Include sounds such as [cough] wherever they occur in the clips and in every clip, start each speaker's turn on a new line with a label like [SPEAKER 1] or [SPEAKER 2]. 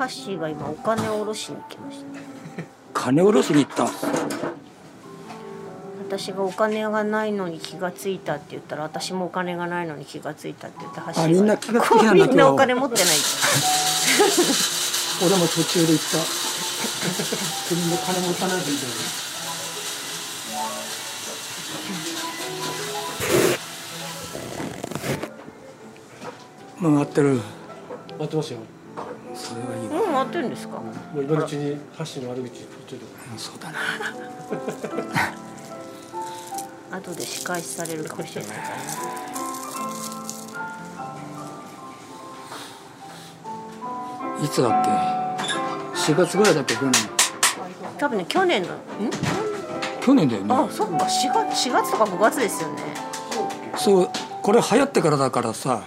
[SPEAKER 1] ッシーが今お金を下ろしに来ました
[SPEAKER 2] 金下ろしに行った
[SPEAKER 1] 私がお金がないのに気がついたって言ったら私もお金がないのに気がついたって言ってハッシーが
[SPEAKER 2] あみんな気がついたんだ
[SPEAKER 1] みんな
[SPEAKER 2] 今日
[SPEAKER 1] お金持ってない
[SPEAKER 2] 俺も途中で行った君も金持たないでいいんだよ回ってる
[SPEAKER 3] 待ってますよ。
[SPEAKER 2] それはいい
[SPEAKER 1] もう回ってるんですか
[SPEAKER 3] もう今のうちにハッシーの悪口言っといてく
[SPEAKER 2] そうだな
[SPEAKER 1] 後で仕返しされるかもしれない
[SPEAKER 2] いつだっけ4月ぐらいだっけ去年
[SPEAKER 1] 多分ね去年のん
[SPEAKER 2] 去年だよね
[SPEAKER 1] あそっか4月4月とか5月ですよね
[SPEAKER 2] そうこれ流行ってからだからさ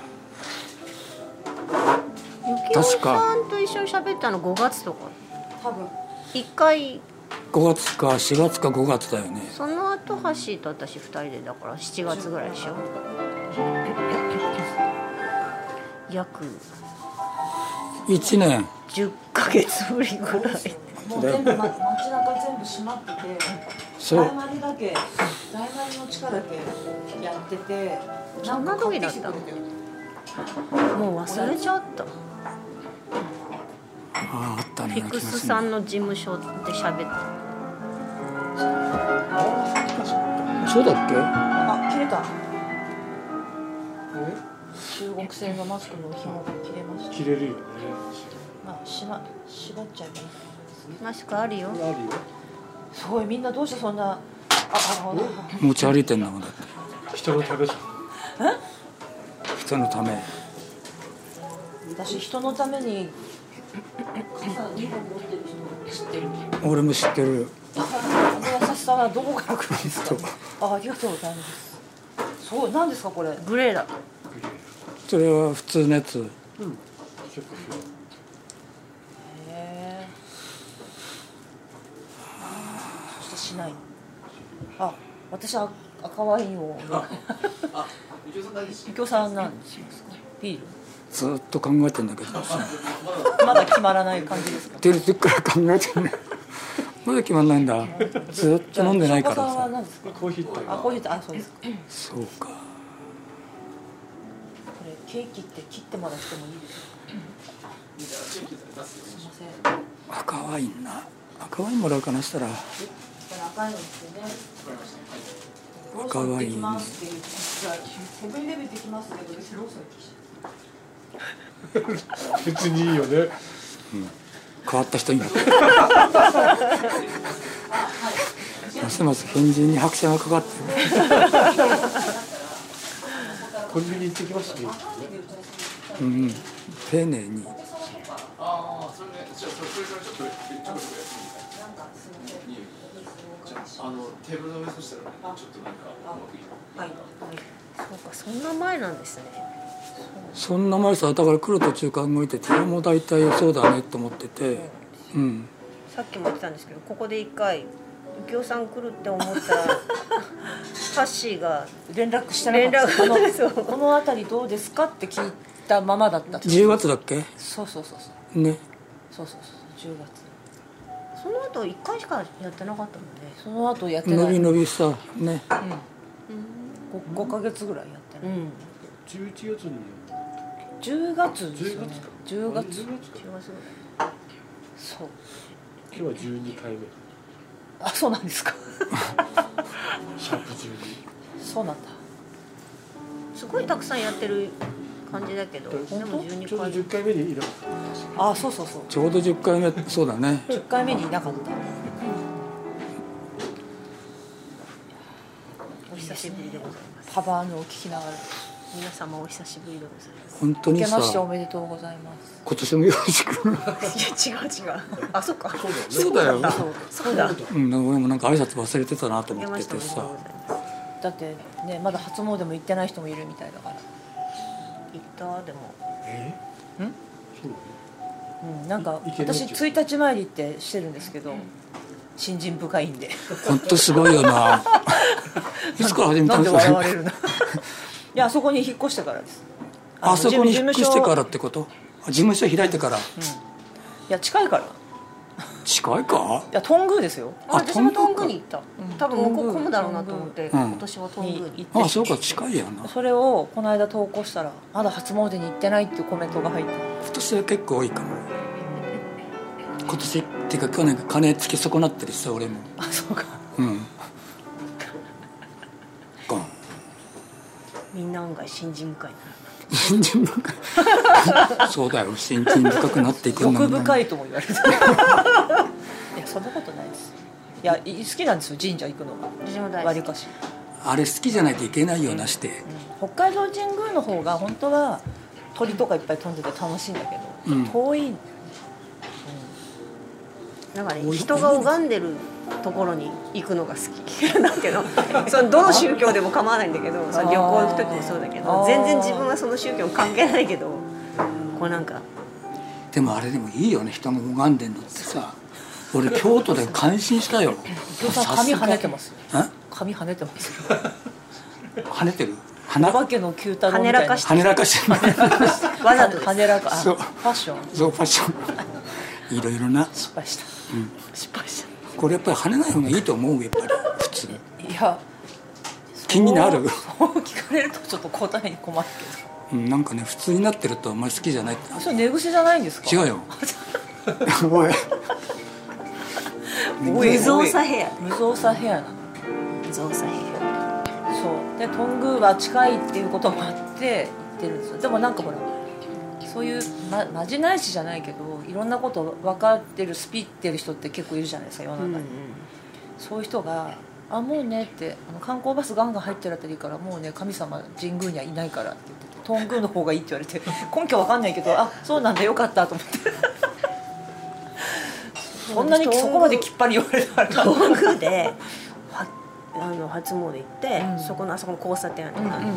[SPEAKER 1] ゆきお
[SPEAKER 2] 確か
[SPEAKER 1] さんと一緒に喋ったの5月とか
[SPEAKER 4] 多分
[SPEAKER 1] 一回
[SPEAKER 2] 5月か4月か5月だよね
[SPEAKER 1] その後ハッシーと私2人でだから7月ぐらいでしょ約
[SPEAKER 2] 1年
[SPEAKER 1] 10ヶ月ぶりぐらい
[SPEAKER 4] もう全部、ま、街中全部閉まってて
[SPEAKER 2] そう
[SPEAKER 4] 大丸だけ大丸の地下だけやってて
[SPEAKER 1] そんな時だった
[SPEAKER 4] なんか買ってきてくれよ
[SPEAKER 1] もう忘れちゃった
[SPEAKER 2] あああったね
[SPEAKER 1] フィクスさんの事務所で喋った
[SPEAKER 2] そうだっけ
[SPEAKER 4] あ切れた
[SPEAKER 3] だ
[SPEAKER 4] 中国製のマスクの紐が切れまし
[SPEAKER 3] さい。
[SPEAKER 4] た
[SPEAKER 3] 切れるよね。
[SPEAKER 4] まあしま縛っちゃいます
[SPEAKER 1] マスクあるよ
[SPEAKER 3] あるよ。
[SPEAKER 4] すごいみんなどうしてそんなああの
[SPEAKER 2] 持ち歩いてんだもんだって
[SPEAKER 3] 人のためさ。
[SPEAKER 2] 人のため
[SPEAKER 4] 私人のために傘2本持ってる人知ってる
[SPEAKER 2] 俺も知ってる
[SPEAKER 4] あの優しさはどこから来るんですか、ね、あありがとうございますすごい何ですかこれ
[SPEAKER 1] グレーだ
[SPEAKER 2] それは普通のやつ
[SPEAKER 3] うん。ちょっと不安
[SPEAKER 4] へえそしてしないあ私は赤ワインを右京さんなんしますかビー
[SPEAKER 2] ずっと考えてんだけど
[SPEAKER 4] ルまだ決まらない感じですか
[SPEAKER 2] 出る時から考えてんだまだ決まんないんだずっと飲んでないから
[SPEAKER 4] じゃあ翔子さんは
[SPEAKER 2] さ
[SPEAKER 4] 何ですか
[SPEAKER 3] コーヒーって。
[SPEAKER 4] あコーヒーってあそうですかこれ
[SPEAKER 2] そうか
[SPEAKER 4] ケーキって切ってもらってもいいですかすいません
[SPEAKER 2] 赤ワインな赤ワインもらうかなしたら
[SPEAKER 4] これ赤いのですよね
[SPEAKER 2] 赤ワイン
[SPEAKER 4] ローソン行ってきますって言ってセブンイレブン行ってきますけど別にローソン行ってきちゃう
[SPEAKER 3] 別にいいよね。
[SPEAKER 2] 変わった人になってるますます変人に拍車がかかってる
[SPEAKER 3] コンビニ行ってきますね。
[SPEAKER 2] うん丁寧に
[SPEAKER 5] あのテーブルの上そしたらねちょっとなんかうまくいく
[SPEAKER 1] そうかそんな前なんですね
[SPEAKER 2] そんな前さだから来る途中から動いてて俺もう大体そうだねと思っててうん
[SPEAKER 1] さっきも言ってたんですけどここで一回右京さん来るって思った [laughs] らハッシーが
[SPEAKER 4] 連絡してなかった
[SPEAKER 1] 連
[SPEAKER 4] [laughs]
[SPEAKER 1] 絡
[SPEAKER 4] あのこの辺りどうですかって聞いたままだった
[SPEAKER 2] 10月だっけ
[SPEAKER 4] そうそうそうそう
[SPEAKER 2] ね
[SPEAKER 4] そうそうそう10月
[SPEAKER 1] その後一回しかやってなかったもんね
[SPEAKER 4] その後やってない
[SPEAKER 2] 伸び
[SPEAKER 4] 5
[SPEAKER 2] 伸びさね
[SPEAKER 4] 五ヶ月ぐらいやって
[SPEAKER 1] う
[SPEAKER 4] ない、
[SPEAKER 1] ん
[SPEAKER 3] 十一月に。
[SPEAKER 4] 10月です
[SPEAKER 3] 十
[SPEAKER 4] よね
[SPEAKER 3] 月か。
[SPEAKER 4] 10
[SPEAKER 3] あれ
[SPEAKER 4] 月
[SPEAKER 3] 10月
[SPEAKER 1] 気
[SPEAKER 3] か。
[SPEAKER 1] がすごい
[SPEAKER 4] そう
[SPEAKER 3] 今日は十二回目。
[SPEAKER 4] あそうなんですか
[SPEAKER 3] シャープ十二。
[SPEAKER 4] そうなんだ
[SPEAKER 1] すごいたくさんやってる感じだけどでも
[SPEAKER 3] ちょ
[SPEAKER 1] 12
[SPEAKER 3] うど
[SPEAKER 1] 回
[SPEAKER 3] 十回目にいなかった。
[SPEAKER 4] あそうそうそう
[SPEAKER 2] ちょうど10回目そうだね
[SPEAKER 4] 10回目にいなかった
[SPEAKER 1] お久しぶりでございます
[SPEAKER 4] カバーのを聞きながら
[SPEAKER 1] 皆様お久しぶりでございます
[SPEAKER 2] 本当
[SPEAKER 4] 「明
[SPEAKER 2] に
[SPEAKER 4] け
[SPEAKER 2] さ
[SPEAKER 4] ましておめでとうございます
[SPEAKER 2] 今年もよろしく
[SPEAKER 4] [laughs]
[SPEAKER 1] いや違う違うあそっかそうだ
[SPEAKER 2] そうだよ」
[SPEAKER 4] そう
[SPEAKER 1] そうだ
[SPEAKER 2] うん、俺もなんか挨拶忘れてたなと
[SPEAKER 1] 出
[SPEAKER 2] 思っ
[SPEAKER 1] ま
[SPEAKER 2] て
[SPEAKER 1] したお
[SPEAKER 2] て
[SPEAKER 1] めでとうご
[SPEAKER 2] さ
[SPEAKER 1] ざいます
[SPEAKER 4] だってねまだ初詣も行ってない人もいるみたいだから
[SPEAKER 1] 行ったでも
[SPEAKER 3] え？
[SPEAKER 4] ん？
[SPEAKER 3] そうなの。
[SPEAKER 4] うん、なんか
[SPEAKER 3] いけない
[SPEAKER 4] 私
[SPEAKER 3] っていう
[SPEAKER 4] 1日参りってしてるんですけど新人深いんで
[SPEAKER 2] 本当すごいよ
[SPEAKER 4] [laughs]
[SPEAKER 2] ないつから始め
[SPEAKER 4] な
[SPEAKER 2] た
[SPEAKER 4] ん
[SPEAKER 2] ん
[SPEAKER 4] で
[SPEAKER 2] です
[SPEAKER 4] 笑わ
[SPEAKER 2] か
[SPEAKER 4] れるの [laughs] いやあそこに引っ越してからですの
[SPEAKER 2] あそこに
[SPEAKER 4] 事
[SPEAKER 2] 引っ
[SPEAKER 4] 務
[SPEAKER 2] 越してか
[SPEAKER 4] 事
[SPEAKER 2] らってことあ事務所開いてから、
[SPEAKER 4] 務所や近いからい
[SPEAKER 2] 近いか
[SPEAKER 4] や頓宮ですよ
[SPEAKER 1] あ私も
[SPEAKER 2] ト
[SPEAKER 1] ト
[SPEAKER 2] ン
[SPEAKER 1] ン
[SPEAKER 2] グか
[SPEAKER 1] グに行った多分向こう混むだろうなと思って、
[SPEAKER 2] うん
[SPEAKER 1] 今年はトング
[SPEAKER 4] に
[SPEAKER 1] に、
[SPEAKER 4] 行って
[SPEAKER 2] あそうか近いやな
[SPEAKER 4] それをこの間投稿したらまだ初詣に行ってないっていうコメントが入って
[SPEAKER 2] 今年は結構多いかも今年っていうか去年が金つき損なったりした俺も
[SPEAKER 4] あそうか
[SPEAKER 2] うん
[SPEAKER 4] [laughs]
[SPEAKER 2] ゴン
[SPEAKER 1] みんな案外新人会
[SPEAKER 2] 信心深い [laughs] そうだよ信心深くなっていくんだ
[SPEAKER 4] 欲
[SPEAKER 2] もん
[SPEAKER 4] 深いとも言われていやそんなこと [laughs] ないですいやい好きなんですよ神社行くのが
[SPEAKER 1] 私も大
[SPEAKER 4] わり
[SPEAKER 1] 好き
[SPEAKER 4] かし、
[SPEAKER 2] あれ好きじゃないといけないよなして
[SPEAKER 4] 北海道神宮の方が本当は鳥とかいっぱい飛んでて楽しいんだけ
[SPEAKER 2] う
[SPEAKER 4] ど、
[SPEAKER 2] ん
[SPEAKER 4] 遠い
[SPEAKER 1] なんか
[SPEAKER 2] もう
[SPEAKER 1] ね
[SPEAKER 2] 一
[SPEAKER 1] 人
[SPEAKER 2] 個
[SPEAKER 1] が拝んでるところに行くのが好 [laughs] きなんていうのそのどの宗教でも構わないんだけどその旅行行く時もそうだけ
[SPEAKER 4] あ
[SPEAKER 1] ど
[SPEAKER 4] ー
[SPEAKER 1] 全然自分はその宗教関係ないけどこうなんか
[SPEAKER 2] でもあれでもいいよね人が拝んでんのってさ俺京都で感心したよ
[SPEAKER 4] 伊藤さん髪跳ねてますよ
[SPEAKER 2] え
[SPEAKER 4] 髪跳ねてますよ
[SPEAKER 2] 跳ねてる
[SPEAKER 4] お化
[SPEAKER 2] 花
[SPEAKER 4] けの九太郎みたいな
[SPEAKER 1] 跳ねらかし
[SPEAKER 2] 跳ねらかしてる
[SPEAKER 1] わざとです
[SPEAKER 4] 跳ねらかあフ
[SPEAKER 2] そう
[SPEAKER 4] ァッション
[SPEAKER 2] そうファッションいろいろな
[SPEAKER 4] 失敗した
[SPEAKER 1] 失敗した
[SPEAKER 2] これやっぱり跳ねない方がいいと思うやっぱり普通
[SPEAKER 4] いや
[SPEAKER 2] 気になる
[SPEAKER 4] そうそう聞かれるとちょっと答えに困るけ
[SPEAKER 2] う
[SPEAKER 4] ど
[SPEAKER 2] んなんかね普通になってるとあんまり好きじゃない
[SPEAKER 4] それ寝癖じゃないんですか
[SPEAKER 2] 違う
[SPEAKER 4] [laughs]
[SPEAKER 2] よおい
[SPEAKER 4] おいおい
[SPEAKER 1] 無造作ヘア
[SPEAKER 4] 無造作ヘアなの
[SPEAKER 1] 無造作ヘ
[SPEAKER 4] そうで頓宮は近いっていうこともあって行ってるんですよでもなんかほらそういうままじないしじゃないけどいろんなこと分かってるスピってる人って結構いるじゃないですか世の
[SPEAKER 1] ア、
[SPEAKER 4] 中に、そういう人が「あもうね」ってあの観光バスガンガン入ってるあたりからもうね神様神宮にはいないからって言ってて頓宮の方がいいって言われて [laughs] 根拠わかんないけどあそうなんだよかったと思ってそんなにそこまできっぱり言われたら
[SPEAKER 1] 道具 [laughs] ではあの初詣行って、
[SPEAKER 4] うん
[SPEAKER 1] そこのあそこの交差点ある
[SPEAKER 4] う
[SPEAKER 1] じゃ
[SPEAKER 4] んう
[SPEAKER 1] ない
[SPEAKER 4] ん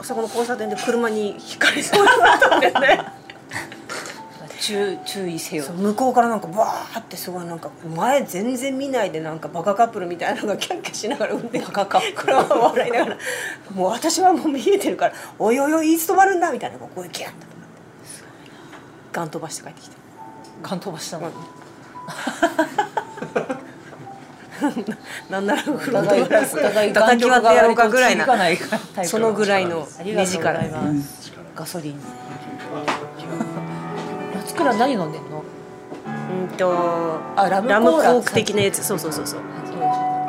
[SPEAKER 1] あそこの交差点で車にひかれそうになったんだよね
[SPEAKER 4] 注注意せ
[SPEAKER 1] [laughs]
[SPEAKER 4] よ
[SPEAKER 1] そう向こうからなんかバーってすごいなんか前全然見ないでなんかバカカップルみたいなのがキャンキャンしながら運転バカカップル笑いながらもう私はもう見えてるから「おいおいおいいつ止まるんだ」みたいなこうギャンと止まってガン飛ばして帰ってきた
[SPEAKER 4] ガン飛ばしたのに
[SPEAKER 1] なんなら
[SPEAKER 4] お
[SPEAKER 1] 風呂
[SPEAKER 4] 互い
[SPEAKER 1] の
[SPEAKER 4] お
[SPEAKER 1] グラス
[SPEAKER 4] 互い
[SPEAKER 1] 叩き割ってやろうかぐらいな
[SPEAKER 4] 眼力が割と響かない
[SPEAKER 1] そのぐらいの
[SPEAKER 4] ありが
[SPEAKER 1] 目
[SPEAKER 4] とうご
[SPEAKER 1] 力
[SPEAKER 4] ざいます
[SPEAKER 3] 力
[SPEAKER 4] ガソリン夏倉何飲んでんの
[SPEAKER 1] うんと
[SPEAKER 4] あラムコ
[SPEAKER 1] ラムコ
[SPEAKER 4] ーラ
[SPEAKER 1] ーク的なやつそうそうそうそう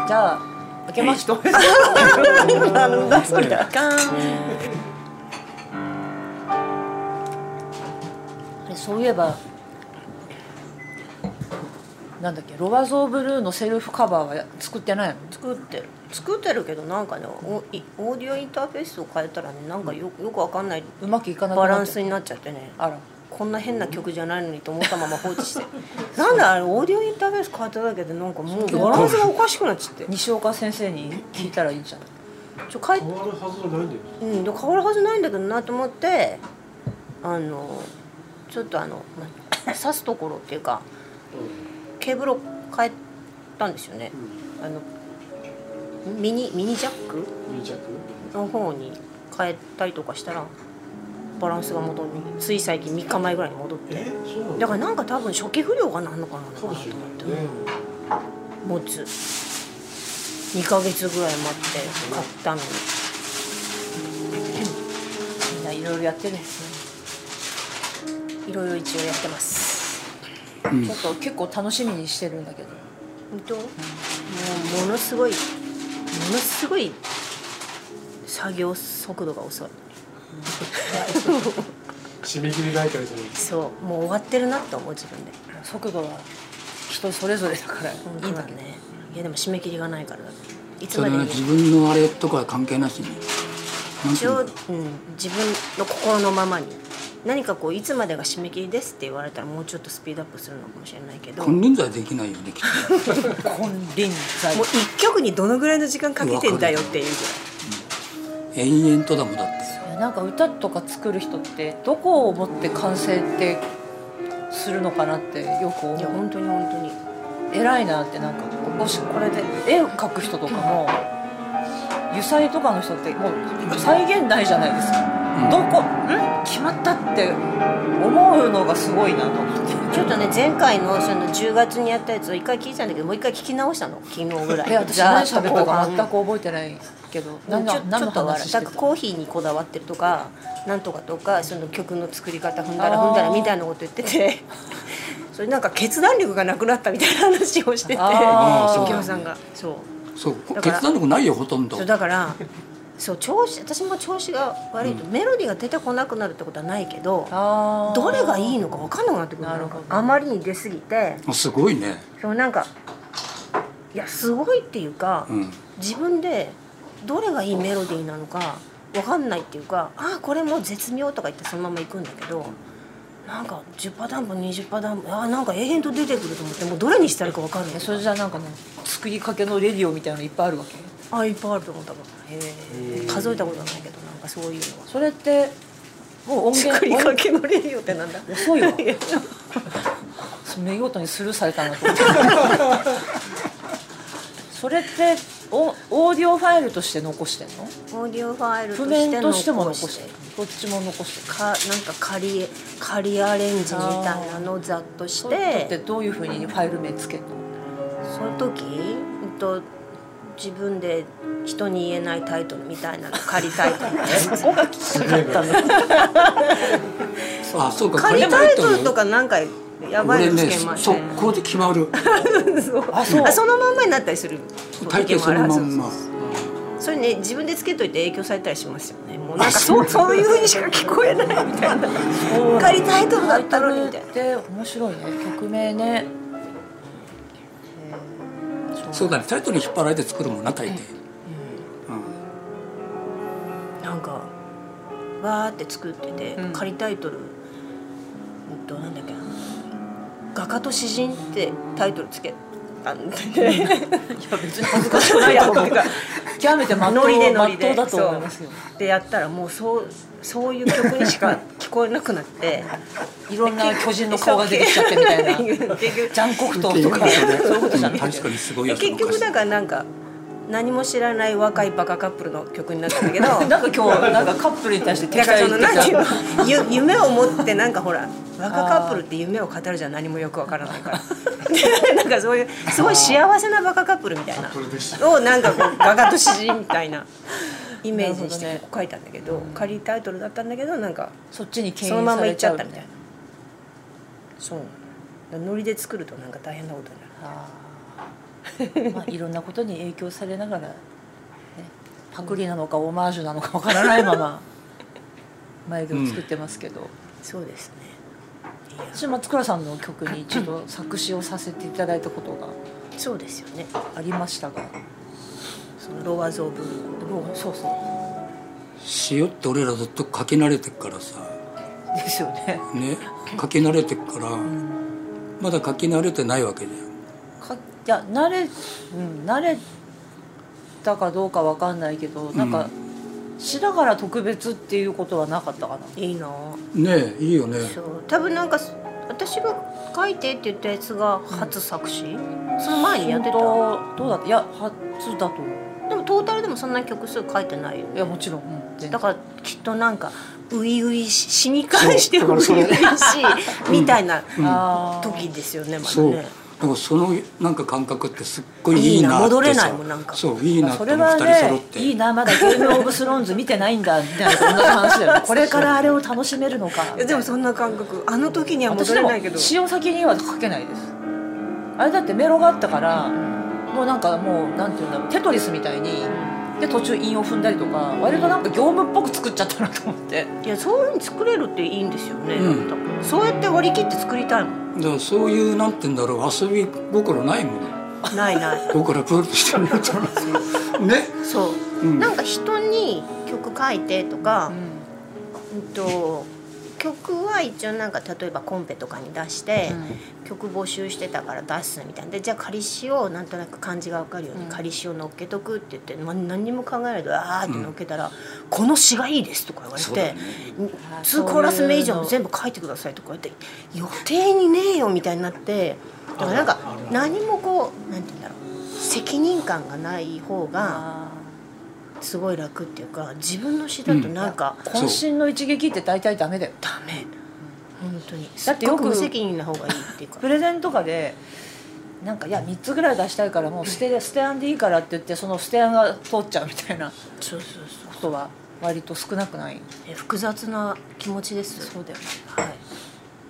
[SPEAKER 4] じゃあ開けまし [laughs] ょう
[SPEAKER 1] なんだそりゃあかん
[SPEAKER 4] そういえばなんだっけロワゾーブルーのセルフカバーは作ってないの
[SPEAKER 1] 作ってる作ってるけどなんかねおいオーディオインターフェースを変えたらねなんかよよくわかんないう
[SPEAKER 4] まくいかなく
[SPEAKER 1] バ
[SPEAKER 4] なっちゃう
[SPEAKER 1] ランスになっちゃってね
[SPEAKER 4] あら
[SPEAKER 1] こんな変な曲じゃないのにと思ったまま放置してなんだあれオーディオインターフェース変えただけでなんかもうバランスがおかしくなっちゃって
[SPEAKER 4] 西岡先生に聞いたらいいじゃん
[SPEAKER 1] ちょ変え
[SPEAKER 3] 変わるはずがないんだよね
[SPEAKER 1] うん、で変わるはずないんだけどなと思ってあのちょっとあのま刺すところっていうかケーブルを変えたんですよねあのミニミニジャック
[SPEAKER 3] うん2着
[SPEAKER 1] の方に変えたりとかしたらバランスが戻りつい最近3日前ぐらいに戻って
[SPEAKER 3] えそうなの
[SPEAKER 1] だからなんか多分初期不良がなんのかなと思
[SPEAKER 3] かも
[SPEAKER 1] っ
[SPEAKER 3] してれないね
[SPEAKER 1] 持つ2ヶ月ぐらい待って買ったのに
[SPEAKER 4] みんないろいろやってるんですね
[SPEAKER 1] いろいろ一応やってます
[SPEAKER 2] うん
[SPEAKER 4] ちょっと結構楽しみにしてるんだけど
[SPEAKER 1] 本当もうものすごいものすごい作業速度が遅い
[SPEAKER 3] 締め切りがいからじゃない
[SPEAKER 1] そうもう終わってるなって思う自分で
[SPEAKER 4] 速度は人それぞれだからい
[SPEAKER 1] 本
[SPEAKER 4] い
[SPEAKER 1] 当
[SPEAKER 4] ん
[SPEAKER 1] だ
[SPEAKER 4] だけ
[SPEAKER 1] ね
[SPEAKER 4] ど
[SPEAKER 1] いやでも締め切りがないからだっていつ
[SPEAKER 2] そ
[SPEAKER 1] ま
[SPEAKER 2] れ
[SPEAKER 1] で
[SPEAKER 2] は
[SPEAKER 1] に
[SPEAKER 2] 自分のあれとかは関係なしになんてい
[SPEAKER 1] 一
[SPEAKER 2] う
[SPEAKER 1] 応、う
[SPEAKER 2] の
[SPEAKER 1] ん、自分の心のままに何かこういつまでが締め切りですって言われたらもうちょっとスピードアップするのかもしれないけども
[SPEAKER 2] 金
[SPEAKER 1] う
[SPEAKER 2] 輪際できないよねきっと
[SPEAKER 4] 金輪際
[SPEAKER 1] 一曲にどのぐらいの時間かけてんだよっていうぐらい
[SPEAKER 2] 延々とだもんだって
[SPEAKER 4] なんか歌とか作る人ってどこをもって完成ってするのかなってよく
[SPEAKER 1] いや
[SPEAKER 4] 思う
[SPEAKER 1] 本当に本当に
[SPEAKER 4] 偉いなってなんかこしこれで絵を描く人とかも油彩とかの人ってもう再現ないじゃないですか、
[SPEAKER 2] うん
[SPEAKER 4] どこん決まったって思うのがすごいなと思って
[SPEAKER 1] ちょっとね前回のその10月にやったやつを一回聞いたんだけどもう一回聞き直したの昨日ぐらい
[SPEAKER 4] え私何喋ったか
[SPEAKER 1] うん
[SPEAKER 4] 全く覚えてないけど
[SPEAKER 1] ちょ
[SPEAKER 4] 何の何
[SPEAKER 1] ちょ
[SPEAKER 4] の
[SPEAKER 1] っと
[SPEAKER 4] 話して
[SPEAKER 1] 全
[SPEAKER 4] た
[SPEAKER 1] くコーヒーにこだわってるとかなんとかとかその曲の作り方踏んだら踏んだら
[SPEAKER 4] あー
[SPEAKER 1] みたいなこと言って
[SPEAKER 4] [laughs]
[SPEAKER 1] てそれなんか決断力がなくなったみたいな話をしてて
[SPEAKER 4] あ
[SPEAKER 2] ー
[SPEAKER 1] 右京さんがそう
[SPEAKER 2] そう
[SPEAKER 1] だから
[SPEAKER 2] 決断力ないよほとんど
[SPEAKER 1] そうだからそう調子私も調子が悪いと、メロディーが出てこなくなるってことはないけど
[SPEAKER 4] あー
[SPEAKER 1] どれがいいのか分かんなくなってくるの
[SPEAKER 4] なるほど
[SPEAKER 1] あまりに出過ぎて
[SPEAKER 2] あすごいね
[SPEAKER 1] そうなんかいやすごいっていうか、
[SPEAKER 2] うん
[SPEAKER 1] 自分でどれがいいメロディーなのか分かんないっていうかああこれもう絶妙とか言ってそのまま行くんだけどなんか10パターンも20パターンもああなんか永遠と出てくると思ってもうどれにしたらいいか分かんない
[SPEAKER 4] えそれじゃあなんかね作りかけのレディオみたいなのいっぱいあるわけ
[SPEAKER 1] ああいっぱいあると思ったもんへえ数えたことはないけどなんかそういうのは
[SPEAKER 4] それってもう音
[SPEAKER 1] 作り
[SPEAKER 4] 源
[SPEAKER 1] かけのレディオってなんだ
[SPEAKER 4] 遅いわ
[SPEAKER 1] いや
[SPEAKER 4] 見事にスルーされたん
[SPEAKER 1] [laughs]
[SPEAKER 4] だと思ってそれっておオーディオファイルとして残してんの
[SPEAKER 1] オーディオファイル
[SPEAKER 4] 譜面と
[SPEAKER 1] とし
[SPEAKER 4] し
[SPEAKER 1] てても
[SPEAKER 4] も残
[SPEAKER 1] 残
[SPEAKER 4] し
[SPEAKER 1] してて
[SPEAKER 4] るどっちも残してる
[SPEAKER 1] かなんか仮仮アレンジみたいなのをざっとし
[SPEAKER 4] それっ
[SPEAKER 1] て
[SPEAKER 4] てどういうふうにファイル名つけるの
[SPEAKER 1] その時、うんと、自分で人に言えないタイトルみたいなの仮タイトル
[SPEAKER 4] そこが聞きたかったの
[SPEAKER 2] あそうか
[SPEAKER 1] 仮タイトルとかなんかやばい
[SPEAKER 2] 俺
[SPEAKER 1] のつ
[SPEAKER 2] ね
[SPEAKER 1] けまし
[SPEAKER 2] 速
[SPEAKER 1] たね
[SPEAKER 2] 攻で決
[SPEAKER 1] [laughs]
[SPEAKER 2] まる
[SPEAKER 1] そう
[SPEAKER 4] あそう
[SPEAKER 1] あそのまんまになったりする
[SPEAKER 2] 大抵そのま
[SPEAKER 1] 時
[SPEAKER 2] ん
[SPEAKER 1] もあ
[SPEAKER 2] ま
[SPEAKER 1] るそれね自分でつけといて影響されたりしますよねもうなんかそうそういうふうにしか聞こえないみたいな仮タイトルだったのにみたいな
[SPEAKER 4] って面白いね曲名ね
[SPEAKER 2] そうだねタイトルに引っ張られて作るもんな大抵
[SPEAKER 1] なんかわーって作ってて、
[SPEAKER 4] うん
[SPEAKER 1] 仮タイトルうんとなんだっけな画家と詩人ってタイトルつけた
[SPEAKER 4] [laughs]
[SPEAKER 1] んで、
[SPEAKER 4] いや別に恥ずかしくないと思う極めてまっと
[SPEAKER 1] ノリで
[SPEAKER 4] う
[SPEAKER 1] ノ
[SPEAKER 4] まっ
[SPEAKER 1] リ
[SPEAKER 4] と
[SPEAKER 1] で
[SPEAKER 4] うだと思いますよ
[SPEAKER 1] でやったらもうそうそういう曲にしか聞こえなくな
[SPEAKER 4] [laughs]
[SPEAKER 1] って
[SPEAKER 4] いろんな巨人の顔が出てきちゃってみたいなジ
[SPEAKER 1] [laughs]
[SPEAKER 4] [laughs]
[SPEAKER 1] 結局
[SPEAKER 4] ャンコクトーとか
[SPEAKER 2] そ
[SPEAKER 4] そうう
[SPEAKER 2] ね
[SPEAKER 4] いうことじゃ
[SPEAKER 2] うん
[SPEAKER 4] ない
[SPEAKER 2] 確かにすごいよ
[SPEAKER 1] で結局だからなんか何も知らない若いバカカップルの曲になったんだけど
[SPEAKER 4] なんか今日なんかカップルに対して
[SPEAKER 1] だ
[SPEAKER 4] 敵
[SPEAKER 1] から
[SPEAKER 4] 対
[SPEAKER 1] そのなんていう
[SPEAKER 4] 的
[SPEAKER 1] の
[SPEAKER 4] な
[SPEAKER 1] ゆ夢を持ってなんかほら若カップルって夢を語るじゃ何もよくわからないから [laughs] でなんかそういうすごい幸せなバカカップルみたいな
[SPEAKER 3] これでした
[SPEAKER 1] をなんかこうガガと詩人みたいなイメージにし
[SPEAKER 4] なる
[SPEAKER 1] て
[SPEAKER 4] ほどね
[SPEAKER 1] こう書いたんだけど仮タイトルだったんだけどなんか
[SPEAKER 4] そっちに牽
[SPEAKER 1] その
[SPEAKER 4] 引
[SPEAKER 1] ま
[SPEAKER 4] さ
[SPEAKER 1] まい
[SPEAKER 4] れ
[SPEAKER 1] っ
[SPEAKER 4] ち
[SPEAKER 1] ちゃ
[SPEAKER 4] ゃ
[SPEAKER 1] っ
[SPEAKER 4] う
[SPEAKER 1] たみたいなそうなのだからノリで作るとなんか大変なことになる
[SPEAKER 4] あーまあいろんなことに影響されながら、ね、パクリなのかオマージュなのかわからないま
[SPEAKER 1] [laughs]
[SPEAKER 4] ま眉毛を作ってますけど、
[SPEAKER 1] そうですねいや
[SPEAKER 4] 私松倉さんの曲に一度作詞をさせていただいたことが
[SPEAKER 1] そうですよね
[SPEAKER 4] ありましたが
[SPEAKER 1] そのロワゾーブルー
[SPEAKER 4] でもそうそう
[SPEAKER 2] 塩って俺らずっとかけ慣れてっからさ
[SPEAKER 4] ですよね
[SPEAKER 2] ねかけ慣れてっから、まだかけ慣れてないわけだよ
[SPEAKER 4] かいや慣れ,、うん、慣れたかどうかわかんないけどなんか、詩だから特別っていうことはなかったかない
[SPEAKER 1] いなぁ
[SPEAKER 2] ねえいいよね
[SPEAKER 1] そう多分なんかす私が書いてって言ったやつが初作詞、その前にやってたで
[SPEAKER 4] 本当どうだったいや初だと思う
[SPEAKER 1] もトータルでもそんなに曲数書いてないよ
[SPEAKER 4] いやもちろん、うん全然
[SPEAKER 1] だからきっとなんか初々し詩に関して初々しいみたいな
[SPEAKER 4] あー
[SPEAKER 1] 時ですよねまだ
[SPEAKER 2] そう
[SPEAKER 1] ね
[SPEAKER 2] だからそのなんか感覚ってすっごいいいなって
[SPEAKER 1] いいな
[SPEAKER 2] さ
[SPEAKER 1] 戻れないもんなんか
[SPEAKER 2] そういいなって
[SPEAKER 4] そ
[SPEAKER 2] 思う
[SPEAKER 4] れは
[SPEAKER 2] 二人揃っ
[SPEAKER 4] ね
[SPEAKER 2] て
[SPEAKER 4] いいなまだ「ゲームオブスローンズ」見てないんだみたいな同じ話だよね [laughs] これからあれを楽しめるのか
[SPEAKER 1] いやでもそんな感覚あの時には戻
[SPEAKER 4] 私で
[SPEAKER 1] れ
[SPEAKER 4] も
[SPEAKER 1] ないけど
[SPEAKER 4] 詩を先には書けないですあれだってメロがあったからもうなんかもうなんていうんだろうテトリスみたいにで途中韻を踏んだりとか割となんか業務っぽく作っちゃったなと思って
[SPEAKER 1] いやそういうふうに作れるっていいんですよね、
[SPEAKER 2] うん
[SPEAKER 1] 多分そうやって割り切って作りたいもん
[SPEAKER 2] だからそういうなんて言うんだろう遊び心ないもん
[SPEAKER 1] ないない
[SPEAKER 2] 僕らプールしてみると
[SPEAKER 1] [laughs]
[SPEAKER 2] ね
[SPEAKER 1] そう、
[SPEAKER 2] うん
[SPEAKER 1] なんか人に曲書いてとか、うんと曲は一応なんか例えばコンペとかに出して、曲募集してたから出すみたいなでじゃあ仮詞をなんとなく漢字が分かるように
[SPEAKER 4] うん
[SPEAKER 1] 仮詞を乗っけとくって言って、ま、何にも考えないであーって乗っけたら「この詞がいいです」とか言われ
[SPEAKER 2] そうだ
[SPEAKER 1] て
[SPEAKER 2] よね
[SPEAKER 4] あー
[SPEAKER 1] 「2コーラス目以
[SPEAKER 4] そういう
[SPEAKER 1] 上
[SPEAKER 4] の
[SPEAKER 1] 全部書いてください」とか言って「予定にねえよ」みたいになってだからなんか
[SPEAKER 3] あるある
[SPEAKER 1] 何もこうなんて言うんだろう責任感がない方が
[SPEAKER 4] あ
[SPEAKER 1] すごい楽っていうか自分の詩だとなんか
[SPEAKER 4] ー渾身の一撃って大体ダメだよ
[SPEAKER 1] ダメ本当に
[SPEAKER 4] だってよく
[SPEAKER 1] すご無責任な方がいいっていうか
[SPEAKER 4] プレゼンとかでなんかいや3つぐらい出したいからもう捨て捨て案でいいからって言ってその捨て案が通っちゃうみたいな
[SPEAKER 1] [laughs] そうそうそう
[SPEAKER 4] ことは割と少なくない
[SPEAKER 1] え複雑な気持ちです
[SPEAKER 4] そうだよね
[SPEAKER 1] はい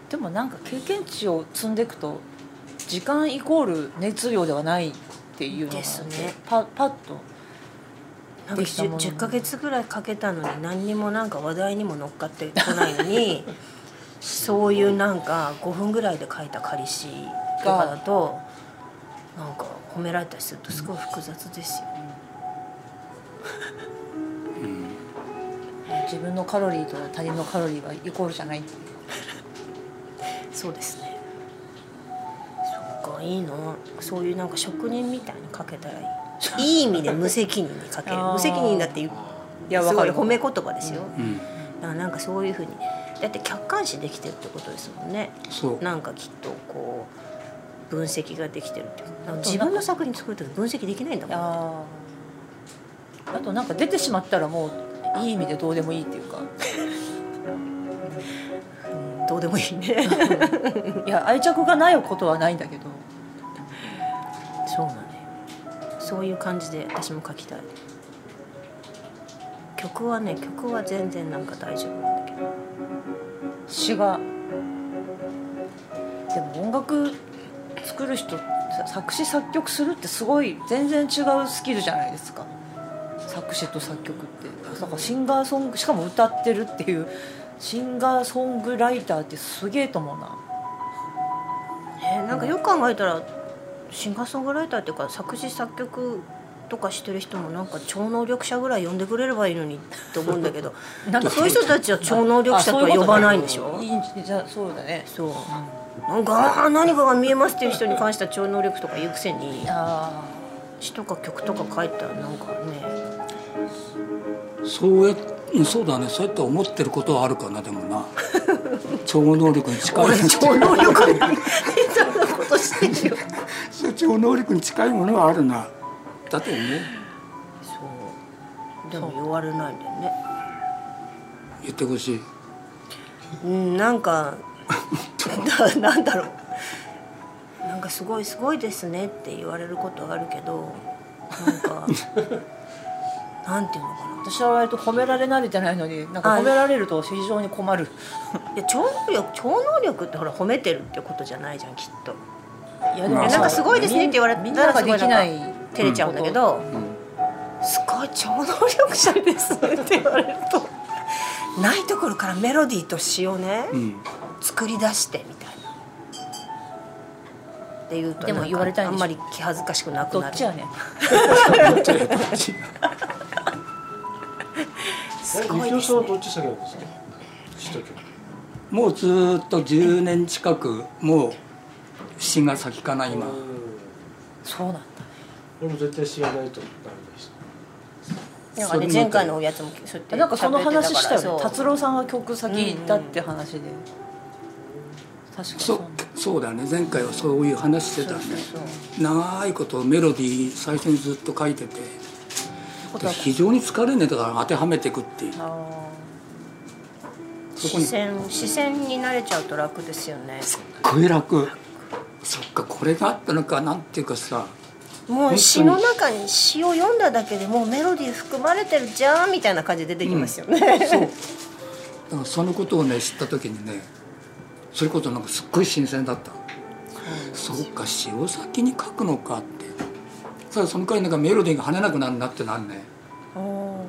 [SPEAKER 4] でもなんか経験値を積んでいくと時間イコール熱量ではないっていうのが
[SPEAKER 1] ですね
[SPEAKER 4] パパッと
[SPEAKER 1] なんか
[SPEAKER 4] できたもの
[SPEAKER 1] 10, 10ヶ月ぐらいかけたのに何にもなんか話題にも乗っかってこないの [laughs] にそういうなんか5分ぐらいで書いた仮詩とかだとなんか褒められたりするとすごい複雑ですよね
[SPEAKER 4] 自分のカロリーと他人のカロリーはイコールじゃないっていう
[SPEAKER 1] そうですねそっかいいのそういうなんか職人みたいに書けたらい [laughs] いいい意味で無責任に書ける
[SPEAKER 4] あー
[SPEAKER 1] 無責任だってい
[SPEAKER 4] いや
[SPEAKER 1] す
[SPEAKER 4] わ
[SPEAKER 1] ご
[SPEAKER 4] か
[SPEAKER 1] い
[SPEAKER 4] る
[SPEAKER 1] 褒め言葉ですよ、
[SPEAKER 2] うん、
[SPEAKER 1] だからなんかそういうふうにだって客観視できてるってことですもんね
[SPEAKER 2] そう
[SPEAKER 1] なんかきっとこう分析ができてるっていうか自分の作品作る時分析できないんだもん
[SPEAKER 4] ああとなんか出てしまったらもういい意味でどうでもいいっていうか
[SPEAKER 1] どうでもいいね
[SPEAKER 4] いや愛着がないことはないんだけど
[SPEAKER 1] [laughs] そうなのよそういう感じで私も書きたい曲はね曲は全然なんか大丈夫なんだけど
[SPEAKER 4] 詩がでも音楽作る人さ作詞作曲するってすごい全然違うスキルじゃないですか作詞と作曲ってだからシンガーソングしかも歌ってるっていうシンガーソングライターってすげえと思うな
[SPEAKER 1] えーなんかよく考えたらシンガーソングライターっていうか作詞作曲とかしてる人もなんか超能力者ぐらい呼んでくれればいいのにって思うんだけど
[SPEAKER 4] なんか
[SPEAKER 1] そういう人たちは超能力者とは呼ばないんでしょ
[SPEAKER 4] あそういうことねいいじゃあそうだね
[SPEAKER 1] そうなんかあー何かが見えますっていう人に関しては超能力とか言うくせに
[SPEAKER 4] あ
[SPEAKER 1] 詩とか曲とか書いたらなんかね
[SPEAKER 2] そうやうんそうだねそうやって思ってることはあるかなでもな超能力に近い
[SPEAKER 1] 俺超能力なんだみたいなことしてるよ
[SPEAKER 2] [laughs] それ超能力に近いものはあるなだってね
[SPEAKER 1] そうでも言われないんだよね
[SPEAKER 2] 言ってほしい
[SPEAKER 1] うんなんか [laughs] ななんだろうなんかすごいすごいですねって言われることはあるけどなん [laughs] かなんていうのかな
[SPEAKER 4] 私は割と褒められ慣れてないのになんか
[SPEAKER 1] あ
[SPEAKER 4] 褒められると非常に困
[SPEAKER 1] [laughs]
[SPEAKER 4] る
[SPEAKER 1] いや超能力超能力ってほら褒めてるってことじゃないじゃんきっと
[SPEAKER 4] いや
[SPEAKER 2] まあ
[SPEAKER 1] なんかすごいですねって言われ
[SPEAKER 4] みん
[SPEAKER 1] た
[SPEAKER 4] な
[SPEAKER 1] ら
[SPEAKER 4] が
[SPEAKER 1] す
[SPEAKER 4] で
[SPEAKER 1] ごい
[SPEAKER 4] き
[SPEAKER 1] んか
[SPEAKER 4] ない
[SPEAKER 1] 照れちゃうんだけど、すごい超能力者ですねって言われるとないところからメロディーと詩をね、
[SPEAKER 2] うん
[SPEAKER 1] 作り出してみたいな。っていうと
[SPEAKER 4] でも
[SPEAKER 1] なんか
[SPEAKER 4] 言われたいん
[SPEAKER 1] あ
[SPEAKER 4] で
[SPEAKER 1] ん
[SPEAKER 4] しょ
[SPEAKER 1] まり気恥ずかしくなく
[SPEAKER 4] ど
[SPEAKER 1] な
[SPEAKER 4] っ
[SPEAKER 1] る
[SPEAKER 4] ちやね
[SPEAKER 1] すご
[SPEAKER 3] ゆ
[SPEAKER 1] い
[SPEAKER 3] き
[SPEAKER 1] です
[SPEAKER 3] おさんは
[SPEAKER 1] ね
[SPEAKER 3] どっち先なんですか詩と曲
[SPEAKER 2] もうずーっと10年近くもう詩が先かな今
[SPEAKER 3] うん
[SPEAKER 4] そうなんだ
[SPEAKER 3] 俺も絶対詩がないとダメでし
[SPEAKER 1] なんかね
[SPEAKER 2] それも
[SPEAKER 1] 前回のおやつもそうやって
[SPEAKER 4] なんかその話したよね
[SPEAKER 1] そう
[SPEAKER 4] 達郎さんが曲先行ったって話で、確かに
[SPEAKER 2] そう
[SPEAKER 4] なんだ
[SPEAKER 2] そうだね前回はそういう話してたね長いことメロディー最初にずっと書いてて
[SPEAKER 4] ことは
[SPEAKER 2] 非常に疲れねだから当てはめてくっていう
[SPEAKER 4] あ
[SPEAKER 2] そこ
[SPEAKER 1] 視
[SPEAKER 2] にすっ
[SPEAKER 1] 線視線に慣れちゃうと楽ですよね
[SPEAKER 2] ごい楽そっかこれがあったのかなんていうかさ
[SPEAKER 1] も
[SPEAKER 2] 当
[SPEAKER 1] う
[SPEAKER 2] に
[SPEAKER 1] 詩の中に詩を読んだだけでもうメロディー含まれてるじゃんみたいな感じで出てきますよね、
[SPEAKER 2] そうだからそのことをね知った時にねそれこそなんかすっごい新鮮だったそうか詩を先に書くのかってただその回なんかメロディーが跳ねなくなるなってなんね好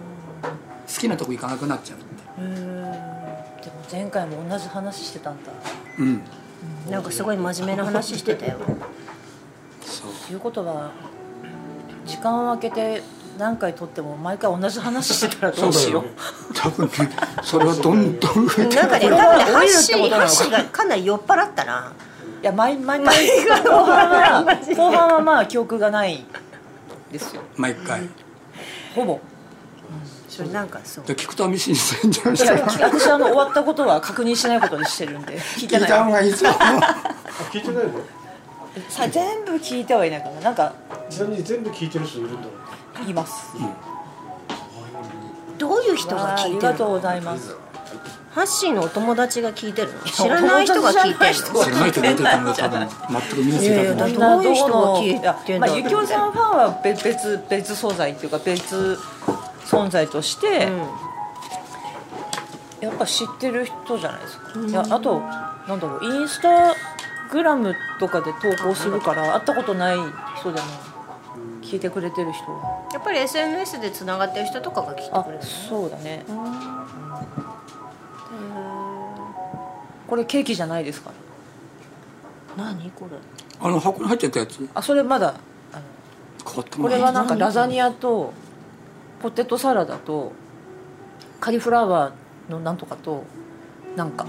[SPEAKER 2] きなとこ行かなくなっちゃうって
[SPEAKER 4] ーでも前回も同じ話してたんだ
[SPEAKER 2] うん
[SPEAKER 1] なんかすごい真面目な話してたよ
[SPEAKER 2] そう
[SPEAKER 4] ということは時間を空けて何回撮っても毎回同じ話してたらどうしよう
[SPEAKER 2] 多分ねそれはどんどん増えて
[SPEAKER 1] なんかね多分ね
[SPEAKER 4] 降りる
[SPEAKER 1] ハ
[SPEAKER 4] ってことなの
[SPEAKER 1] ッシーがかなり酔っ払ったない
[SPEAKER 4] や毎毎回後半は後半はまあ記憶がないですよ
[SPEAKER 2] 毎回
[SPEAKER 4] ほぼ
[SPEAKER 1] それなんかそう
[SPEAKER 2] で菊田美新さんじゃない
[SPEAKER 4] いや
[SPEAKER 2] ですか
[SPEAKER 4] 私あの終わったことは確認しないことにしてるんで聞い
[SPEAKER 2] 聞
[SPEAKER 4] て
[SPEAKER 2] い
[SPEAKER 4] ない
[SPEAKER 2] た方がいいぞ
[SPEAKER 3] たあ聞いてないの
[SPEAKER 4] さ全部聞いてはいないかななんか
[SPEAKER 3] ちなみに全部聞いてる人いるんだろう
[SPEAKER 4] 言います
[SPEAKER 1] どういう人が
[SPEAKER 4] あ
[SPEAKER 1] 聞い
[SPEAKER 4] り
[SPEAKER 1] て
[SPEAKER 4] が
[SPEAKER 1] る
[SPEAKER 4] とう
[SPEAKER 1] の
[SPEAKER 4] ございます
[SPEAKER 1] ハッシーのお友達が聞いてるの知らない人が聞いてるの
[SPEAKER 2] 知らない人がいてたので多分全く見なせ
[SPEAKER 1] いやい
[SPEAKER 2] た
[SPEAKER 1] や
[SPEAKER 2] と
[SPEAKER 1] だ
[SPEAKER 2] 思
[SPEAKER 1] っ
[SPEAKER 2] う
[SPEAKER 1] てどういう人が聞いてんだろう
[SPEAKER 4] まあ、ゆきおさんファンは別別別素材っていうか別存在として、やっぱ知ってる人じゃないですか、いやあとなんだろうインスタグラムとかで投稿するから会ったことない人でも聞いてくれてる人は
[SPEAKER 1] やっぱり SNS でつながってる人とかが聞いてくれ
[SPEAKER 4] あ
[SPEAKER 1] るの
[SPEAKER 4] そうだねこれケーキじゃないですから
[SPEAKER 1] 何これ
[SPEAKER 2] あの箱に入ってたやつ
[SPEAKER 4] あそれまだあの
[SPEAKER 2] 変わった
[SPEAKER 4] これはなんかラザ
[SPEAKER 2] ニ
[SPEAKER 4] ニアとポテトサラダとカリフラワーのなんとかとなんか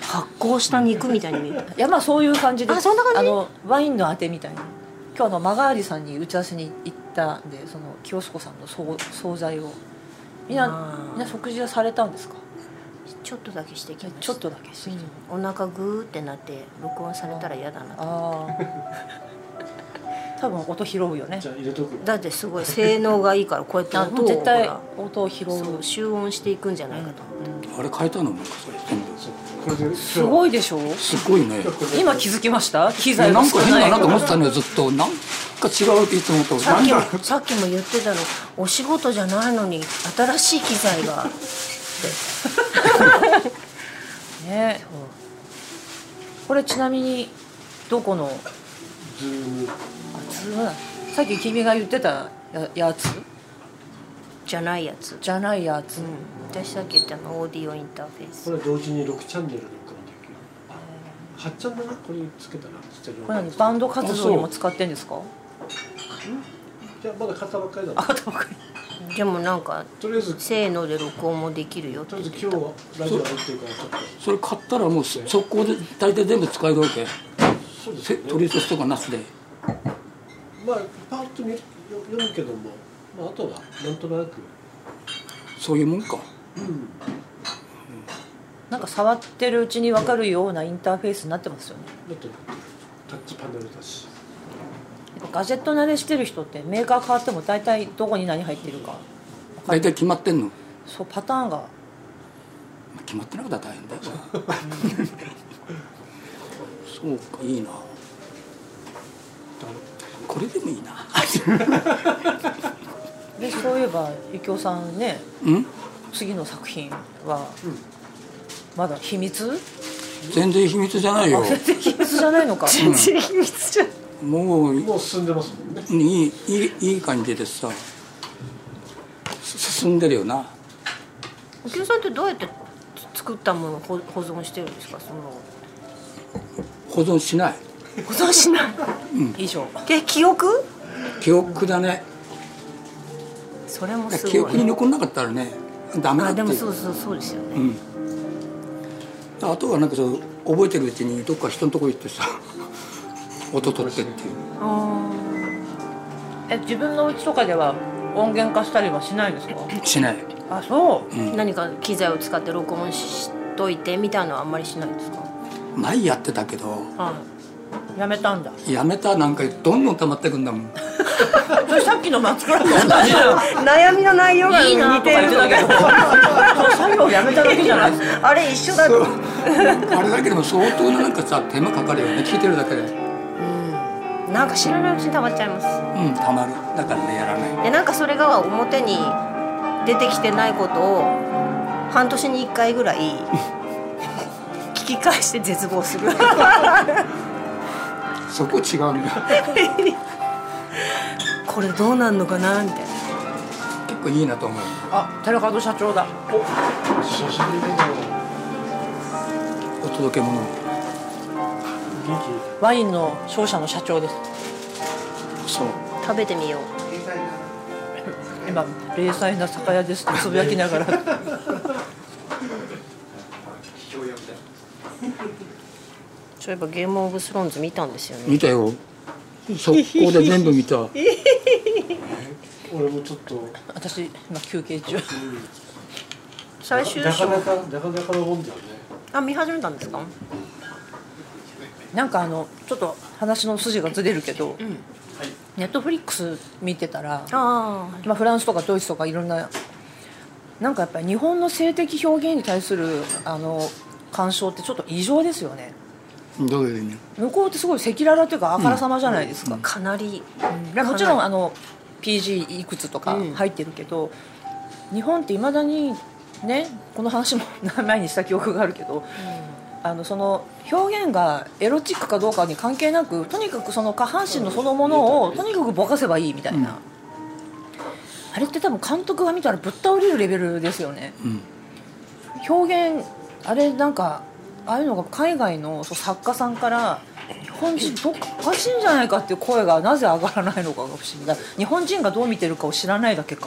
[SPEAKER 1] 発酵した肉みたいに見える
[SPEAKER 4] いやまあそういう感じで
[SPEAKER 1] あそんな感じ
[SPEAKER 4] のワインのあてみたいな今日あのマガーリさんに打ち合わせに行ったんでその清子さんの総惣菜をみん
[SPEAKER 1] あ
[SPEAKER 4] な
[SPEAKER 1] ー
[SPEAKER 4] みんな食事はされたんですか
[SPEAKER 1] ちょっとだけしてきました
[SPEAKER 4] ちょっとだけしてきた、
[SPEAKER 1] うんお腹グーってなって録音されたら嫌だな
[SPEAKER 4] ああ多分音拾うよね
[SPEAKER 3] じゃあ入れとく
[SPEAKER 1] だってすごい性能がいいからこうやって
[SPEAKER 4] あ
[SPEAKER 1] 音を
[SPEAKER 4] 絶
[SPEAKER 1] ほ
[SPEAKER 4] 対
[SPEAKER 1] ら
[SPEAKER 4] 音を拾う
[SPEAKER 1] そう集音していくんじゃないかと思って、
[SPEAKER 2] あれ変えたのもそれ全部
[SPEAKER 3] そうこれです
[SPEAKER 4] ごいでしょ
[SPEAKER 2] すごいね
[SPEAKER 4] 今気づきました機
[SPEAKER 2] な
[SPEAKER 4] 材
[SPEAKER 2] ん
[SPEAKER 4] が
[SPEAKER 2] か
[SPEAKER 4] 少
[SPEAKER 2] 変
[SPEAKER 4] ない
[SPEAKER 2] だなと思ってたのよずっとなんか違うっていつもと
[SPEAKER 1] さっき
[SPEAKER 2] な
[SPEAKER 1] も
[SPEAKER 2] んか
[SPEAKER 1] さっきも言ってたのお仕事じゃないのに新しい機材が
[SPEAKER 4] ねこれちなみにどこの
[SPEAKER 3] ズーム
[SPEAKER 4] あズームださっき君が言ってたややつ
[SPEAKER 1] じゃないやつ、うん、
[SPEAKER 4] じゃないやつ、
[SPEAKER 1] 私さっき言ったのオーディオインターフェー
[SPEAKER 3] こ
[SPEAKER 1] ス
[SPEAKER 3] れは同時に6チャンネル録音できる8チャンだなこれつけたなちっちゃいの
[SPEAKER 4] これ何バンド活動にも使ってんですか
[SPEAKER 3] いやまだ買ったばっかりだな
[SPEAKER 4] あ買ったばっかり
[SPEAKER 1] でもなんか
[SPEAKER 3] とりあえずと
[SPEAKER 1] 性能で録音もできるよって
[SPEAKER 3] りあえ
[SPEAKER 1] 言
[SPEAKER 3] ず
[SPEAKER 1] って
[SPEAKER 3] 今日はラジオ入ってるからちょっと
[SPEAKER 2] それ買ったらもう速攻で大体全部使えるわけ
[SPEAKER 3] そうです
[SPEAKER 2] せ
[SPEAKER 3] よね
[SPEAKER 2] 取り寄せとかなしで
[SPEAKER 3] まあパーッと見るよ読むけども、まあ、あとはなんとなく
[SPEAKER 2] そういうもんか
[SPEAKER 3] うん
[SPEAKER 4] なんか触ってるうちに分かるようなインターフェースになってますよね
[SPEAKER 3] だってタッチパネルだし
[SPEAKER 4] やっぱガジェット慣れしてる人ってメーカー変わっても大体どこに何入ってるか
[SPEAKER 2] 大体決まってんのま
[SPEAKER 4] そうパターンが
[SPEAKER 2] あ決まってなかったら大変だよ [laughs] そうかいいなこれでもいいな
[SPEAKER 1] [laughs]
[SPEAKER 4] でそういえばゆきおさんね
[SPEAKER 2] うん
[SPEAKER 4] 次の作品はまだ秘密 [laughs]
[SPEAKER 2] 全然秘密じゃないよ
[SPEAKER 4] 秘密じゃないのか
[SPEAKER 1] 然秘密じゃん
[SPEAKER 2] もう
[SPEAKER 3] もう進んでますもんね
[SPEAKER 2] いいいいいい感じでさす進んでるよな
[SPEAKER 1] お客さんってどうやって作ったものを保保存してるんですかその
[SPEAKER 2] 保存しない
[SPEAKER 1] 保存しない
[SPEAKER 4] 以上
[SPEAKER 1] で記憶
[SPEAKER 2] 記憶だね
[SPEAKER 1] それもすごい
[SPEAKER 2] 記憶に残んなかったらねダメだ
[SPEAKER 1] あ
[SPEAKER 2] って
[SPEAKER 1] で
[SPEAKER 2] い
[SPEAKER 1] も
[SPEAKER 2] う
[SPEAKER 1] そうそうそうですよね、
[SPEAKER 2] あとはなんかそう覚えてるうちにどっか人のとこ行ってさ音取ってっていう
[SPEAKER 1] あ
[SPEAKER 4] え自分の家とかでは音源化したりはしないんですか
[SPEAKER 2] しない
[SPEAKER 4] あそう
[SPEAKER 1] あ、何か機材を使って録音ししといてみたいのはあんまりしないんですか
[SPEAKER 2] 前やってたけど
[SPEAKER 4] はいやめたんだ
[SPEAKER 2] やめたなんかどんどん溜まってくんだもん [laughs]
[SPEAKER 4] それさっきの松倉と同じだよ
[SPEAKER 1] 悩みの内容が
[SPEAKER 4] いいな
[SPEAKER 1] 似
[SPEAKER 4] とか
[SPEAKER 1] て
[SPEAKER 4] 言っ
[SPEAKER 1] る
[SPEAKER 4] て
[SPEAKER 1] と
[SPEAKER 4] たけどその作業をやめただけじゃないですか
[SPEAKER 1] あれ一緒だと
[SPEAKER 2] あれだけでも相当ななんかさ手間かかるよね聞いてるだけでうん
[SPEAKER 1] なんか知らないうちに溜まっちゃいます
[SPEAKER 2] 溜まるだからねやらない
[SPEAKER 1] でなんかそれが表に出てきてないことを半年に1回ぐらい聞き返して絶望す
[SPEAKER 4] [laughs]
[SPEAKER 1] る
[SPEAKER 2] そこ違うんだよ
[SPEAKER 1] これどうなんのかなみたいな
[SPEAKER 2] 結構いいなと思う
[SPEAKER 4] あ寺門社長だ
[SPEAKER 3] 久しぶりだな
[SPEAKER 2] お届け物
[SPEAKER 3] 元
[SPEAKER 4] ワインの商社の社長です
[SPEAKER 2] そう
[SPEAKER 1] 食べてみよう
[SPEAKER 4] 今冷静な酒屋ですってつぶやきながら [laughs]
[SPEAKER 6] 秘境屋みたいな
[SPEAKER 1] そういえばゲームオブスローンズ見たんですよね
[SPEAKER 2] 見たよ速攻で全部見た
[SPEAKER 3] 気俺もちょっと
[SPEAKER 4] 私今休憩中
[SPEAKER 1] 最終
[SPEAKER 3] なか
[SPEAKER 1] 章
[SPEAKER 3] なかなかなかのもん
[SPEAKER 4] [laughs]
[SPEAKER 3] だよね
[SPEAKER 1] あ見始めたんですか
[SPEAKER 4] なんかあのちょっと話の筋がずれるけど、ネットフリックス見てたら
[SPEAKER 1] あ
[SPEAKER 4] まあ、フランスとかドイツとかいろんななんかやっぱり日本の性的表現に対するあの干渉ってちょっと異常ですよね
[SPEAKER 2] どういう意味
[SPEAKER 4] 向こうってすごい赤裸々というかあからさまじゃないですか、
[SPEAKER 1] かなり
[SPEAKER 4] でもちろん
[SPEAKER 1] か
[SPEAKER 4] あの PG いくつとか
[SPEAKER 1] うん
[SPEAKER 4] 入ってるけど、日本っていまだにねこの話も前にした記憶があるけど、あのその表現がエロチックかどうかに関係なくとにかくその下半身のそのものをとにかくぼかせばいいみたいな、あれって多分監督が見たらぶっ倒れるレベルですよね
[SPEAKER 2] うん
[SPEAKER 4] 表現あれなんかああいうのが海外のそう作家さんから日本人どっかおかしいんじゃないかっていう声がなぜ上がらないのかが不思議だ日本人がどう見てるかを知らないだけか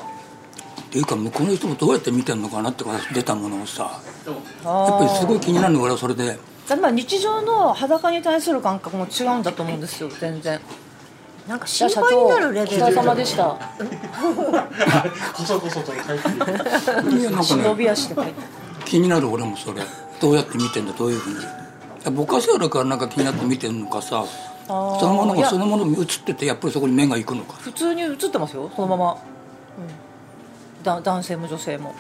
[SPEAKER 2] っていうか向こうの人もどうやって見てるのかなってから出たものをさ
[SPEAKER 7] でも
[SPEAKER 4] や
[SPEAKER 2] やっぱりすごい気になるのが俺はそれで
[SPEAKER 4] だから日常の裸に対する感覚も違うんだと思うんですよ全然
[SPEAKER 1] なんか
[SPEAKER 4] じゃ
[SPEAKER 1] 心
[SPEAKER 4] あ社
[SPEAKER 1] 配に
[SPEAKER 4] 長お
[SPEAKER 1] なるレベ
[SPEAKER 4] 疲
[SPEAKER 1] ル
[SPEAKER 4] れ様でした
[SPEAKER 7] こそこそと帰ってくる
[SPEAKER 2] いやなんか
[SPEAKER 4] 忍び
[SPEAKER 2] ね
[SPEAKER 4] 足で帰って
[SPEAKER 2] 気になる俺もそれどうやって見てんだどういうふうにいやぼかせあるからなんか気になって見てんのかさ
[SPEAKER 4] あー
[SPEAKER 2] そのもの
[SPEAKER 4] い
[SPEAKER 2] が
[SPEAKER 4] や
[SPEAKER 2] そのものに映っててやっぱりそこに目が行くのか
[SPEAKER 4] 普通に映ってますよそのまま、だ男性も女性も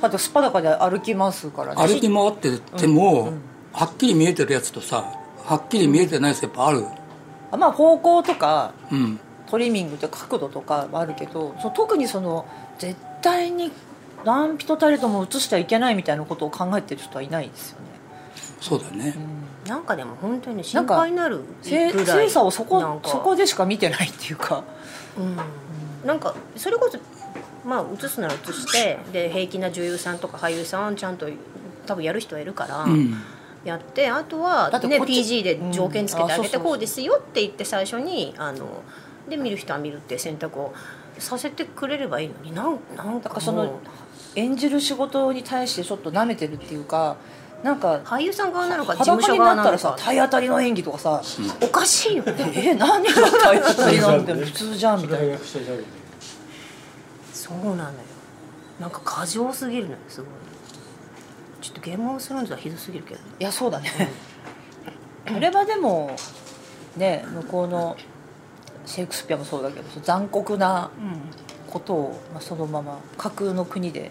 [SPEAKER 4] だって素裸で歩きますからね
[SPEAKER 2] 歩き回ってても、はっきり見えてるやつとさはっきり見えてないやつやっぱある
[SPEAKER 4] あまあ方向とか
[SPEAKER 2] うん
[SPEAKER 4] トリミングとか角度とかはあるけどその特にその絶対に何人たりとも映してはいけないみたいなことを考えてる人はいないですよね
[SPEAKER 2] そうだね、
[SPEAKER 1] なんかでも本当にね心配になるぐら
[SPEAKER 4] せ
[SPEAKER 1] い
[SPEAKER 4] 精査をそ
[SPEAKER 1] なん
[SPEAKER 4] こ
[SPEAKER 1] か
[SPEAKER 4] そこでしか見てないっていうか
[SPEAKER 1] うんなんかそれこそまあ映すなら映してで平気な女優さんとか俳優さんちゃんと多分やる人はいるから、
[SPEAKER 2] うん、
[SPEAKER 1] やってあとは、
[SPEAKER 4] だって
[SPEAKER 1] ね、
[SPEAKER 4] こっち
[SPEAKER 1] PG で条件つけてあげて
[SPEAKER 4] うんあそうそうそう
[SPEAKER 1] こうですよって言って最初にあので見る人は見るって選択をさせてくれればいいのになんなん
[SPEAKER 4] だ
[SPEAKER 1] か
[SPEAKER 4] から
[SPEAKER 1] そ
[SPEAKER 4] そ
[SPEAKER 1] の
[SPEAKER 4] の演じる仕事に対してちょっと舐めてるっていうかなんか
[SPEAKER 1] 俳優さん側なのか事務
[SPEAKER 4] 裸
[SPEAKER 1] 所
[SPEAKER 4] に
[SPEAKER 1] 側な
[SPEAKER 4] なった
[SPEAKER 1] の
[SPEAKER 4] らさ
[SPEAKER 1] か
[SPEAKER 4] 体当たりの演技とかさ、
[SPEAKER 1] おかしいよね
[SPEAKER 4] え何が体当たりなんて普通じゃ
[SPEAKER 3] [laughs]
[SPEAKER 4] ん
[SPEAKER 3] そ
[SPEAKER 4] み
[SPEAKER 3] れ
[SPEAKER 4] た
[SPEAKER 3] が
[SPEAKER 4] いな
[SPEAKER 3] 役者じゃんみ
[SPEAKER 1] そうなのよなんか過剰すぎるのよすごいちょっとゲームオブスローンズはひどすぎるけどね
[SPEAKER 4] いやそうだねあれはでもね向こうのシェイクスピアもそうだけど残酷なことを、まあ、そのまま架空の国で、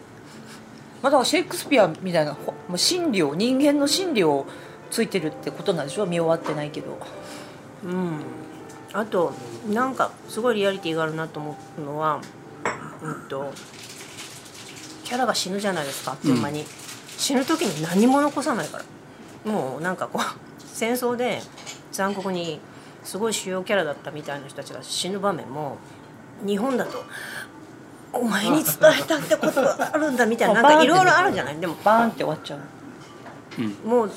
[SPEAKER 4] まあ、だからシェイクスピアみたいなほもう心理を人間の心理をついてるってことなんでしょ見終わってないけど
[SPEAKER 1] うん、あとなんかすごいリアリティがあるなと思うのは、うん、とキャラが死ぬじゃないですかあっという間に、死ぬ時に何も残さないからもう [laughs] なんかこう戦争で残酷にすごい主要キャラだったみたいな人たちが死ぬ場面も日本だと。お前に伝えたってことがあるんだみたいななんかいろいろあるじゃないでも
[SPEAKER 4] バーンって終わっちゃう
[SPEAKER 1] もう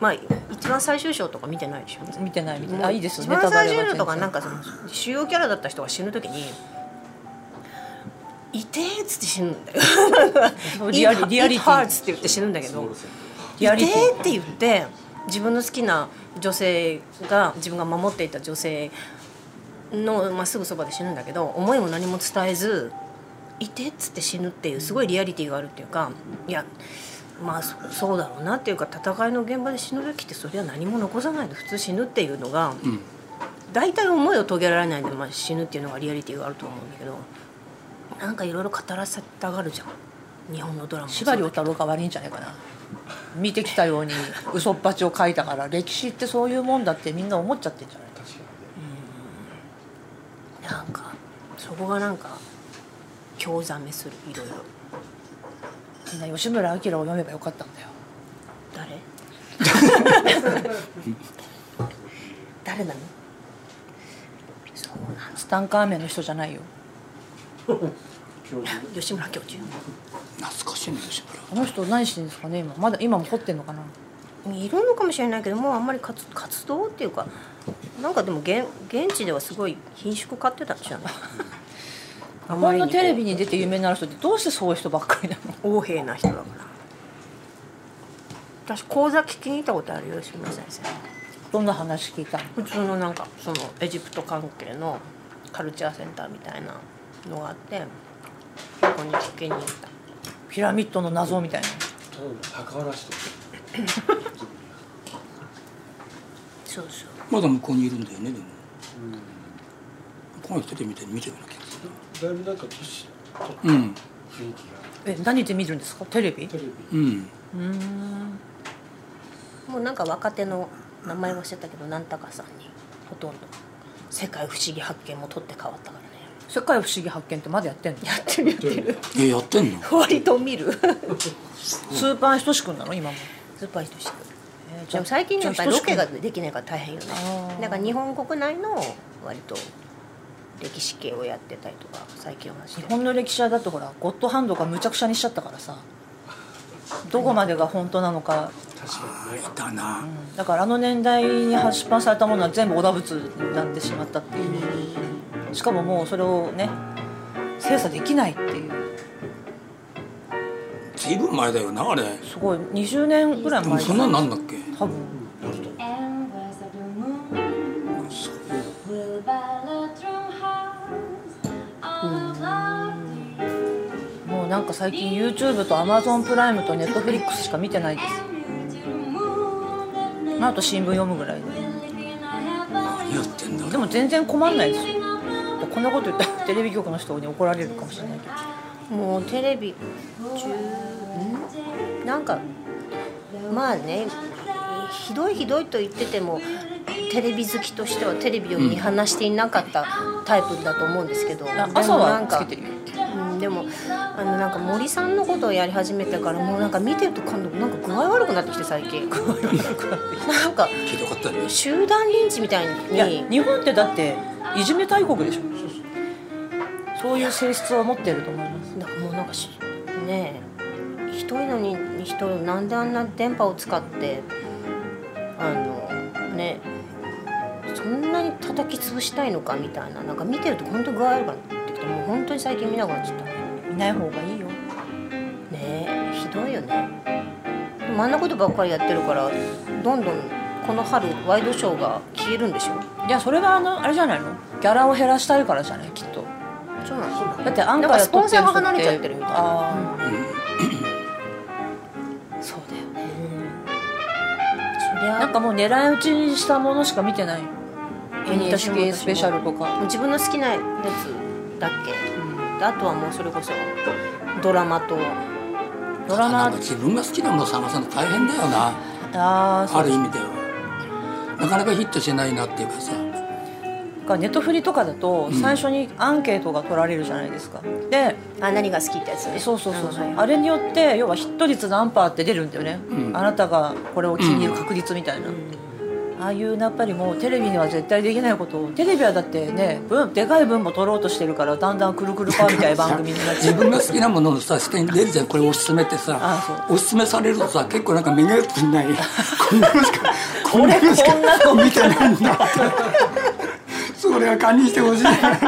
[SPEAKER 1] まあ一番最終章とか見てないでしょ
[SPEAKER 4] 見てない見てないあいいですよ
[SPEAKER 1] 一
[SPEAKER 4] ね
[SPEAKER 1] 番最終のとかなんかその主要キャラだった人が死ぬ時に「いてー」っつって死ぬんだよ
[SPEAKER 4] [laughs] リアリリアリテ
[SPEAKER 1] ハー
[SPEAKER 4] ィ
[SPEAKER 1] ツって言って死ぬんだけど「い
[SPEAKER 4] リ
[SPEAKER 1] て
[SPEAKER 4] アリティ
[SPEAKER 1] ー」って言って自分の好きな女性が自分が守っていた女性の、まあ、すぐそばで死ぬんだけど思いも何も伝えず「いて」っつって死ぬっていうすごいリアリティがあるっていうかいやまあそそうだろうなっていうか戦いの現場で死ぬ時ってそれは何も残さないで普通死ぬっていうのが。
[SPEAKER 2] うん、
[SPEAKER 1] 大体思いを遂げられないで、まあ、死ぬっていうのがリアリティがあると思うんだけどなんかいろいろ語らせたがるじゃん日本のドラマも
[SPEAKER 4] 司馬
[SPEAKER 1] そ
[SPEAKER 4] 遼
[SPEAKER 1] う
[SPEAKER 4] 太郎が悪いんじゃないかな見てきたように嘘っぱちを書いたから歴史ってそういうもんだってみんな思っちゃってんじゃないか
[SPEAKER 1] なんかそこがなんか興ざめするいろいろ
[SPEAKER 4] みんな吉村明を読めばよかったんだよ
[SPEAKER 1] 誰 [laughs] 誰なのそうな
[SPEAKER 4] ツタンカーメンの人じゃないよ
[SPEAKER 1] の吉村教授
[SPEAKER 2] 懐かしいね吉村
[SPEAKER 4] あの人何してんですかね今まだ今も掘ってんのかない
[SPEAKER 1] るのかもしれないけどもうあんまり活活動っていうかなんかでも現現地ではすごい品種買ってたんじゃない [laughs] あ
[SPEAKER 4] こん
[SPEAKER 1] に
[SPEAKER 4] な
[SPEAKER 1] こう
[SPEAKER 4] テレビに出て有名になる人ってどうしてそういう人ばっかりなの
[SPEAKER 1] 横柄な人だから私講座聞きに行ったことあるよ吉村先生
[SPEAKER 4] どんな話聞いたの
[SPEAKER 1] 普通のなんかそのエジプト関係のカルチャーセンターみたいなのがあってそこに聞きに行った
[SPEAKER 4] ピラミッドの謎みたいな
[SPEAKER 3] たいなただの墓荒らしとか
[SPEAKER 1] そうそう
[SPEAKER 2] まだ向こうにいるんだよねでも
[SPEAKER 3] うんだ
[SPEAKER 2] この人で見て見てるような気がす
[SPEAKER 3] いぶなんか年取
[SPEAKER 2] るう
[SPEAKER 3] っ
[SPEAKER 2] ん
[SPEAKER 3] 不雰囲気が
[SPEAKER 4] え何で見るんですかテレビ
[SPEAKER 3] テレビ
[SPEAKER 2] うん
[SPEAKER 4] うん
[SPEAKER 1] もうなんか若手の名前忘れたけどなんたかさんにほとんど「世界不思議発見」も取って変わったからね
[SPEAKER 4] 「世界不思議発見」ってまだやってんの
[SPEAKER 1] やってるやってる
[SPEAKER 2] えやってんの
[SPEAKER 1] 割と見る
[SPEAKER 4] スーパーひとしくんなの今も
[SPEAKER 1] [laughs] スーパーヒトシ君
[SPEAKER 4] えーじ
[SPEAKER 1] で
[SPEAKER 4] ゃあ
[SPEAKER 1] も最近やっぱり
[SPEAKER 4] じゃ
[SPEAKER 1] ロ
[SPEAKER 4] あ
[SPEAKER 1] ケ
[SPEAKER 4] ひとしくん
[SPEAKER 1] ができないから大変よね
[SPEAKER 4] あー
[SPEAKER 1] だから日本国内の割と歴史系をやってたりとか最近はして
[SPEAKER 4] 日
[SPEAKER 1] る
[SPEAKER 4] 本の歴史はだってほらゴッドハンドがむちゃくちゃにしちゃったからさどこまでが本当なのか、
[SPEAKER 3] 確か
[SPEAKER 2] あやったな
[SPEAKER 4] うんだからあの年代に発版されたものは全部織田仏になってしまったっていうしかももうそれをね精査できないっていう
[SPEAKER 2] ずいぶん前だよなあれです
[SPEAKER 4] ごい20年ぐらい
[SPEAKER 2] も
[SPEAKER 4] 前
[SPEAKER 2] そんなんなんだっけ
[SPEAKER 4] 多分もうなんか最近 YouTube と Amazon プライムと Netflix しか見てないですまああと新聞読むぐらいで
[SPEAKER 2] 何やってんだ
[SPEAKER 4] でも全然困んないですよこんなこと言ったらテレビ局の人に怒られるかもしれないけど
[SPEAKER 1] もうテレビ中んなんかまあねひどいひどいと言っててもテレビ好きとしてはテレビを見放していなかったタイプだと思うんですけど、で
[SPEAKER 4] あ
[SPEAKER 1] も
[SPEAKER 4] 朝
[SPEAKER 1] な
[SPEAKER 4] は
[SPEAKER 1] ん
[SPEAKER 4] つ
[SPEAKER 1] か
[SPEAKER 4] けてるよ
[SPEAKER 1] うん、でもあのなんか森さんのことをやり始めてからもうなんか見てると感度なんか具合悪くなってきて最
[SPEAKER 4] [laughs]
[SPEAKER 1] 近なんか
[SPEAKER 2] ひどかったよね
[SPEAKER 1] 集団リンチみたい
[SPEAKER 4] いや
[SPEAKER 1] に
[SPEAKER 4] 日本ってだっていじめ大国でしょそういう性質を持ってると思います
[SPEAKER 1] なんかもうなんかしねえ一人のに一人なんであんな電波を使ってあのねそんなに叩き潰したいのかみたいななんか見てると本当具合悪くなってきてもう本当に最近見なくなっちゃったね
[SPEAKER 4] 見ない方がいいよ
[SPEAKER 1] えひどいよねでもあんなことばっかりやってるからどんどんこの春ワイドショーが消えるんでしょ
[SPEAKER 4] いやそれはあのあれじゃないのギャラを減らしたいからじゃないきっと
[SPEAKER 1] そうなんだ
[SPEAKER 4] だってアン
[SPEAKER 1] な
[SPEAKER 4] カ
[SPEAKER 1] ん
[SPEAKER 4] ー
[SPEAKER 1] か
[SPEAKER 4] や
[SPEAKER 1] スポンサーが離
[SPEAKER 4] っ
[SPEAKER 1] れちゃ
[SPEAKER 4] て
[SPEAKER 1] ってるみたいな
[SPEAKER 4] ああ
[SPEAKER 1] そうだよねそりゃ
[SPEAKER 4] なんかもう狙い撃ちにしたものしか見てないユニタシ系スペシャルとか
[SPEAKER 1] 自分の好きなやつだっけ、であとはもうそれこそドラマと
[SPEAKER 4] ドラ
[SPEAKER 2] な
[SPEAKER 4] マ
[SPEAKER 2] んか自分が好きなものを探すの大変だよな
[SPEAKER 4] ああそ
[SPEAKER 2] ある
[SPEAKER 4] う
[SPEAKER 2] 意味ではなかなかヒットしないなっていうかさ
[SPEAKER 4] かネットフリとかだと最初にアンケートが取られるじゃないですか、で
[SPEAKER 1] あ何が好きってやつね
[SPEAKER 4] そうそうそうそう、
[SPEAKER 1] んはい
[SPEAKER 4] あれによって要はヒット率何パーって出るんだよね、
[SPEAKER 2] ん
[SPEAKER 4] あなたがこれを気に入る確率みたいな、ああいうやっぱりもうテレビには絶対できないことをテレビはだってね分でかい分も取ろうとしてるからだんだんくるくるパーみたいな番組になっち
[SPEAKER 1] [laughs]
[SPEAKER 2] 自
[SPEAKER 4] ゃう
[SPEAKER 2] 分が好きなもののさ下に出るじゃんこれおすすめって
[SPEAKER 4] あ
[SPEAKER 2] さ
[SPEAKER 4] そ
[SPEAKER 2] おすすめされるとさ結構なんか目がやつないこんなのし
[SPEAKER 4] [laughs]
[SPEAKER 2] かこんなのし
[SPEAKER 4] こんな
[SPEAKER 2] か見てないんだってそれは堪忍してほしいなって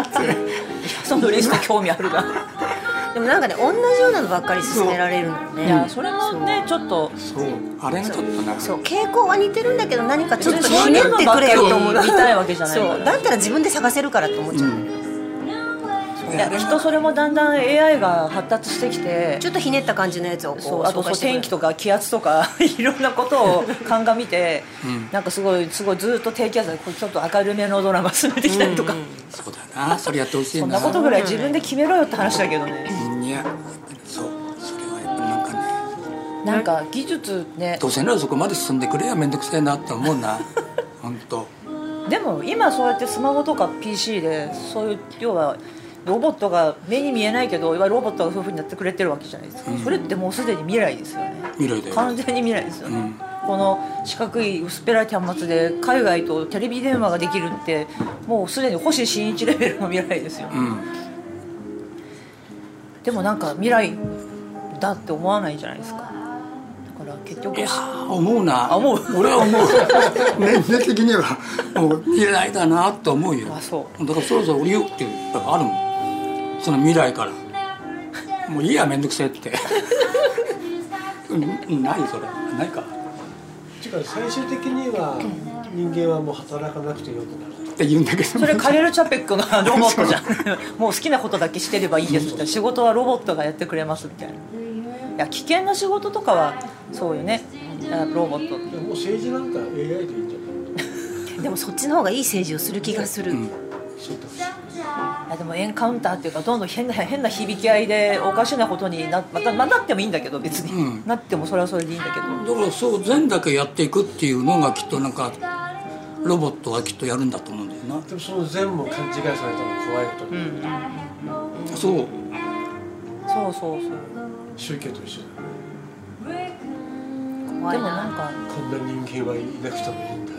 [SPEAKER 4] そのリスト興味あるが
[SPEAKER 1] でもなんかね同じようなのばっかり勧められるのよね
[SPEAKER 4] いやそれもねちょっと
[SPEAKER 2] そうあれがちょっとな
[SPEAKER 1] そう傾向は似てるんだけど何かちょっと
[SPEAKER 4] 別に
[SPEAKER 1] ひねってくれよと思う
[SPEAKER 4] そういうのばっかり見たいわけじゃないから
[SPEAKER 1] そうだったら自分で探せるからって思っちゃう、
[SPEAKER 4] いやきっとそれもだんだん AI が発達してきて
[SPEAKER 1] ちょっとひねった感じのやつをこう
[SPEAKER 4] そうあ
[SPEAKER 1] 紹
[SPEAKER 4] とそ
[SPEAKER 1] 介
[SPEAKER 4] う
[SPEAKER 1] してくれ
[SPEAKER 4] 天気とか気圧とか [laughs] いろんなことを鑑みて、なんかすごいすごいずっと低気圧でこうちょっと明るめのドラマ進めてきたりとか、
[SPEAKER 2] そうだなそれやってほしい
[SPEAKER 4] そ
[SPEAKER 2] なん
[SPEAKER 4] なことぐらい自分で決めろよって話だけどね、
[SPEAKER 2] いややっぱりそうそれはやっぱりなんかね
[SPEAKER 4] なんか技術ね
[SPEAKER 2] どうせならそこまで進んでくれや面倒くせえなって思うな
[SPEAKER 4] [laughs]
[SPEAKER 2] 本当
[SPEAKER 4] でも今そうやってスマホとか PC でそういう要はロボットが目に見えないけどいわゆるロボットがそういうふうになってくれてるわけじゃないですか、それってもうすでに未来ですよね
[SPEAKER 2] 未来だよ
[SPEAKER 4] 完全に未来ですよね、
[SPEAKER 2] うん
[SPEAKER 4] この四角い薄っぺらい端末で海外とテレビ電話ができるってもうすでに星新一レベルの未来ですよ、
[SPEAKER 2] うん
[SPEAKER 4] でもなんか未来だって思わないじゃないですかだから結局
[SPEAKER 2] いやー思うな
[SPEAKER 4] 思う
[SPEAKER 2] 俺は思う [laughs] 年齢的にはもう未来だなと思うよ
[SPEAKER 4] あそ
[SPEAKER 2] だからそろそろ降りようっていうのがあるもんその未来からもういいや面倒くせえってうんないそれないか
[SPEAKER 3] にてか最終的には人間はもう働かなくてよくなると
[SPEAKER 2] って言うんだけど
[SPEAKER 4] それカレル・チャペックのロボットじゃん [laughs] もう好きなことだけしてればいいですみたいな仕事はロボットがやってくれますみたいないや危険な仕事とかはそうよねあロボット
[SPEAKER 3] でももう政治なんか AI でいいんじゃない
[SPEAKER 1] でもそっちの方がいい政治をする気がする、
[SPEAKER 3] そうだ
[SPEAKER 4] あでもエンカウンターっていうかどんどん変な変な響き合いでおかしなことになまた、まあ、なってもいいんだけど別に、
[SPEAKER 2] うん
[SPEAKER 4] なってもそれはそれでいいんだけど
[SPEAKER 2] だからそう善だけやっていくっていうのがきっとなんかロボットはきっとやるんだと思うんだよな
[SPEAKER 3] でもその全部勘違いされたら怖いこと、
[SPEAKER 4] うんうん
[SPEAKER 2] そう
[SPEAKER 4] そうそうそう
[SPEAKER 3] 宗教と一緒だよね
[SPEAKER 4] でもなんか
[SPEAKER 3] こんな人間はいなくてもいいんだって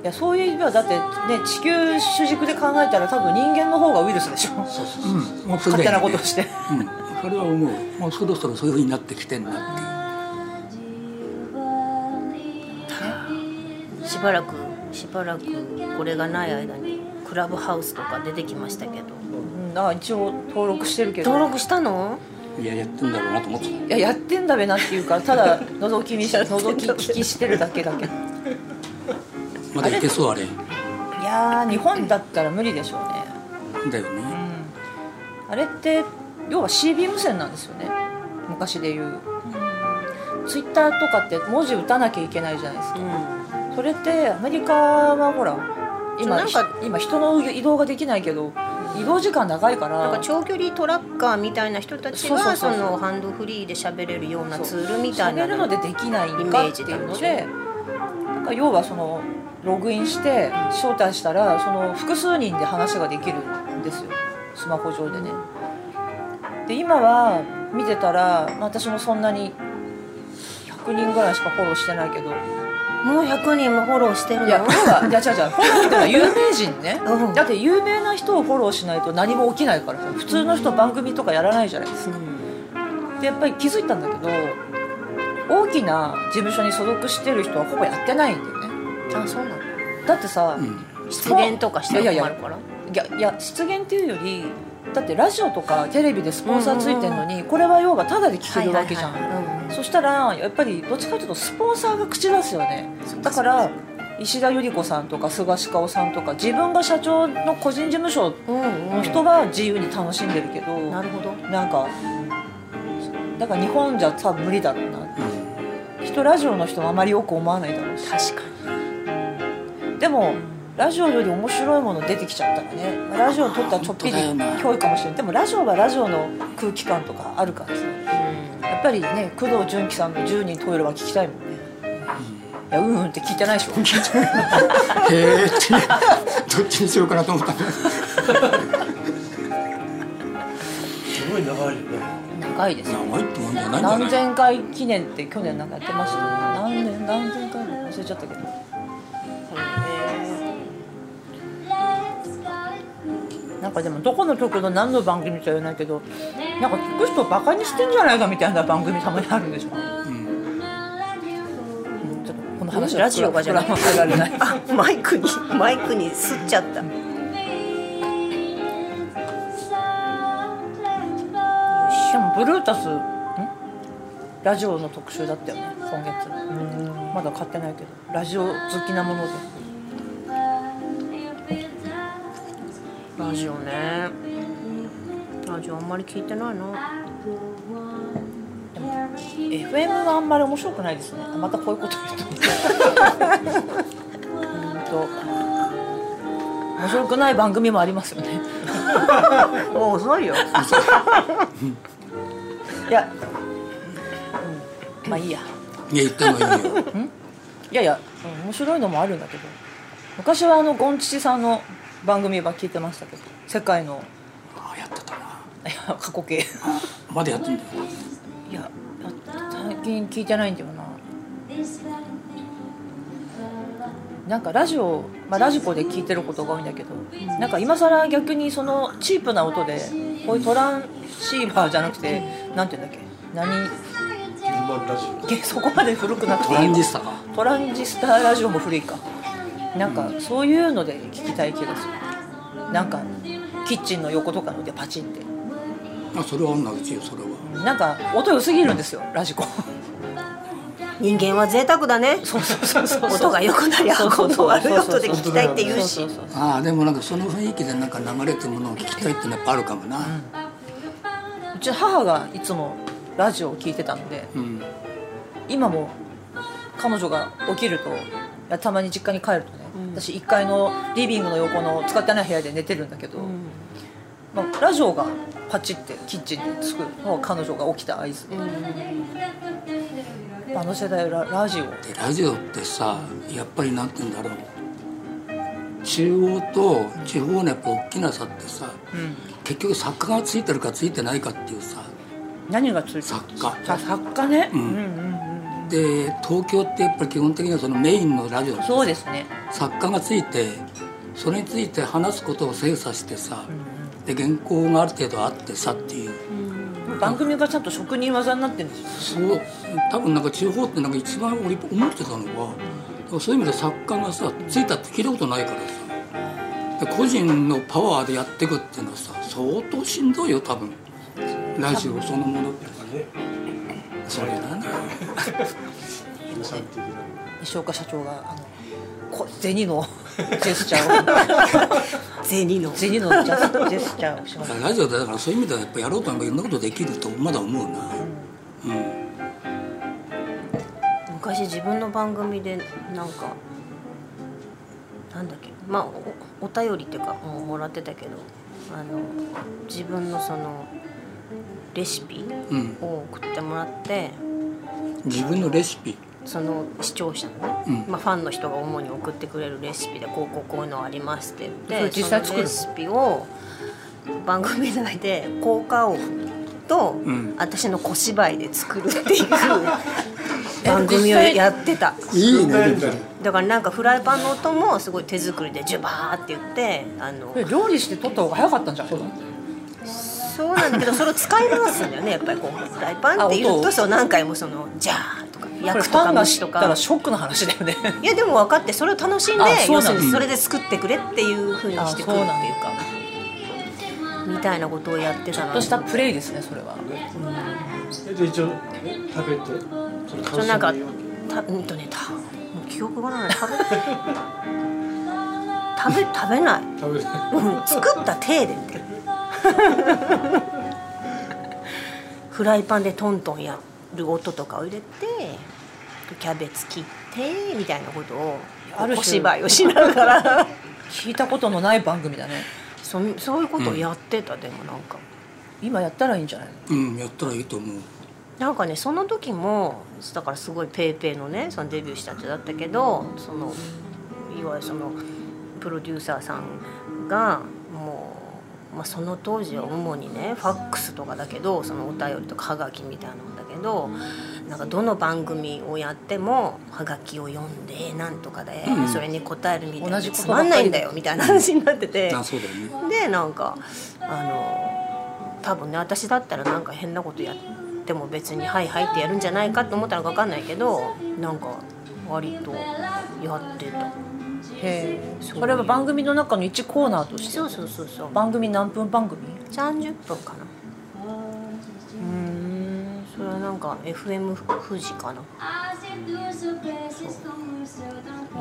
[SPEAKER 4] いやそういう意味ではだってね地球主軸で考えたら多分人間の方がウイルスでしょ
[SPEAKER 3] そうそう
[SPEAKER 2] う
[SPEAKER 3] そ
[SPEAKER 2] ん
[SPEAKER 3] う、
[SPEAKER 2] もうすで
[SPEAKER 4] 勝
[SPEAKER 2] に
[SPEAKER 4] 手な
[SPEAKER 2] ね
[SPEAKER 4] ことをして
[SPEAKER 2] うんそれは思うもうそろそろそういうふうになってきてんなっていう
[SPEAKER 1] しばらくしばらくこれがない間にクラブハウスとか出てきましたけど
[SPEAKER 4] うん、あ一応登録してるけど
[SPEAKER 1] 登録したの
[SPEAKER 2] いややってんだろうなと思ってた
[SPEAKER 4] いややってんだべなっていうか
[SPEAKER 1] [laughs]
[SPEAKER 4] ただ覗き見し覗き聞きしてるだけだけど
[SPEAKER 2] まだいけそうあれ
[SPEAKER 4] いやー日本だったら無理でしょうね
[SPEAKER 2] だよ
[SPEAKER 4] う
[SPEAKER 2] ね
[SPEAKER 4] んあれって要は CB 無線なんですよね昔でいうツイッターとかって文字打たなきゃいけないじゃないですか
[SPEAKER 8] うん
[SPEAKER 4] それってアメリカはほら今
[SPEAKER 1] なんか
[SPEAKER 4] 今人の移動ができないけど移動時間長いから
[SPEAKER 1] なんか長距離トラッカーみたいな人たち
[SPEAKER 4] そう
[SPEAKER 1] が
[SPEAKER 4] そう
[SPEAKER 1] そ
[SPEAKER 4] そうそう
[SPEAKER 1] のハンドフリーで喋れるような
[SPEAKER 4] そう
[SPEAKER 1] ツールみたいな
[SPEAKER 4] 喋るのでできないんかっていうの
[SPEAKER 1] イメー
[SPEAKER 4] でなんか要はそのログインして招待したらその複数人で話ができるんですよスマホ上でね。で今は見てたらまあ私もそんなに100人ぐらいしかフォローしてないけど
[SPEAKER 1] もう100人もフォローしてるの
[SPEAKER 4] いやフォローはいや違う違うフォローっていうのは有名人ね、
[SPEAKER 1] うん
[SPEAKER 4] だって有名な人をフォローしないと何も起きないからさ普通の人番組とかやらないじゃないですか、でやっぱり気づいたんだけど大きな事務所に所属してる人はほぼやってないんだよね
[SPEAKER 1] あそうなの
[SPEAKER 4] だってさ、
[SPEAKER 2] うん
[SPEAKER 1] 失言とかしたら
[SPEAKER 4] いやいや
[SPEAKER 1] 困
[SPEAKER 4] い
[SPEAKER 1] る
[SPEAKER 4] や
[SPEAKER 1] から
[SPEAKER 4] いやいや失言っていうよりだってラジオとかテレビでスポンサーついてるのに、これは要はタダで聞けるわけじゃん、
[SPEAKER 1] はいはいはいうん
[SPEAKER 4] そしたらやっぱりどっちかというとスポンサーが口出すよねだから石田ゆり子さんとか菅氏香さんとか自分が社長の個人事務所
[SPEAKER 1] うんう
[SPEAKER 4] の
[SPEAKER 1] ん
[SPEAKER 4] 人は自由に楽しんでるけど、
[SPEAKER 1] なるほど
[SPEAKER 4] なんかだから日本じゃ多分無理だろうな人ラジオの人はあまりよく思わないだろうし
[SPEAKER 1] 確かに
[SPEAKER 4] でもラジオより面白いもの出てきちゃったらねまあラジオにとったらちょっぴり
[SPEAKER 2] 本当だよな
[SPEAKER 4] 脅威かもしれないでもラジオはラジオの空気感とかあるからさやっぱりね工藤純喜さんの「10人トイレ」は聞きたいもんねいやうんうんって聞いてないでしょ
[SPEAKER 2] へえって [laughs] どっちにしようかなと思った
[SPEAKER 3] すごい長いよね
[SPEAKER 4] 長いですよ
[SPEAKER 2] 長いってもんじゃないんじゃない
[SPEAKER 4] 何千回記念って去年なんかやってましたよね何年何千回も忘れちゃったけどなんかでもどこの局の何の番組とは言わないけどなんか聞く人バカにしてんじゃないかみたいな番組たまにあるんでしょ、うんちょっとこの話
[SPEAKER 1] ラジオがじゃない
[SPEAKER 4] 膨らませ
[SPEAKER 1] [laughs]
[SPEAKER 4] られない
[SPEAKER 8] あマイクにマイクにすっちゃったよ
[SPEAKER 4] しかもブルータスんラジオの特集だったよね今月まだ買ってないけどラジオ好きなもので
[SPEAKER 1] ラジオねラジオあんまり聞いてないな
[SPEAKER 4] FM はあんまり面白くないですねまたこういうこと言うとうーんと面白くない番組もありますよね
[SPEAKER 8] もう遅いよ
[SPEAKER 4] いや、うん、まあいいや
[SPEAKER 2] いや言ったのいいよ
[SPEAKER 4] いやいや、うん面白いのもあるんだけど昔はあのゴンチチさんの番組は聞いてましたけど世界の
[SPEAKER 2] ああやってたない
[SPEAKER 4] や過去形
[SPEAKER 2] まだやってんだよ
[SPEAKER 4] いやや最近聞いてないんだよななんかラジオ、まあ、ラジコで聞いてることが多いんだけど、なんか今更逆にそのチープな音でこういうトランシーバーじゃなくてなんて言うんだっけ何 [laughs]
[SPEAKER 3] ヒューマンラジオ
[SPEAKER 4] げそこまで古くなくて
[SPEAKER 2] ト
[SPEAKER 4] いい
[SPEAKER 2] ラ
[SPEAKER 4] よ
[SPEAKER 2] ンジスタが
[SPEAKER 4] トランジスターラジオも古いかなんかそういうので聞きたい気がするなんかキッチンの横とかのでパチンって
[SPEAKER 2] まあそれは女うちよそれは
[SPEAKER 4] なんか音良すぎるんですよラジ [laughs] コ
[SPEAKER 8] 人間は贅沢だね
[SPEAKER 4] そうそうそうそう
[SPEAKER 8] 音が良くなり
[SPEAKER 4] そうそう
[SPEAKER 8] 悪い
[SPEAKER 4] そう
[SPEAKER 8] 音悪い音で聞きたいって言う
[SPEAKER 4] そ
[SPEAKER 8] し
[SPEAKER 4] うそうそう
[SPEAKER 2] ああでもなんかその雰囲気でなんか流れてるものを聞きたいってのはやっぱあるかもな
[SPEAKER 4] うち母がいつもラジオを聞いてたので
[SPEAKER 2] うん
[SPEAKER 4] 今も彼女が起きるといやたまに実家に帰るとね、私1階のリビングの横の使ってない部屋で寝てるんだけど、まあ、ラジオがパチってキッチンにつくのは彼女が起きた合図、あの世代ララジオ
[SPEAKER 2] でラジオってさやっぱりなんて言うんだろう中央と地方のやっぱ大きな差ってさ、結局作家がついてるかついてないかっていうさ
[SPEAKER 4] 何がついてる
[SPEAKER 2] 作家
[SPEAKER 4] あ作家ね、うんうん
[SPEAKER 2] で東京ってやっぱり基本的にはそのメインのラジオ
[SPEAKER 4] うん、そうですね
[SPEAKER 2] 作家がついてそれについて話すことを精査してさ、で原稿がある程度あってさっていう、
[SPEAKER 4] 番組がちゃんと職人技になってるんですよ
[SPEAKER 2] そう多分なんか地方ってなんか一番俺思ってたのはだからそういう意味で作家がさついたって聞いたことないからさで個人のパワーでやっていくっていうのはさ相当しんどいよ多分ラジオそのものってそれなね
[SPEAKER 3] 予算的な
[SPEAKER 4] 西岡社長があのこ銭の [laughs] ジェスチャー
[SPEAKER 1] [laughs]
[SPEAKER 4] を
[SPEAKER 8] 銭の
[SPEAKER 4] 銭のジャスジェスチャーをしました
[SPEAKER 2] ラジオってだからそういう意味ではやっぱやろうとなんかいろんなことできるとまだ思うなうん
[SPEAKER 1] 昔自分の番組でなんかなんだっけまあおお便りっていうかももらってたけどあの自分のそのレシピ
[SPEAKER 2] うん
[SPEAKER 1] を送ってもらって
[SPEAKER 2] 自分のレシピ
[SPEAKER 1] その視聴者のね、
[SPEAKER 2] うん
[SPEAKER 1] まあ、ファンの人が主に送ってくれるレシピでこうこうこういうのありますって言って
[SPEAKER 4] それ実際
[SPEAKER 1] そ
[SPEAKER 4] 作
[SPEAKER 1] の
[SPEAKER 4] る
[SPEAKER 1] レシピを番組内で効果音と、
[SPEAKER 2] ん
[SPEAKER 1] 私の小芝居で作るって
[SPEAKER 4] [laughs]
[SPEAKER 1] いう番組をやってた。
[SPEAKER 2] いいね
[SPEAKER 1] だからなんかフライパンの音もすごい手作りでジュバーって言ってあの
[SPEAKER 4] で料理して撮った方が早かったんじゃないか
[SPEAKER 1] そうなんだけどそれを使い回すんだよねやっぱりこうフライパンって言う
[SPEAKER 4] あ音を
[SPEAKER 1] とそう何回もそのジャーとか
[SPEAKER 4] こ
[SPEAKER 1] 焼
[SPEAKER 4] れ
[SPEAKER 1] く
[SPEAKER 4] フ
[SPEAKER 1] と
[SPEAKER 4] ァ
[SPEAKER 1] か
[SPEAKER 4] ンが
[SPEAKER 1] 蒸
[SPEAKER 4] 知
[SPEAKER 1] しと
[SPEAKER 4] ったら
[SPEAKER 1] か
[SPEAKER 4] ショックな話だよね
[SPEAKER 1] いやでも分かってそれを楽しんで
[SPEAKER 4] あそう
[SPEAKER 1] 要
[SPEAKER 4] な
[SPEAKER 1] す
[SPEAKER 4] んだ
[SPEAKER 1] るにそれで作ってくれっていうふうに
[SPEAKER 4] あ
[SPEAKER 1] してくるっていうかみたいなことをやってた
[SPEAKER 4] ちょっ
[SPEAKER 1] の
[SPEAKER 4] と
[SPEAKER 1] に
[SPEAKER 4] したプレイですねそれは
[SPEAKER 3] えで一応え食べてその
[SPEAKER 1] そのなん
[SPEAKER 3] 感
[SPEAKER 1] か
[SPEAKER 3] 想
[SPEAKER 1] たうんとねたもう記憶がない食べ [laughs] 食べ食べない
[SPEAKER 3] 食べない
[SPEAKER 1] うん作った手でって [laughs] フライパンでトントンやる音とかを入れてキャベツ切ってみたいなことを
[SPEAKER 4] ある種
[SPEAKER 1] お芝居をしながら [laughs]
[SPEAKER 4] 聞いたことのない番組だね
[SPEAKER 1] そんそういうことをやってた、でもなんか
[SPEAKER 4] 今やったらいいんじゃないの
[SPEAKER 2] うんやったらいいと思う
[SPEAKER 1] なんかねその時もだからすごいペイペイのねそのデビューしたってだったけどそのいわゆるそのプロデューサーさんがもう、まあ、その当時は主にねファックスとかだけどそのお便りとかはがきみたいなのだけどなんかどの番組をやってもはがきを読んでなんとかでそれに答えるみたい
[SPEAKER 4] 同
[SPEAKER 1] な
[SPEAKER 4] じこと
[SPEAKER 1] つ
[SPEAKER 4] ばっ
[SPEAKER 1] ま
[SPEAKER 4] かり
[SPEAKER 1] んないんだよみたいな話になってて。
[SPEAKER 2] あそうだよね
[SPEAKER 1] でなんかあの多分ね私だったらなんか変なことやっても別に「はいはい」ってやるんじゃないかって思ったのか分かんないけどなんか割とやってた
[SPEAKER 4] へえそれは番組の中の1コーナーとして
[SPEAKER 1] そうそうそうそう
[SPEAKER 4] 番組何分番組
[SPEAKER 1] 30分かなうんそれはなんか FM 富士かな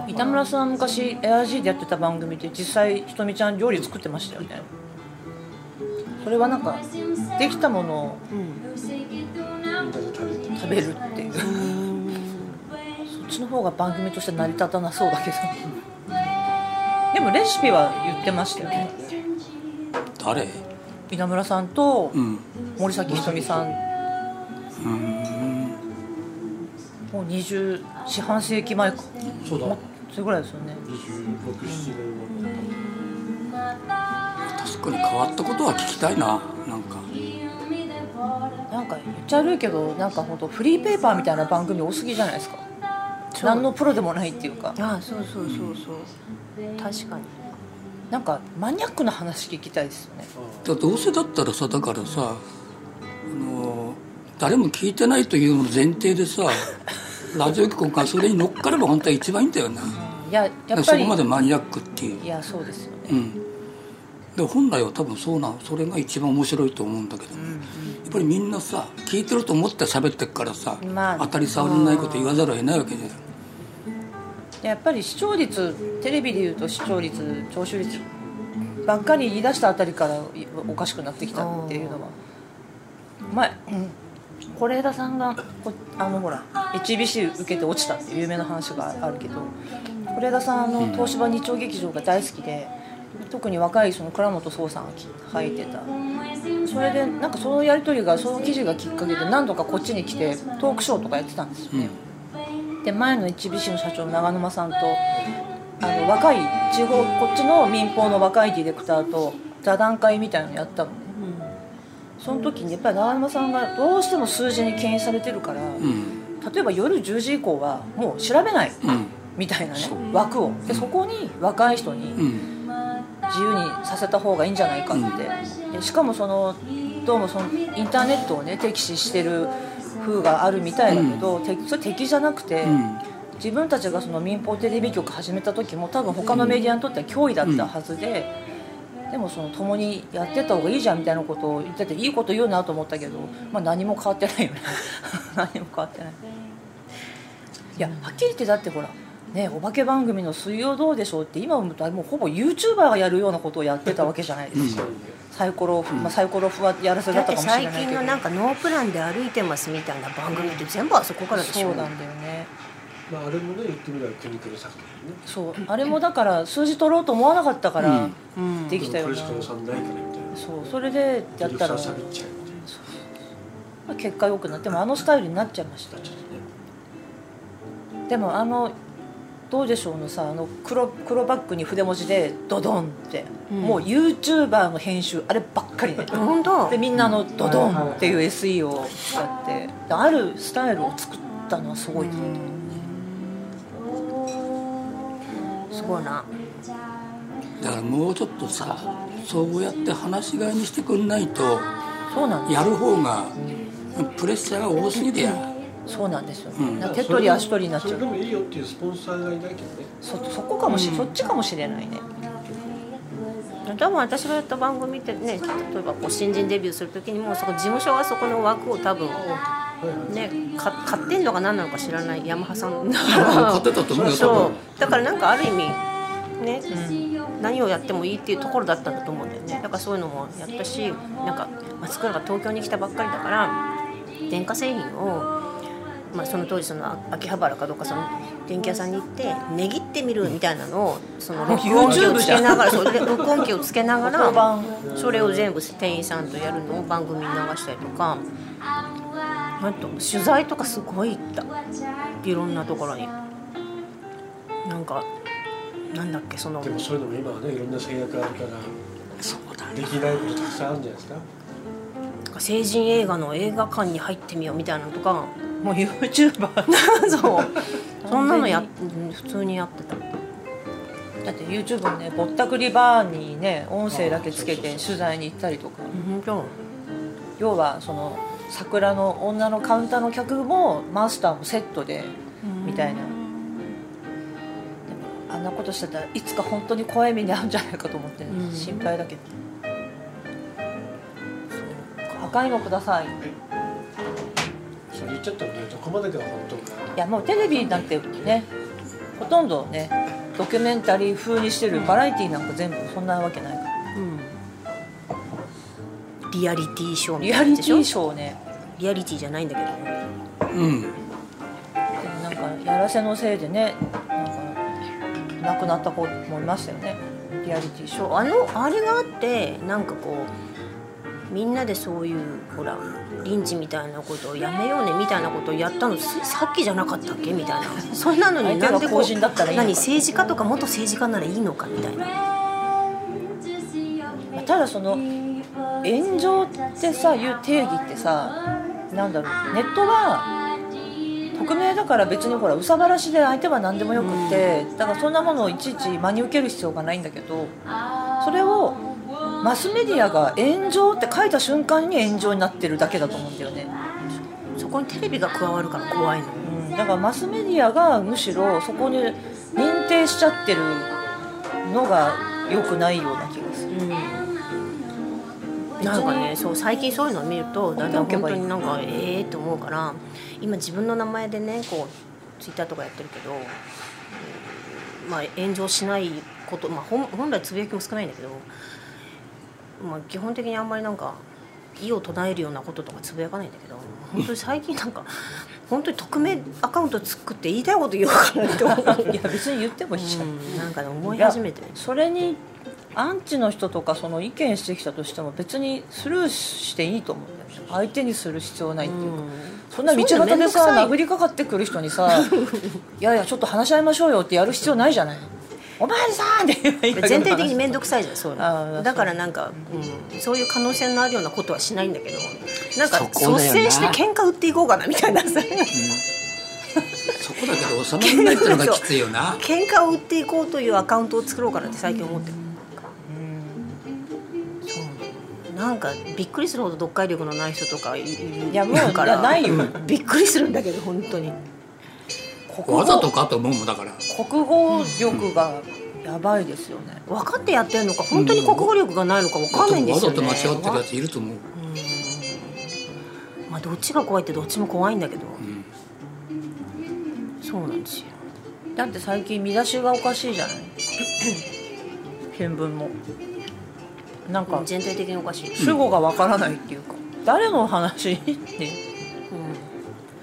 [SPEAKER 4] 板村さん昔エアジーでやってた番組で実際ひとみちゃん料理作ってましたよねそれはなんかできたものを
[SPEAKER 3] みんなで食べて
[SPEAKER 4] 食べるっていうそっちの方が番組として成り立たなそうだけどでもレシピは言ってましたよね
[SPEAKER 2] 誰
[SPEAKER 4] 稲村さんと
[SPEAKER 2] うん
[SPEAKER 4] 森崎ひとみさん
[SPEAKER 2] うん
[SPEAKER 4] もう20四半世紀前か
[SPEAKER 3] そうだ
[SPEAKER 4] それぐらいですよね
[SPEAKER 3] 2627年前
[SPEAKER 2] 確かに変わったことは聞きたいななんか
[SPEAKER 4] なんか言っちゃ悪いけどなんか本当フリーペーパーみたいな番組多すぎじゃないですか何のプロでもないっていうか
[SPEAKER 1] ああそうそうそうそう確かに
[SPEAKER 4] なんかマニアックな話聞きたいですよね
[SPEAKER 2] だどうせだったらさだからさあの誰も聞いてないというのを前提で
[SPEAKER 4] [laughs]
[SPEAKER 2] さラジオ局がそれに乗っかれば本当は一番いいんだよな、
[SPEAKER 4] いややっ
[SPEAKER 2] そ
[SPEAKER 4] ぱ
[SPEAKER 2] こ
[SPEAKER 4] り
[SPEAKER 2] までマニアックっていう
[SPEAKER 4] いやそうですよね
[SPEAKER 2] うんで本来は多分そうなそれが一番面白いと思うんだけど、やっぱりみんなさ聞いてると思って喋ってっからさ、
[SPEAKER 4] まあ
[SPEAKER 2] 当たり障りのないこと言わざるを得ないわけじゃん
[SPEAKER 4] でやっぱり視聴率テレビでいうと視聴率聴取率ばっかり言い出したあたりからいおかしくなってきたっていうのは前うん是枝さんがこあのほら HBC 受けて落ちたっていう有名な話があるけど是枝さんあの東芝日曜劇場が大好きで特に若いその倉本壮さんがき履いてたそれでなんかそのやり取りがその記事がきっかけで何度かこっちに来てトークショーとかやってたんですよね、で前の HBC の社長の長沼さんとあの若い地方こっちの民放の若いディレクターと座談会みたいなのやったのねその時にやっぱり長沼さんがどうしても数字に牽引されてるから、
[SPEAKER 2] うん
[SPEAKER 4] 例えば夜10時以降はもう調べない
[SPEAKER 2] うん
[SPEAKER 4] みたいなね
[SPEAKER 2] そう
[SPEAKER 4] 枠をでそこに若い人に
[SPEAKER 2] うん
[SPEAKER 4] 自由にさせた方がいいんじゃないかって、でしかもそのどうもそのインターネットをね敵視してる風があるみたいだけど、てそれ敵じゃなくて、
[SPEAKER 2] うん
[SPEAKER 4] 自分たちがその民放テレビ局始めた時も多分他のメディアにとっては脅威だったはずで、でもその共にやってった方がいいじゃんみたいなことを言ってていいこと言うなと思ったけど、まあ、何も変わってないよね [laughs] 何も変わってないいやはっきり言ってだってほらね、お化け番組の「水曜どうでしょう」って今思うともうほぼ YouTuber がやるようなことをやってたわけじゃないですか、サイコロ、まあ、サイコロふわやらせ
[SPEAKER 1] だ
[SPEAKER 4] だっ
[SPEAKER 1] ったて
[SPEAKER 4] かもしれない
[SPEAKER 1] 最
[SPEAKER 4] けど
[SPEAKER 1] 近のなんかノープランで歩いてますみたいな番組って全部あそこからでし
[SPEAKER 4] そ
[SPEAKER 1] ょ
[SPEAKER 4] うなんだよね
[SPEAKER 3] まああれもね言ってみれば苦肉の策だよね
[SPEAKER 4] そうあれもだから数字取ろうと思わなかったからできたよ
[SPEAKER 3] こ
[SPEAKER 4] な、
[SPEAKER 3] れしか予算ないからみたいな
[SPEAKER 4] そうそれでやったら
[SPEAKER 3] 予算下げちゃうみたいなそう
[SPEAKER 4] 結果良くなってもあのスタイルになっちゃいました
[SPEAKER 3] ちょっとね
[SPEAKER 4] でもあのどうでしょうのさあの黒黒バッグに筆文字でドドンって、もう YouTuber の編集あればっかりね
[SPEAKER 1] 本当
[SPEAKER 4] でみんなあのドドンっていう SE をやってであるスタイルを作ったのはすごいなと思って
[SPEAKER 1] すごいな
[SPEAKER 2] だからもうちょっとさそうやって話し飼いにしてくんないと
[SPEAKER 4] そうなんです
[SPEAKER 2] やる方がプレッシャーが多すぎてや
[SPEAKER 4] そうなんですよ、
[SPEAKER 2] うん
[SPEAKER 4] なんか手っ取り足取りになっちゃ
[SPEAKER 3] それで
[SPEAKER 4] う
[SPEAKER 3] もいいよっていうスポンサーがいないけどね
[SPEAKER 4] そそこかもし、そっちかもしれないね
[SPEAKER 1] 多分私がやった番組ってね例えばこう新人デビューする時にもうそこ事務所はそこの枠を多分ねか買ってんのか何なのか知らないヤマハさんだから
[SPEAKER 2] [laughs] 買ってたと思うよ多
[SPEAKER 1] そ
[SPEAKER 2] 分
[SPEAKER 1] うだからなんかある意味ね、何をやってもいいっていうところだったんだと思うんだよねだからそういうのもやったしなんか松倉が東京に来たばっかりだから電化製品を、まあ、その当時その秋葉原かどうかその電気屋さんに行ってねぎってみるみたいなのをその録音機をつけながらそれで録音機をつけなが
[SPEAKER 4] 評判
[SPEAKER 1] らそれを全部店員さんとやるのを番組に流したりとか。あと取材とかすごい行ったいろんなところになんかなんだっけその
[SPEAKER 3] でもそういうのも今はねいろんな制約あるからできないことたくさんあるんじゃないですか
[SPEAKER 1] 成人映画の映画館に入ってみようみたいなのとか
[SPEAKER 4] もう YouTuber
[SPEAKER 1] [laughs]
[SPEAKER 4] [laughs]
[SPEAKER 1] そうそんなのやうん普通にやってた
[SPEAKER 4] だって YouTube のねぼったくりバーにね音声だけつけて取材に行ったりとか
[SPEAKER 1] 本当
[SPEAKER 4] 要はその桜の女のカウンターの客もマスターもセットでみたいなでもあんなことしてたらいつか本当に怖い目に遭うんじゃないかと思って、
[SPEAKER 1] うん
[SPEAKER 4] 心配だけど赤いのください
[SPEAKER 3] それ言っちゃったらねどこまでが本当か
[SPEAKER 4] いやもうテレビなんてねほとんどねドキュメンタリー風にしてるバラエティーなんか全部そんなわけないから
[SPEAKER 1] リアリティショーみ
[SPEAKER 4] リ
[SPEAKER 1] た
[SPEAKER 4] ア
[SPEAKER 1] いなやつ
[SPEAKER 4] リテ
[SPEAKER 1] でしょ
[SPEAKER 4] ィショーね
[SPEAKER 1] リアリティじゃないんだけどね
[SPEAKER 2] うん
[SPEAKER 4] でもなんかやらせのせいでねなんか亡くなった子もいましたよねリアリティショ
[SPEAKER 1] そうあのあれがあってなんかこうみんなでそういうほらリンチみたいなことをやめようねみたいなことをやったのついさっきじゃなかったっけみたいなそんなのに
[SPEAKER 4] 相手が
[SPEAKER 1] なんでこ
[SPEAKER 4] 公人だったらいいのか
[SPEAKER 1] 何政治家とか元政治家ならいいのかみたいな
[SPEAKER 4] ーただその炎上ってさいう定義ってさなんだろうネットは匿名だから別にほら憂さ晴らしで相手は何でもよくって、だからそんなものをいちいち真に受ける必要がないんだけどそれをマスメディアが炎上って書いた瞬間に炎上になってるだけだと思うんだよね。
[SPEAKER 1] そこにテレビが加わるから怖いの
[SPEAKER 4] うんだからマスメディアがむしろそこに認定しちゃってるのが良くないような気がする
[SPEAKER 1] なんかねそう最近そういうのを見るとだんだん
[SPEAKER 4] 放ってお
[SPEAKER 1] 本
[SPEAKER 4] けば
[SPEAKER 1] 当
[SPEAKER 4] いい
[SPEAKER 1] になんかええー、と思うから今自分の名前でねこうツイッターとかやってるけど、うんまあ、炎上しないこと、まあ、本本来つぶやきも少ないんだけど、まあ、基本的にあんまりなんか意を唱えるようなこととかつぶやかないんだけど本当に最近なんか [laughs] 本当に匿名アカウント作って言いたい [laughs] こと言おうかなって思う、
[SPEAKER 4] いや別に言ってもいいじゃん、
[SPEAKER 1] うんなんかね思い始めて
[SPEAKER 4] それにアンチの人とかその意見してきたとしても別にスルーしていいと思うんだよね相手にする必要ないっていうか、そんな道
[SPEAKER 1] そういうの
[SPEAKER 4] 端
[SPEAKER 1] めん
[SPEAKER 4] で
[SPEAKER 1] どくさい
[SPEAKER 4] さ殴りかかってくる人に
[SPEAKER 1] [laughs]
[SPEAKER 4] さ「いやいやちょっと話し合いましょうよ」ってやる必要ないじゃない「お前さん!」って言えばいいだけ
[SPEAKER 1] 全
[SPEAKER 4] の話
[SPEAKER 1] 体的に面倒くさいじゃんそういう
[SPEAKER 4] あー
[SPEAKER 1] のだからなんか、うん、そういう可能性のあるようなことはしないんだけどなんか
[SPEAKER 2] そこだよ
[SPEAKER 1] 率先
[SPEAKER 2] な
[SPEAKER 1] して喧嘩売っていこうかなみたいなさ
[SPEAKER 2] そこだけど収まらないってのがきついよ [laughs] な
[SPEAKER 1] 喧嘩を売っていこうというアカウントを作ろうかなって最近思ってるそうなんかびっくりするほど読解力のない人とかいい
[SPEAKER 4] いやもう
[SPEAKER 1] るから
[SPEAKER 4] いやないよ
[SPEAKER 1] びっくりするんだけど本当に
[SPEAKER 4] 国
[SPEAKER 2] わざと
[SPEAKER 4] 語
[SPEAKER 2] かと思うもんだから
[SPEAKER 4] 国語力がやばいですよね、
[SPEAKER 1] 分かってやってんのか本当に国語力がないのか分かんないんで
[SPEAKER 2] わ
[SPEAKER 1] すよ
[SPEAKER 2] ざ
[SPEAKER 1] ね
[SPEAKER 2] と間違ってるやついると思う
[SPEAKER 1] まあどっちが怖いってどっちも怖いんだけど、そうなんですよ
[SPEAKER 4] だって最近見出しがおかしいじゃない [coughs] 見聞もなんか
[SPEAKER 1] 全体的におかしい、
[SPEAKER 4] 主語がわからないっていうか、誰の話 [laughs] って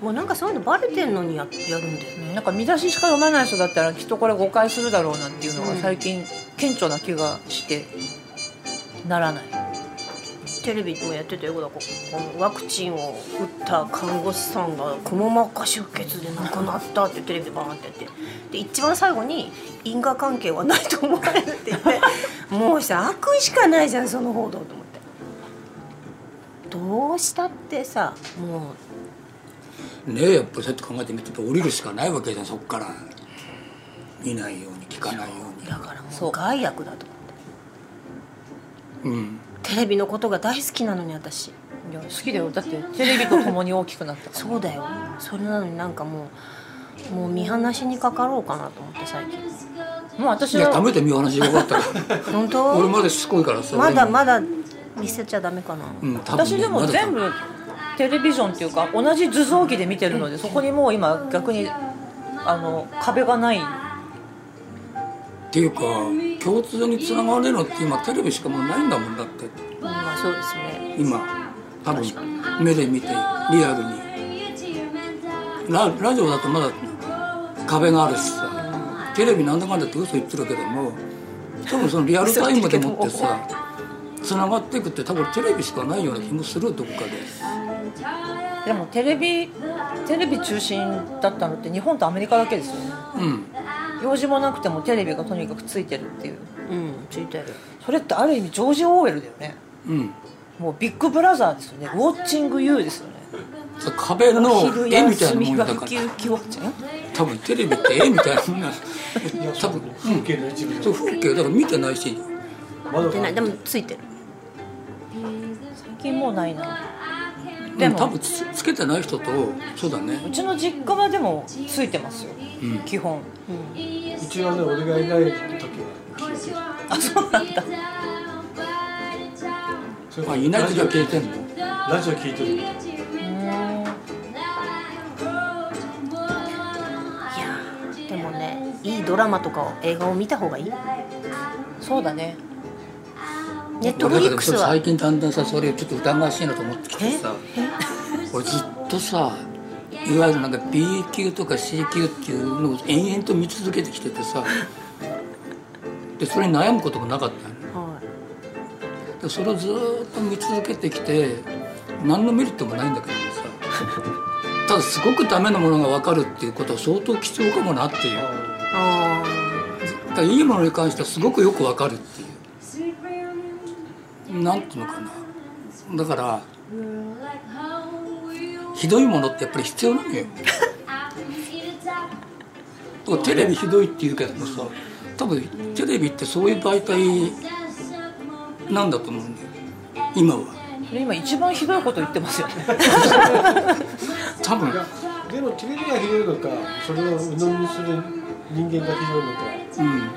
[SPEAKER 1] もうなんかそういうのバレてんのにややるんだよね
[SPEAKER 4] なんか見出ししか読まない人だったらきっとこれ誤解するだろうなっていうのが最近顕著な気がしてならない
[SPEAKER 1] テレビでもやってたよだからこのワクチンを打った看護師さんがくも膜下出血で亡くなったってテレビでバーンってやってで一番最後に因果関係はないと思われるって言ってもうさ悪意しかないじゃんその報道と思ってどうしたってさもう
[SPEAKER 2] ねえやっぱそうやって考えてみて降りるしかないわけじゃんそこから見ないように聞かないよ
[SPEAKER 1] だからも
[SPEAKER 4] そう
[SPEAKER 1] う害悪だと
[SPEAKER 2] うにうん
[SPEAKER 1] テレビのことが大好きなのに私
[SPEAKER 4] いや好きだよだってテレビと共に大きくなったから
[SPEAKER 1] そうだよそれなのになんかもうもう見放しにかかろうかなと思って最近
[SPEAKER 4] もう私
[SPEAKER 2] いや
[SPEAKER 4] は
[SPEAKER 2] ダメだ見話よかったから
[SPEAKER 1] 本当
[SPEAKER 2] 俺まですごいからさ
[SPEAKER 1] まだ
[SPEAKER 2] 俺も
[SPEAKER 1] まだ見せちゃダメかな、
[SPEAKER 2] うん多分ね
[SPEAKER 4] 私でも
[SPEAKER 2] まだ
[SPEAKER 4] 全部テレビジョンっていうか同じ図像機で見てるのでそこにもう今逆にあの壁がない
[SPEAKER 2] っていうか共通につながれるのって今テレビしかもうないんだもんだって
[SPEAKER 1] まあそうですね
[SPEAKER 2] 今多分目で見てリアルにララジオだとまだ壁があるしさテレビなんだかんだって嘘言ってるけども多分そのリアルタイムでもってさつながっていくって多分テレビしかないような気もするどっかで
[SPEAKER 4] でもテレビテレビ中心だったのって日本とアメリカだけですよね
[SPEAKER 2] うん
[SPEAKER 4] 用事もなくてもテレビがとにかくついてるっていう
[SPEAKER 1] うんついてる
[SPEAKER 4] それってある意味ジョージ・オーウェルだよね
[SPEAKER 2] うん
[SPEAKER 4] もうビッグブラザーですよねウォッチング・ユーですよね
[SPEAKER 2] それ壁の
[SPEAKER 4] 昼
[SPEAKER 2] 絵みたい
[SPEAKER 4] 休
[SPEAKER 2] なも
[SPEAKER 4] み
[SPEAKER 2] んだ
[SPEAKER 4] は
[SPEAKER 2] か
[SPEAKER 4] ウキ
[SPEAKER 2] ら
[SPEAKER 4] ウキウォッチング
[SPEAKER 2] 多分テレビって絵みたいなもんなんだ多分
[SPEAKER 3] 風景の一部
[SPEAKER 2] そう風景だから見てないし
[SPEAKER 3] 窓
[SPEAKER 1] で
[SPEAKER 3] が
[SPEAKER 1] ないでもついてる
[SPEAKER 4] 最近もうないな
[SPEAKER 2] で
[SPEAKER 4] で
[SPEAKER 2] も
[SPEAKER 4] も
[SPEAKER 2] 多分つつけてない人とそうだね
[SPEAKER 4] うちの実家はでもついてますよ、基本
[SPEAKER 3] うちはね俺がいない時は消えてる
[SPEAKER 4] あそうなんだ
[SPEAKER 3] それ
[SPEAKER 2] ま
[SPEAKER 3] か
[SPEAKER 2] あ
[SPEAKER 3] ら
[SPEAKER 2] いない時は消えてんの
[SPEAKER 3] ラジオ聞いてる
[SPEAKER 1] いやーでもねいいドラマとかを映画を見た方がいい
[SPEAKER 4] そうだね
[SPEAKER 1] ネットフリックス
[SPEAKER 2] 俺だ
[SPEAKER 1] は
[SPEAKER 2] けど最近だんだんさそれちょっと疑わしいなと思ってきてさ俺ずっとさいわゆるなんか B 級とか C 級っていうのを延々と見続けてきててさでそれに悩むこともなかったの
[SPEAKER 1] はい
[SPEAKER 2] でそれをずーっと見続けてきて何のメリットもないんだけどさただすごくダメなものが分かるっていうことは相当貴重かもなっていうだ
[SPEAKER 1] あ
[SPEAKER 2] からいいものに関してはすごくよく分かるっていうなんていうのかなだからひどいものってやっぱり必要なのよだからテレビひどいって言うけどもさ多分テレビってそういう媒体なんだと思うんだよ今は
[SPEAKER 4] それ今一番ひどいこと言ってますよね
[SPEAKER 2] 多分
[SPEAKER 3] でもテレビがひどいのかそれを鵜呑みにする人間がひどいのか
[SPEAKER 2] うん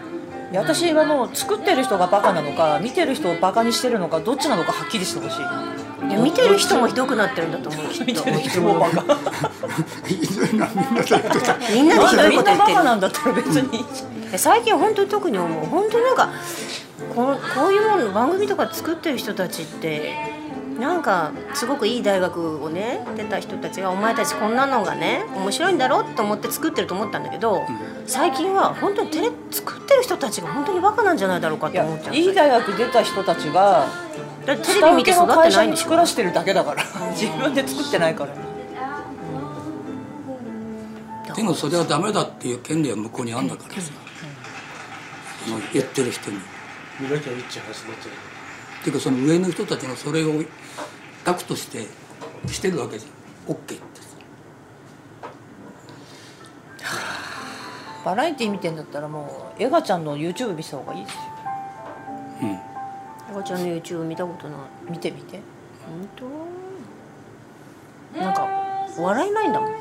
[SPEAKER 4] いや私はもう作ってる人がバカなのか見てる人をバカにしてるのかどっちなのかはっきりして [laughs] ほしい
[SPEAKER 1] ーいや見てる人もひどくなってるんだと思うきっと
[SPEAKER 4] 見てる人もバカ
[SPEAKER 2] いろいろなみんなそういうことだ
[SPEAKER 1] みんなでひどい
[SPEAKER 4] み
[SPEAKER 1] こ
[SPEAKER 4] ん
[SPEAKER 1] と言って
[SPEAKER 4] なバ
[SPEAKER 1] る
[SPEAKER 4] カなんだったら別に
[SPEAKER 1] え最近本当に特に思う本当になんかこのこういうもの番組とか作ってる人たちってなんかすごくいい大学をね出た人たちがお前たちこんなのがね面白いんだろうと思って作ってると思ったんだけど最近は本当にテレ作ってる人たちが本当にバカなんじゃないだろうか
[SPEAKER 4] い
[SPEAKER 1] と思っちゃ
[SPEAKER 4] や
[SPEAKER 1] う
[SPEAKER 4] いい大学出た人たちが
[SPEAKER 1] だってテレビ見て育っ
[SPEAKER 4] 下請けの
[SPEAKER 1] て
[SPEAKER 4] 会
[SPEAKER 1] な
[SPEAKER 4] 社
[SPEAKER 1] いん
[SPEAKER 4] に
[SPEAKER 1] でし
[SPEAKER 4] 作
[SPEAKER 1] ょ
[SPEAKER 4] らしてるだけだから自分で作ってないから
[SPEAKER 2] でもそれはダメだっていう権利は向こうにあんだからさ、その言ってる人にっ
[SPEAKER 3] 見なきゃいいっちゅう話になっちゃうけど
[SPEAKER 2] ていうかその上の人たちがそれを額としてしてるわけじゃん OK ってさ
[SPEAKER 4] バラエティ見てんだったらもうエガちゃんの YouTube 見せた方がいいですよ
[SPEAKER 2] うん
[SPEAKER 1] 赤ちゃんの YouTube 見たことない
[SPEAKER 4] 見て見て
[SPEAKER 1] 本当なんか笑えないんだもん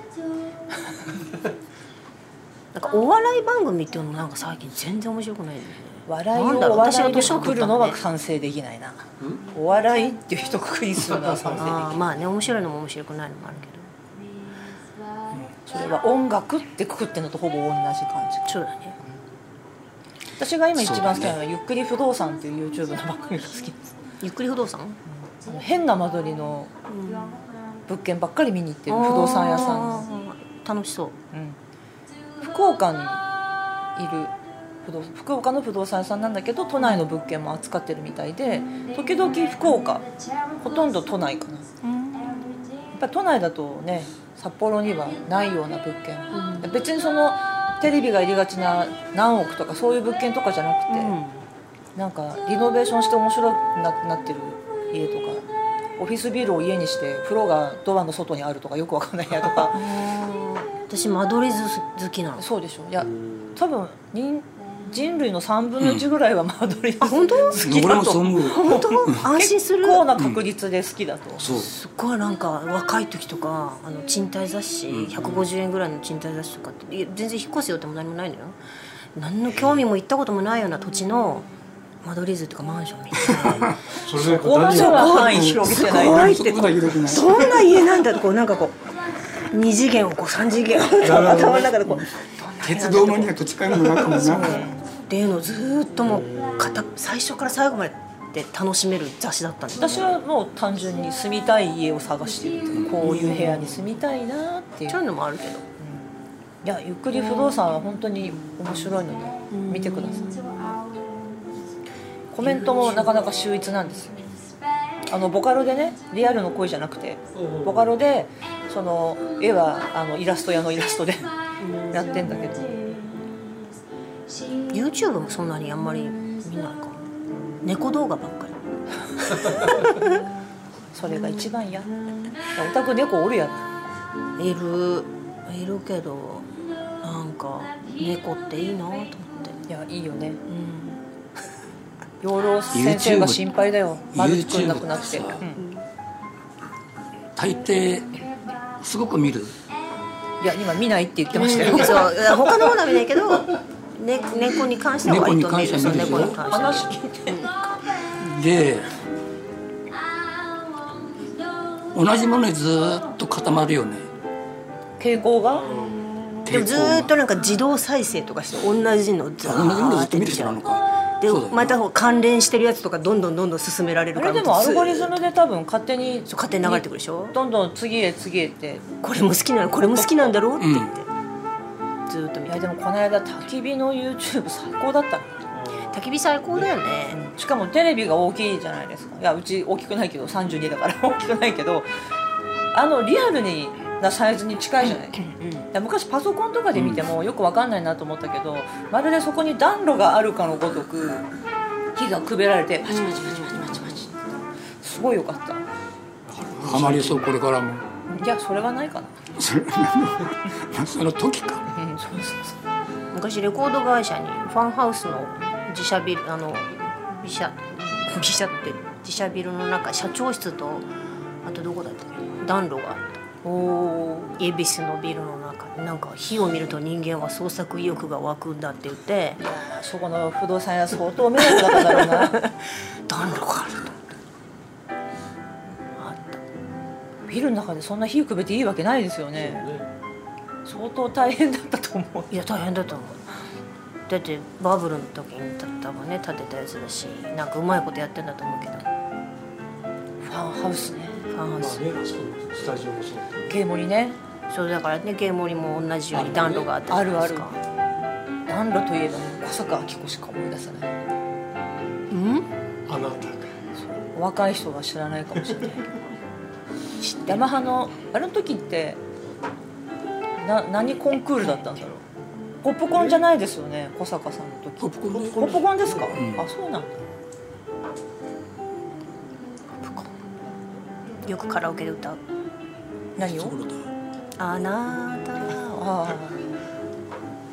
[SPEAKER 1] なんかお笑い番組っていうのもなんか最近全然面白くないんだよね
[SPEAKER 4] 笑い
[SPEAKER 1] なんだろ
[SPEAKER 4] を
[SPEAKER 1] う私
[SPEAKER 4] 笑
[SPEAKER 1] が
[SPEAKER 4] いで
[SPEAKER 1] 年を
[SPEAKER 4] く
[SPEAKER 1] 取っ
[SPEAKER 4] る
[SPEAKER 1] た
[SPEAKER 4] の
[SPEAKER 1] の
[SPEAKER 4] は
[SPEAKER 1] ね
[SPEAKER 4] 賛成できないなお笑いっていう一括りするのは賛成でき
[SPEAKER 1] あーまあね面白いのも面白くないのもあるけど
[SPEAKER 4] ないそれは音楽ってくくってんのとほぼ同じ感じ
[SPEAKER 1] そうだね
[SPEAKER 4] 私が今一番好
[SPEAKER 2] そう
[SPEAKER 4] き
[SPEAKER 2] だ
[SPEAKER 4] な
[SPEAKER 2] ね
[SPEAKER 4] のは、ゆっくり不動産っていう YouTube の番組が好きです
[SPEAKER 1] ゆっくり不動産
[SPEAKER 4] あの変な間取りの物件ばっかり見に行ってる不動産屋さんの、
[SPEAKER 1] あー楽しそう
[SPEAKER 4] うん、福岡にいる不動福岡の不動産屋さんなんだけど都内の物件も扱ってるみたいで時々福岡ほとんど都内かなやっぱり都内だとね札幌にはないような物件、別にそのテレビが入りがちな何億とかそういう物件とかじゃなくて、なんかリノベーションして面白くななってる家とかオフィスビルを家にして風呂がドアの外にあるとかよくわかんないやとか
[SPEAKER 1] 私間取り図好きなの
[SPEAKER 4] そうでしょいや多分人人類の3分の1ぐらいは間取り、
[SPEAKER 1] あ本当
[SPEAKER 4] 好き
[SPEAKER 2] 俺
[SPEAKER 4] だ
[SPEAKER 2] もそう
[SPEAKER 4] と
[SPEAKER 2] 思う
[SPEAKER 1] 本当安心する
[SPEAKER 4] 結構な確率で好きだと、
[SPEAKER 2] そう
[SPEAKER 1] すっごいなんか若い時とかあの賃貸雑誌150円ぐらいの賃貸雑誌とかっていや全然引っ越す予定も何もないのよ何の興味も行ったこともないような土地の間取り図とかマンションみたい
[SPEAKER 4] [laughs]
[SPEAKER 1] な
[SPEAKER 3] それで
[SPEAKER 4] ここまで
[SPEAKER 3] 何を
[SPEAKER 4] は範囲広げてない
[SPEAKER 1] 怖いっ
[SPEAKER 2] そ
[SPEAKER 1] て
[SPEAKER 2] こまで広くない
[SPEAKER 1] そんな家なんだとこうなんかこう2次元をこう3次元を頭の中でこう
[SPEAKER 2] 鉄道マニアと近いの中もな
[SPEAKER 1] っていうのをずーっともう片最初から最後までで楽しめる雑誌だったんです
[SPEAKER 4] 私はもう単純に住みたい家を探してるっていうこういう部屋に住みたいなっていう
[SPEAKER 1] そういうのもあるけど
[SPEAKER 4] いやゆっくり不動産は本当に面白いので見てくださいコメントもなかなか秀逸なんですよあのボカロでねリアルの声じゃなくてボカロでその絵はあのイラスト屋のイラストで [laughs] やってんだけど
[SPEAKER 1] YouTube もそんなにあんまり見ないかも猫動画ばっかり
[SPEAKER 4] それが一番やおたく猫おるやん
[SPEAKER 1] いるいるけどなんか猫っていいなと思って、
[SPEAKER 4] いやいいよね
[SPEAKER 1] うん、
[SPEAKER 4] 養老先生が
[SPEAKER 2] YouTube
[SPEAKER 4] 心配だよ丸くんなくなって
[SPEAKER 2] YouTube ってさ
[SPEAKER 4] うん
[SPEAKER 2] 大抵すごく見る
[SPEAKER 4] いや今見ないって言ってましたよ
[SPEAKER 1] そういや他のものは見ないけど、ね、猫に関しては割と見る
[SPEAKER 2] 猫に関しては見るでし
[SPEAKER 1] そう猫
[SPEAKER 2] ょ
[SPEAKER 1] に関しては
[SPEAKER 4] 話聞いて
[SPEAKER 2] で同じものにずーっと固まるよね
[SPEAKER 4] 傾向が
[SPEAKER 1] でもずーっ
[SPEAKER 2] と
[SPEAKER 1] となんか自動再生とかして同じのず
[SPEAKER 2] 同じものず
[SPEAKER 1] ー
[SPEAKER 2] っ
[SPEAKER 1] っ
[SPEAKER 2] と
[SPEAKER 1] と
[SPEAKER 2] 見
[SPEAKER 1] 見
[SPEAKER 2] る人
[SPEAKER 1] ちゃ
[SPEAKER 2] なの
[SPEAKER 1] う
[SPEAKER 2] か
[SPEAKER 1] で
[SPEAKER 2] そうだよね
[SPEAKER 1] またこう関連してるやつとかどんどんどんどん進められる
[SPEAKER 4] あ
[SPEAKER 1] から
[SPEAKER 4] れでもアルゴリ
[SPEAKER 1] ず
[SPEAKER 4] ズムで多分勝手に
[SPEAKER 1] そう勝手に流れてくるでしょ
[SPEAKER 4] どんどん次へ次へって
[SPEAKER 1] これも好きなのこれも好きなんだろうって言って、ずーっと
[SPEAKER 4] い
[SPEAKER 1] 見
[SPEAKER 4] や
[SPEAKER 1] て
[SPEAKER 4] でもこの間焚き火の YouTube 最高だったの
[SPEAKER 1] 焚き火最高だよね、
[SPEAKER 4] しかもテレビが大きいじゃないですかいやうち大きくないけど32だから [laughs] 大きくないけどあのリアルになサイズに近いじゃないいや昔パソコンとかで見てもよくわかんないなと思ったけど、まるでそこに暖炉があるかのごとく火がくべられてパチパチパチパチパチパチすごいよかった
[SPEAKER 2] ハマりそうこれからも
[SPEAKER 4] いやそれはないかな
[SPEAKER 2] それその時か
[SPEAKER 4] うんそうそうそう
[SPEAKER 1] 昔レコード会社にファンハウスの自社ビルあの自社自社って自社ビルの中社長室とあとどこだったっけ暖炉があった
[SPEAKER 4] おー
[SPEAKER 1] 恵比寿のビルの中になんか火を見ると人間は創作意欲が湧くんだって言って
[SPEAKER 4] いやーそこの不動産屋相当迷惑だっただ
[SPEAKER 1] [laughs]
[SPEAKER 4] ろうな
[SPEAKER 1] 暖炉があると思ってあった
[SPEAKER 4] ビルの中でそんな火くべていいわけないですよね相当大変だったと思う
[SPEAKER 1] いや大変だと思うだってバブルの時に多分ね建てたやつだしなんかうまいことやってんだと思うけど
[SPEAKER 4] ファンハウスね
[SPEAKER 1] ファンハウ
[SPEAKER 3] まあ
[SPEAKER 1] ス
[SPEAKER 3] ねあそこのスタジオもそう
[SPEAKER 4] ゲームにね
[SPEAKER 1] そうだからねゲーモリも同じように暖炉があったじゃないですか
[SPEAKER 4] あるアンロといえばもう小坂明子しか思い出せない
[SPEAKER 1] うん
[SPEAKER 3] あなたが
[SPEAKER 4] お若い人は知らないかもしれないけどヤマハのあれの時ってな何コンクールだったんだろうポップコーンじゃないですよね小坂さんの時
[SPEAKER 2] ポップコーンね
[SPEAKER 4] ポップコーンですか、
[SPEAKER 2] ん
[SPEAKER 4] あそうなんだ
[SPEAKER 1] よくカラオケで歌う
[SPEAKER 4] 何
[SPEAKER 2] そ
[SPEAKER 4] を
[SPEAKER 2] こだ
[SPEAKER 1] 「あなたは
[SPEAKER 4] あ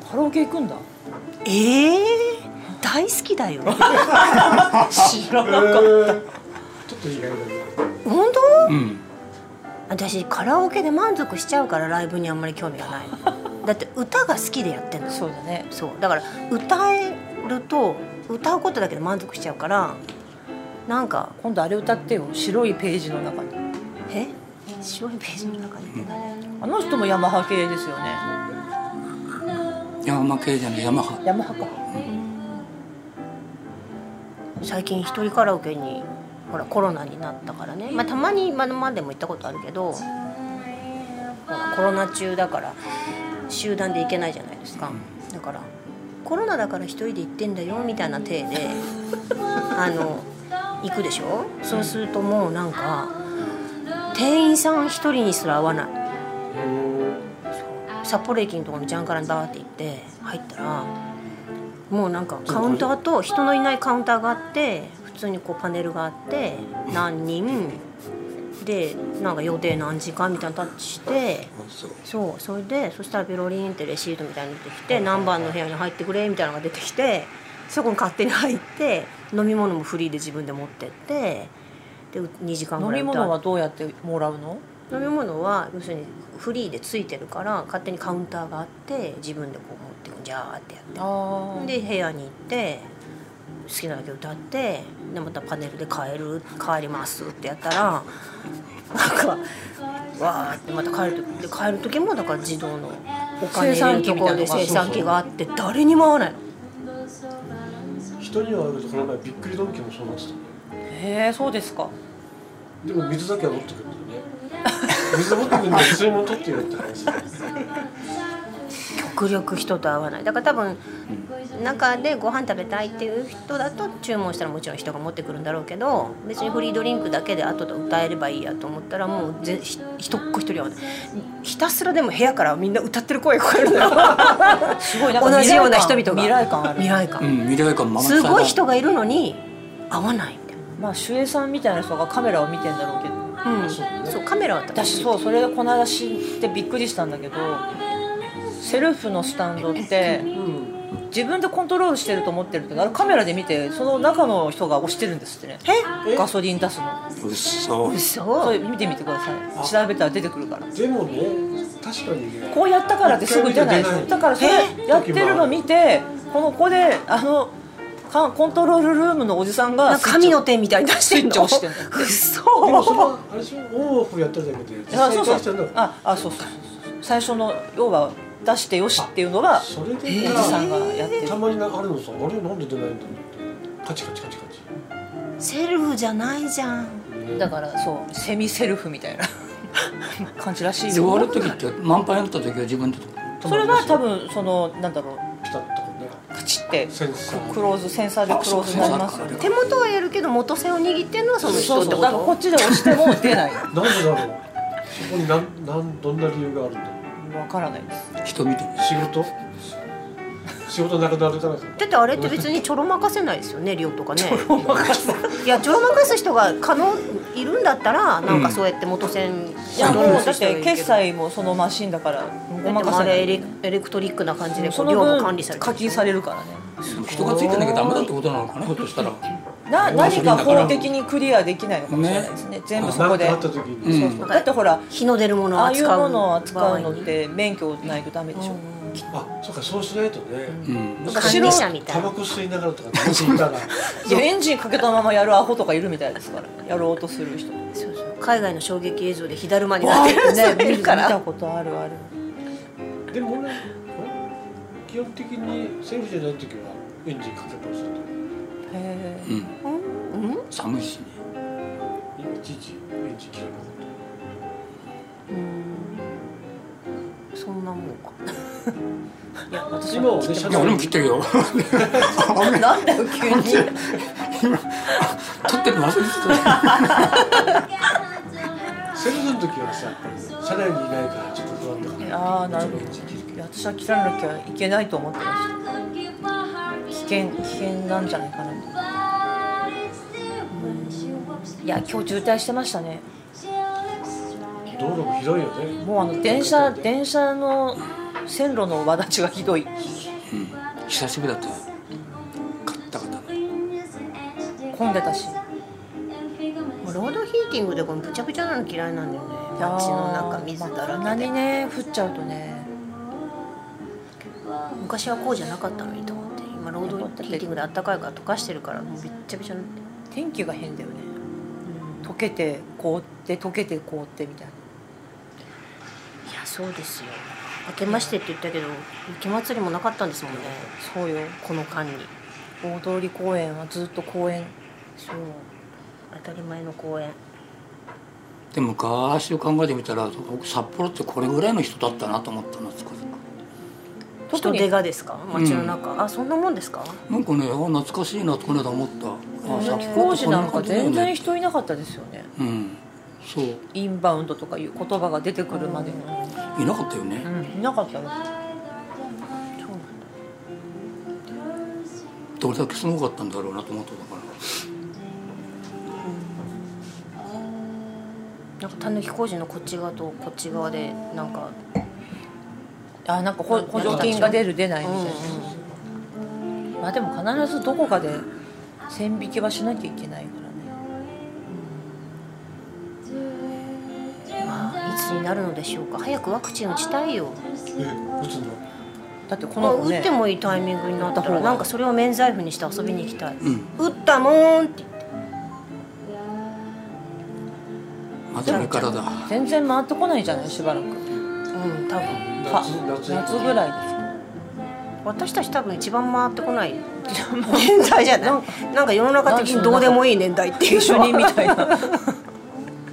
[SPEAKER 4] あカラオケ行くんだ
[SPEAKER 1] ええ大好きだよ [laughs]
[SPEAKER 4] 知ら
[SPEAKER 3] え
[SPEAKER 4] な
[SPEAKER 3] ーちょっと意外だね
[SPEAKER 1] 本当
[SPEAKER 2] うん
[SPEAKER 1] 私カラオケで満足しちゃうからライブにあんまり興味がない [laughs] のだって歌が好きでやってんの
[SPEAKER 4] そうだね
[SPEAKER 1] そうだから歌えると歌うことだけで満足しちゃうからなんか
[SPEAKER 4] 今度あれ歌ってよ白いページの中に
[SPEAKER 1] え白いページの中に、
[SPEAKER 4] あの人もヤマハ系ですよね
[SPEAKER 2] ヤマ系じゃないヤマハ
[SPEAKER 4] ヤマハか
[SPEAKER 1] 最近一人カラオケにほらコロナになったからね、まあ、たまに今までも行ったことあるけどほらコロナ中だから集団で行けないじゃないですかだからコロナだから一人で行ってんだよみたいな体であの行くでしょそうするともうなんか店員さん一人にすら会わないそう札幌駅のところにジャンカラにバーって行って入ったらもうなんかカウンターと人のいないカウンターがあって普通にこうパネルがあって何人でなんか予定何時間みたいなタッチして
[SPEAKER 2] そう
[SPEAKER 1] そうそれでそしたらベロリンってレシートみたいに出てきて何番の部屋に入ってくれみたいなのが出てきてそこに勝手に入って飲み物もフリーで自分で持ってってで2時間ぐ
[SPEAKER 4] 飲
[SPEAKER 1] らい
[SPEAKER 4] み
[SPEAKER 1] 歌
[SPEAKER 4] 物はどうやってもらうの
[SPEAKER 1] 飲み物は要するにフリーでついてるから勝手にカウンターがあって自分でこう持ってくんじゃーってやって。
[SPEAKER 4] ああ
[SPEAKER 1] で部屋に行って好きなだけ歌ってでまたパネルで帰る帰りますってやったらなんかわーってまた帰る時で帰る時もだから自動のお金
[SPEAKER 4] 生産機
[SPEAKER 1] 入れるところ
[SPEAKER 4] み
[SPEAKER 1] で
[SPEAKER 4] たいな
[SPEAKER 1] 生産機があって誰にも会わないの
[SPEAKER 3] 人には会うけどこの前びっくりドンキーもそうなんですよ
[SPEAKER 4] へえそうですか
[SPEAKER 3] でも水だけは持ってくるんだよね水持ってくるんだよ水も取ってよって話
[SPEAKER 1] 極力人と会わないだから多分中でご飯食べたいっていう人だと注文したらもちろん人が持ってくるんだろうけど別にフリードリンクだけで後で歌えればいいやと思ったらもうぜひ一っ子一人会わないひたすらでも部屋からみんな歌ってる声が聞こえるの
[SPEAKER 4] [laughs]
[SPEAKER 1] よ
[SPEAKER 4] すごいなんか
[SPEAKER 1] 同じような人
[SPEAKER 4] 未
[SPEAKER 1] 々が
[SPEAKER 4] 来感未来感ある
[SPEAKER 1] 未来
[SPEAKER 2] う
[SPEAKER 1] 感
[SPEAKER 2] ん未来感満載
[SPEAKER 1] す
[SPEAKER 2] だ
[SPEAKER 1] ごい人がいるのに会わないみたい
[SPEAKER 4] まあ守衛さんみたいな人がカメラを見てんだろうけど
[SPEAKER 1] な、うん、そうカメラは多分
[SPEAKER 4] 私そうそれでこの間知ってびっくりしたんだけどセルフのスタンドって自分でコントロールしてると思ってるけどあれカメラで見てその中の人が押してるんですってねガソリン出すの
[SPEAKER 2] うっそう
[SPEAKER 4] それ見てみてください調べたら出てくるから
[SPEAKER 3] でもね確かにね
[SPEAKER 4] [laughs] こうやったからってすぐ出ないで
[SPEAKER 3] 一回見て出ない
[SPEAKER 4] すよだからそれやってるの見てこのここであのかコントロールルームのおじさん
[SPEAKER 1] な
[SPEAKER 4] が
[SPEAKER 1] んか神の手みたいに出してん
[SPEAKER 4] スイッ
[SPEAKER 1] の
[SPEAKER 4] チ押してんの
[SPEAKER 3] でもそれ
[SPEAKER 1] [laughs] 嘘
[SPEAKER 3] はあれでしょオンオフやってるだけで実
[SPEAKER 4] あそうそ
[SPEAKER 3] してる
[SPEAKER 4] うん
[SPEAKER 3] だ
[SPEAKER 4] ああそうそう最初の要は出してよしっていうのが
[SPEAKER 3] それ
[SPEAKER 4] お
[SPEAKER 3] で
[SPEAKER 4] じさんがやってる
[SPEAKER 3] たまになあるのさあれなんで出ないんだろうってカチカチカチカチ
[SPEAKER 1] セルフじゃないじゃん
[SPEAKER 4] だからそうセミセルフみたいな [laughs] 感じらしい
[SPEAKER 2] で終わ
[SPEAKER 4] よ
[SPEAKER 2] る時って満杯になった時は自分で
[SPEAKER 4] それは多分そのなんだろう
[SPEAKER 3] ピタッとこうね
[SPEAKER 4] カチって
[SPEAKER 3] センサー
[SPEAKER 4] クローズセンサーでクローズになりますよね
[SPEAKER 1] 手元はやるけど元栓を握ってんのはその
[SPEAKER 4] そ
[SPEAKER 1] 人
[SPEAKER 4] う
[SPEAKER 1] ってこ
[SPEAKER 4] そう
[SPEAKER 1] と
[SPEAKER 4] だからこっちで押しても出ない
[SPEAKER 3] なんでだろうそこになんなんどんな理由があるんだろ
[SPEAKER 4] わからないです
[SPEAKER 2] 人見て
[SPEAKER 3] う仕事仕事なくなるからか
[SPEAKER 1] だってあれって別にちょろまかせないですよね量とかねいやちょろまかす人が可能いるんだったらなんかそうやって元栓
[SPEAKER 4] いや
[SPEAKER 1] ド
[SPEAKER 4] も
[SPEAKER 1] ロン
[SPEAKER 4] う
[SPEAKER 1] と
[SPEAKER 4] だっ
[SPEAKER 1] して
[SPEAKER 4] て
[SPEAKER 1] るけど
[SPEAKER 4] 決済もそのマシンだからご
[SPEAKER 1] で
[SPEAKER 4] まか
[SPEAKER 1] もあ
[SPEAKER 4] せな
[SPEAKER 1] れエ
[SPEAKER 4] い
[SPEAKER 1] レエレクトリックな感じでこ
[SPEAKER 4] そうの
[SPEAKER 1] 量が管
[SPEAKER 4] 分
[SPEAKER 1] 理されて
[SPEAKER 4] 課金されるからね
[SPEAKER 2] 人がついてなきゃダメだってことなのかなひょっとしたら
[SPEAKER 4] な
[SPEAKER 2] まあ
[SPEAKER 4] 何か法的にクリアできないのかもしれないですね全部そこ
[SPEAKER 3] なん
[SPEAKER 4] で
[SPEAKER 3] かあった時に、
[SPEAKER 2] うん
[SPEAKER 4] そうそうだってほら
[SPEAKER 1] 日の出るものを
[SPEAKER 4] ああいう
[SPEAKER 1] 扱う
[SPEAKER 4] ものを扱うのっ
[SPEAKER 1] 場合
[SPEAKER 4] て免許ないとダメでしょ
[SPEAKER 3] あそうかそうしないとね、
[SPEAKER 2] うん
[SPEAKER 1] 管理者みた
[SPEAKER 3] タ
[SPEAKER 1] い
[SPEAKER 3] バ
[SPEAKER 1] な
[SPEAKER 3] コ吸いながらとかタバコ吸いな
[SPEAKER 4] [laughs]
[SPEAKER 3] がら
[SPEAKER 4] いやエンジンかけたままやるアホとかいるみたいですからやろうとする人
[SPEAKER 1] そうそう海外の衝撃映像で火だるまになってる人がいるか
[SPEAKER 4] 見た
[SPEAKER 1] ら
[SPEAKER 4] ことあるある
[SPEAKER 3] でも俺基本的にセルフじゃない時はエンジンかけっぱなしだった
[SPEAKER 4] へ
[SPEAKER 2] う
[SPEAKER 4] え
[SPEAKER 2] ん寒いしね
[SPEAKER 3] いちいちエンジン切らなかっ
[SPEAKER 1] そんなもんかいや私
[SPEAKER 3] 今は
[SPEAKER 1] 切
[SPEAKER 3] ね
[SPEAKER 1] って
[SPEAKER 3] 社
[SPEAKER 2] いや
[SPEAKER 3] 長
[SPEAKER 2] 俺
[SPEAKER 3] に
[SPEAKER 2] も切ってるよ [laughs]
[SPEAKER 1] なんだよ急に [laughs]
[SPEAKER 2] 撮ってるの忘れてた
[SPEAKER 3] セブンの時はさ社内にいないからちょっと不安だから
[SPEAKER 4] ああなるほどいや私は切らなきゃいけないと思ってました危険危険なんじゃないかなといや今日渋滞してましたね
[SPEAKER 3] 道路も広いよね
[SPEAKER 4] もうあの電車電車の線路の輪立ちがひどい
[SPEAKER 2] 久しぶりだったよ買った方の
[SPEAKER 4] 混んでたし
[SPEAKER 1] もうロードヒーティングでこのぶちゃぶちゃなの嫌いなんだよね街の中水だ
[SPEAKER 4] まあこんな
[SPEAKER 1] らけで、
[SPEAKER 4] にね降っちゃうとね
[SPEAKER 1] 昔はこうじゃなかったのにと思って今ロードヒーティングであったかいから溶かしてるからもうびっちゃびちゃになって
[SPEAKER 4] 天気が変だよね溶けて凍って溶けて凍ってみたいない
[SPEAKER 1] やそうですよ明けましてって言ったけど雪祭りもなかったんですもんね
[SPEAKER 4] そうよ
[SPEAKER 1] この間に
[SPEAKER 4] 大通公園はずっと公園
[SPEAKER 1] そう当たり前の公園
[SPEAKER 2] でも昔を考えてみたら僕札幌ってこれぐらいの人だったなと思ったのつくづく
[SPEAKER 1] 人
[SPEAKER 4] 特に
[SPEAKER 1] 手がですか街の中、あそんなもんですか
[SPEAKER 2] なんかねあ懐かしいなとこの間思ったあ
[SPEAKER 4] 飛
[SPEAKER 2] 札幌
[SPEAKER 4] 行
[SPEAKER 2] って
[SPEAKER 4] 時
[SPEAKER 2] こん
[SPEAKER 4] な
[SPEAKER 2] なん
[SPEAKER 4] か
[SPEAKER 2] 感じだよ
[SPEAKER 4] 全然
[SPEAKER 2] ね
[SPEAKER 4] 人いなかったですよね
[SPEAKER 2] うんそう
[SPEAKER 4] インバウンドとかいう言葉が出てくるまでに、
[SPEAKER 2] いなかったよね、
[SPEAKER 4] うんいなかったです
[SPEAKER 2] どれだけすごかったんだろうなと思っただから
[SPEAKER 1] なんかたぬき工事のこっち側とこっち側でなんか
[SPEAKER 4] あなんか補補助金が出る出ないみたいなまあでも必ずどこかで線引きはしなきゃいけないからね
[SPEAKER 1] まあいつになるのでしょうか早くワクチン打ちたいよ
[SPEAKER 3] え打つの
[SPEAKER 4] だってこ
[SPEAKER 1] まあ
[SPEAKER 4] の子
[SPEAKER 1] 打
[SPEAKER 4] ね
[SPEAKER 1] ってもいいタイミングになった
[SPEAKER 4] 打った方
[SPEAKER 1] ら
[SPEAKER 4] が
[SPEAKER 1] なんかそれを免罪符にして遊びに行きたい、
[SPEAKER 2] ん
[SPEAKER 1] 打ったもーんって言って
[SPEAKER 2] まだこれからだ
[SPEAKER 4] 全然回ってこないじゃないしばらく
[SPEAKER 1] うん多分
[SPEAKER 4] か
[SPEAKER 3] 夏夏
[SPEAKER 4] 夏ぐらい
[SPEAKER 1] 私たち多分一番回ってこない年代じゃないなんか世の中的にどうでもいい年代ってい
[SPEAKER 4] で
[SPEAKER 1] う
[SPEAKER 4] [laughs] す一緒にみたいな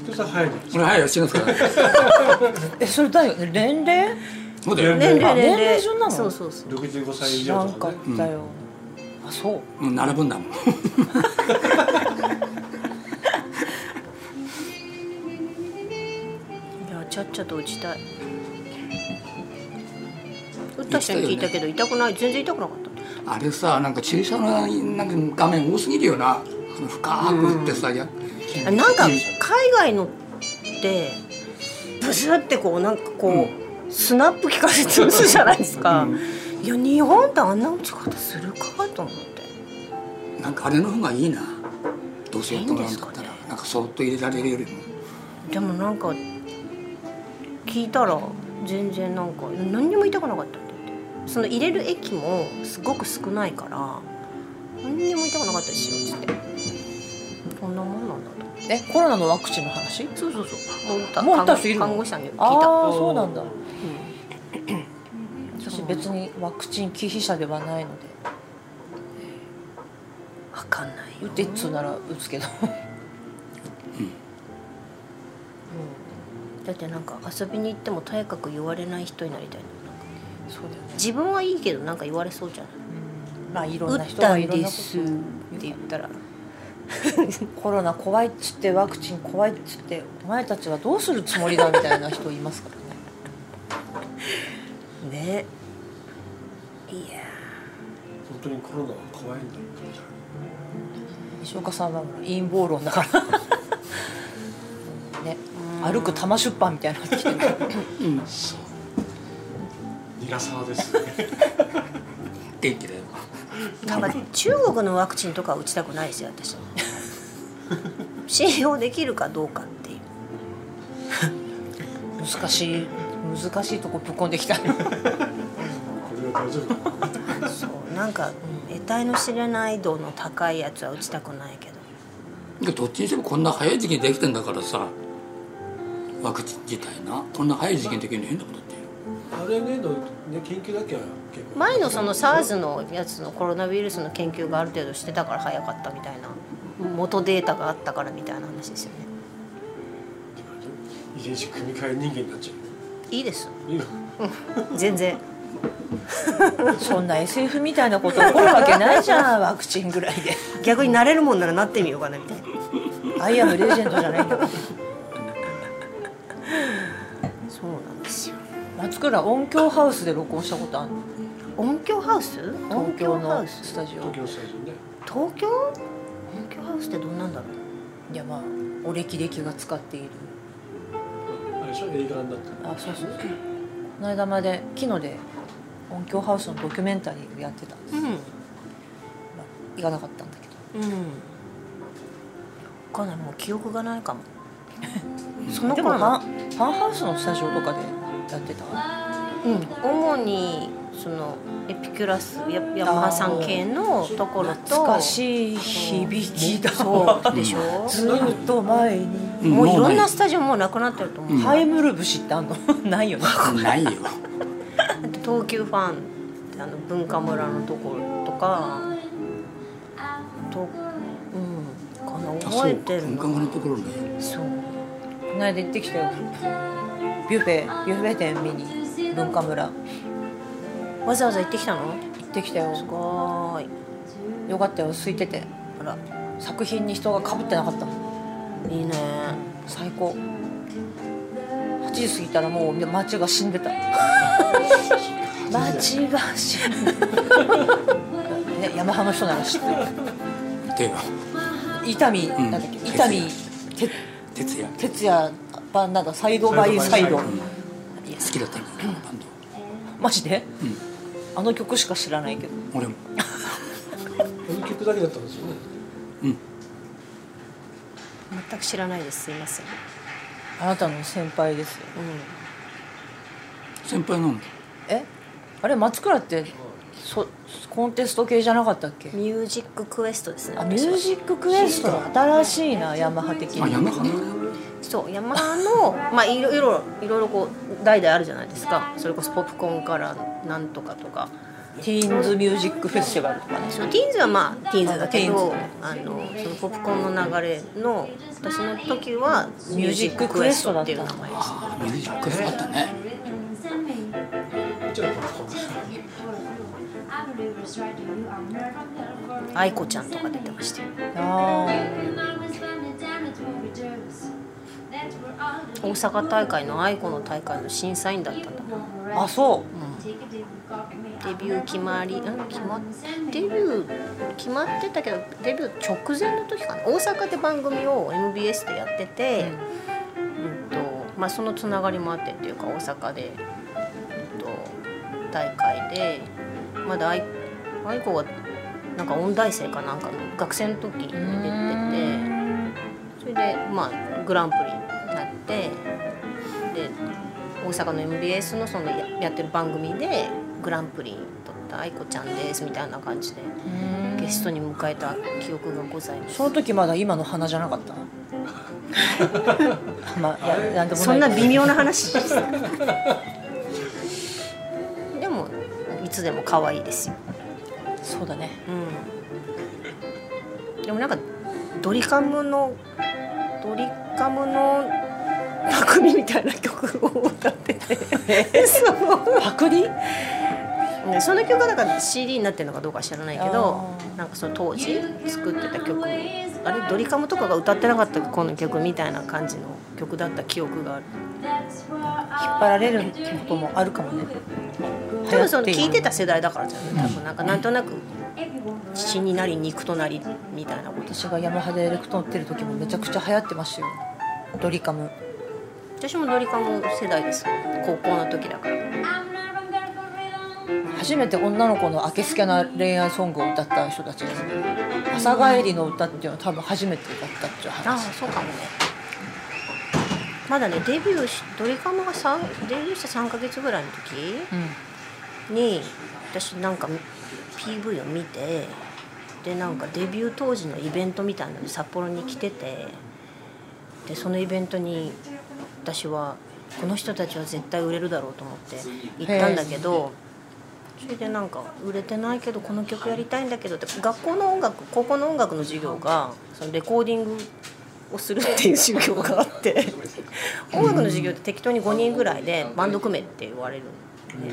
[SPEAKER 3] 人さ入る
[SPEAKER 2] これ早い4月 [laughs] からだよ
[SPEAKER 4] えそれだよね年齢
[SPEAKER 2] そうだよ
[SPEAKER 3] ね
[SPEAKER 1] 年
[SPEAKER 4] あ
[SPEAKER 1] 齢
[SPEAKER 4] 年
[SPEAKER 1] 年
[SPEAKER 4] 齢
[SPEAKER 1] 齢
[SPEAKER 4] 順なの
[SPEAKER 1] そうそうそう
[SPEAKER 3] 65歳以
[SPEAKER 4] 知ら
[SPEAKER 3] 上
[SPEAKER 4] ん
[SPEAKER 3] と
[SPEAKER 4] か
[SPEAKER 3] か
[SPEAKER 4] っ
[SPEAKER 3] ね
[SPEAKER 4] たよ、あそう
[SPEAKER 2] もう並ぶんだもん
[SPEAKER 1] いやちゃっちゃと打ちたい打った人に聞いたけど痛くない全然痛くなかったって
[SPEAKER 2] あれさなんか注射のなんか画面多すぎるよなあの深く打ってさ、や
[SPEAKER 1] あなんか海外のってブスってこうなんかこう、スナップ効かせて打つじゃないですか、いや日本ってあんな打ち方するかと思って
[SPEAKER 2] なんかあれの方がいいなどうせやっともらうんだっ
[SPEAKER 1] いいん
[SPEAKER 2] た
[SPEAKER 1] です
[SPEAKER 2] ら
[SPEAKER 1] か
[SPEAKER 2] なんかそーっと入れられるよりも
[SPEAKER 1] でもなんか聞いたら全然なんか何にも痛くなかったって言ってその入れる液もすごく少ないから何にも痛くなかったですよっつってこんなもんなんだと
[SPEAKER 4] えコロナのワクチンの話
[SPEAKER 1] そうそうそうもう打った
[SPEAKER 4] もう打った人いるの
[SPEAKER 1] 看護師さんに聞いた
[SPEAKER 4] ああそうなんだ、私別にワクチン忌避者ではないので
[SPEAKER 1] 分かんない
[SPEAKER 4] 打ってっつうなら打つけど
[SPEAKER 1] だってなんか遊びに行ってもとやかく言われない人になりたいのなんか
[SPEAKER 4] [laughs] そうだよね
[SPEAKER 1] 自分はいいけどなんか言われそうじゃない
[SPEAKER 4] まあいろ
[SPEAKER 1] 打
[SPEAKER 4] んな
[SPEAKER 1] っ
[SPEAKER 4] 人
[SPEAKER 1] た
[SPEAKER 4] がい
[SPEAKER 1] ん
[SPEAKER 4] ろん
[SPEAKER 1] で
[SPEAKER 4] なこ
[SPEAKER 1] すって言ったら
[SPEAKER 4] とコロナ怖いっつってワクチン怖いっつってお前たちはどうするつもりだみたいな人いますからね
[SPEAKER 1] ねいや
[SPEAKER 3] 本当にコロナは怖いんだろうな
[SPEAKER 4] 西岡さんはもう陰謀論だから [laughs] ね歩く玉出版みたいになってきてる
[SPEAKER 3] ニラサワです
[SPEAKER 2] 元気だよ
[SPEAKER 1] なんか中国のワクチンとかは打ちたくないですよ私
[SPEAKER 4] [laughs]
[SPEAKER 1] 信用できるかどうかっていう
[SPEAKER 4] 難しい難しいとこぶっこんできた
[SPEAKER 3] これは大丈夫かな
[SPEAKER 1] そうなんか得体の知れない度の高いやつは打ちたくないけど
[SPEAKER 2] どっちにしてもこんな早い時期にできてんだからさワクチン自体なこんな早い時期にできるの変なことって
[SPEAKER 3] あれねのね緊急だけは結構
[SPEAKER 1] 前のその SARS のやつのコロナウイルスの研究がある程度してたから早かったみたいな元データがあったからみたいな話ですよね
[SPEAKER 3] 遺伝子組み換え人間になっちゃ
[SPEAKER 4] [laughs]
[SPEAKER 1] いいです
[SPEAKER 3] ういいの
[SPEAKER 1] 全然
[SPEAKER 4] そんな SF みたいなこと起こるわけないじゃんワクチンぐらいで
[SPEAKER 1] 逆になれるもんならなってみようかなみたいな
[SPEAKER 4] アイアムレジェンドじゃないんだから
[SPEAKER 1] そうなんですよ
[SPEAKER 4] 松倉音響ハウスで録音したことある
[SPEAKER 1] 音響ハウス
[SPEAKER 4] の
[SPEAKER 1] 音響
[SPEAKER 4] 東京
[SPEAKER 1] ハ
[SPEAKER 4] の
[SPEAKER 1] ウ
[SPEAKER 4] ス
[SPEAKER 1] ス
[SPEAKER 4] タジオ
[SPEAKER 3] 東京スタジオね
[SPEAKER 1] 東京音響ハウスってどんなんだろう
[SPEAKER 4] いやまあお歴々が使っている
[SPEAKER 3] あれでしょ映画になってる
[SPEAKER 4] あそうそうこの間まで昨日で音響ハウスのドキュメンタリーをやってたんです、
[SPEAKER 1] う
[SPEAKER 4] まあ行かなかったんだけど
[SPEAKER 1] んうんかなりもう記憶がないかもその
[SPEAKER 4] でもフ
[SPEAKER 1] 頃
[SPEAKER 4] ァ
[SPEAKER 1] の
[SPEAKER 4] ンファンハウスのスタジオとかでやってた
[SPEAKER 1] うん主にそのエピキュラスやヤマハさん系のところと
[SPEAKER 4] 懐かしい響きだ
[SPEAKER 1] そ
[SPEAKER 4] わ
[SPEAKER 1] うでしょ、
[SPEAKER 4] ずっと前に
[SPEAKER 2] うん
[SPEAKER 1] もういろんな
[SPEAKER 2] も
[SPEAKER 1] スタジオもうなくなってると思う、
[SPEAKER 2] うん
[SPEAKER 4] ハイムルブシってあんの [laughs] ないよね
[SPEAKER 2] うないないよ
[SPEAKER 1] あと東急ファンってあの文化村のところとかとうんかな
[SPEAKER 2] あ
[SPEAKER 1] 覚
[SPEAKER 2] そ
[SPEAKER 1] え
[SPEAKER 2] う
[SPEAKER 1] てる
[SPEAKER 2] 文
[SPEAKER 1] の
[SPEAKER 2] 化村のところね
[SPEAKER 1] そう
[SPEAKER 4] この間行ってきたよビュッフェビュッフェ店見に文化村行
[SPEAKER 1] わざわざ行ってきたの
[SPEAKER 4] ってきたよ
[SPEAKER 1] すごーい
[SPEAKER 4] よかったよ空いてて
[SPEAKER 1] あら
[SPEAKER 4] 作品に人がかぶってなかった
[SPEAKER 1] いいね
[SPEAKER 4] 最高8時過ぎたらもう街が死んでた [laughs] 街が死んでた、 [laughs] ね、ヤマハの人なら知ってる
[SPEAKER 2] では
[SPEAKER 4] 伊丹、なんだっけ伊丹て
[SPEAKER 2] 哲也好
[SPEAKER 4] 哲也版なんだサイドバイサイド
[SPEAKER 2] きだったねバンド
[SPEAKER 4] マジで、あの曲しか知らないけど
[SPEAKER 2] 俺も
[SPEAKER 3] あの曲だけだったんですよね
[SPEAKER 2] うん
[SPEAKER 1] 全く知らないですすいません
[SPEAKER 4] あなたの先輩ですよ
[SPEAKER 2] 先輩なの
[SPEAKER 4] えあれ松倉ってそコンテスト系じゃなかったっけ
[SPEAKER 1] ミュージッククエストですね
[SPEAKER 4] あミュージッククエストの新しいなヤマハ的
[SPEAKER 2] あ
[SPEAKER 4] に
[SPEAKER 2] 山花
[SPEAKER 1] そう山の [laughs] まあいろいろいろいろこう代々あるじゃないですかそれこそポップコーンからなんとかとか
[SPEAKER 4] ティーンズミュージックフェスティバルとかね
[SPEAKER 1] そのティーンズはまあティーンズだけど
[SPEAKER 4] ま
[SPEAKER 1] あのそのポップコーンの流れの私の時は
[SPEAKER 4] ミ
[SPEAKER 1] ミ
[SPEAKER 4] ュ
[SPEAKER 1] ュ
[SPEAKER 4] ー
[SPEAKER 1] ー
[SPEAKER 4] ジ
[SPEAKER 1] ジ
[SPEAKER 4] ッ
[SPEAKER 1] ッ
[SPEAKER 4] ク
[SPEAKER 1] ク
[SPEAKER 4] ク
[SPEAKER 1] ク
[SPEAKER 4] エ
[SPEAKER 1] エ
[SPEAKER 4] ス
[SPEAKER 1] ス
[SPEAKER 4] ト
[SPEAKER 1] ト
[SPEAKER 4] だ
[SPEAKER 1] だ
[SPEAKER 4] っ
[SPEAKER 1] ったて
[SPEAKER 4] ん
[SPEAKER 1] いう名前
[SPEAKER 4] だ
[SPEAKER 1] です
[SPEAKER 2] あミュージックあったね
[SPEAKER 3] こっちはこの感
[SPEAKER 1] 愛子ちゃんとか出てましたよ
[SPEAKER 4] あ
[SPEAKER 1] 大阪大会の愛子の大会の審査員だったんだ
[SPEAKER 4] ーあそう
[SPEAKER 1] デビュー決まりうん決まっデビュー決まってたけどデビュー直前の時かな大阪で番組を MBS でやってて、うんとまあ、そのつながりもあってっていうか大阪で、うん、と大会でまだ愛愛子がなんか音大生かなんかの学生の時に出ててそれでまあグランプリになってで大阪の MBS のそのややってる番組でグランプリに取った愛子ちゃんですみたいな感じでゲストに迎えた記憶がございます。
[SPEAKER 4] その時まだ今の花じゃなかった
[SPEAKER 1] [laughs]
[SPEAKER 4] まあいやなんでもないけど
[SPEAKER 1] そんな微妙な話です [laughs] でもいつでも可愛いですよ、
[SPEAKER 4] そうだね
[SPEAKER 1] うん、でもなんかドリカムのドリカムの匠みたいな曲を歌っててそう
[SPEAKER 4] パクリ
[SPEAKER 1] ねその曲がなんか CD になってるのかどうか知らないけど
[SPEAKER 4] あー
[SPEAKER 1] なんかその当時作ってた曲あれドリカムとかが歌ってなかったこの曲みたいな感じの曲だった記憶がある
[SPEAKER 4] 引っ張られることもあるかもね
[SPEAKER 1] 多分その聞いてた世代だからじゃない多分なんかなんとなく血になり肉となりみたいなこと
[SPEAKER 4] 私がヤマハでエレクトーン売ってる時もめちゃくちゃ流行ってましたよドリカム
[SPEAKER 1] 私もドリカム世代です高校の時だから
[SPEAKER 4] 初めて女の子の明けすけな恋愛ソングを歌った人たちです朝帰りの歌っていうのは多分初めてだったっていう
[SPEAKER 1] ああ
[SPEAKER 4] 話
[SPEAKER 1] そうかもねまだねデビューしドリカムがさんデビューして3ヶ月ぐらいの時
[SPEAKER 4] うん
[SPEAKER 1] に私なんか PV を見てでなんかデビュー当時のイベントみたいなので札幌に来ててでそのイベントに私はこの人たちは絶対売れるだろうと思って行ったんだけどそれでなんか売れてないけどこの曲やりたいんだけどって学校の音楽高校の音楽の授業がそのレコーディングをするっていう授業があって音楽の授業って適当に5人ぐらいでバンド組めって言われる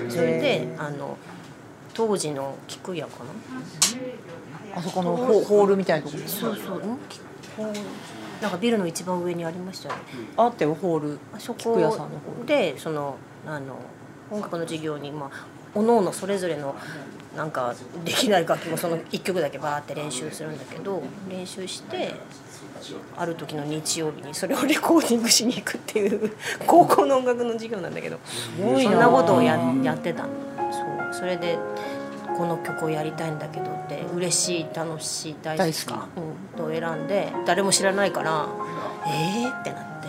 [SPEAKER 1] ねそれであの当時の菊屋かな
[SPEAKER 4] あそこのホホールみたいなとこ
[SPEAKER 1] そうそううん菊屋なんかビルの一番上にありましたよね
[SPEAKER 4] あったよホール
[SPEAKER 1] あそ
[SPEAKER 4] 菊屋さ
[SPEAKER 1] こ
[SPEAKER 4] んのホール
[SPEAKER 1] でそのあの音楽の授業にまあおのおのそれぞれのなんかできない楽器もその1曲だけバーって練習するんだけど練習してある時の日曜日にそれをレコーディングしに行くっていう高校の音楽の授業なんだけど
[SPEAKER 4] ごい
[SPEAKER 1] そ
[SPEAKER 4] なん
[SPEAKER 1] なことをややってたのそうそれでこの曲をやりたいんだけどって嬉しい楽しい大好き
[SPEAKER 4] 大好
[SPEAKER 1] うん、を選んで誰も知らないからえーってなって。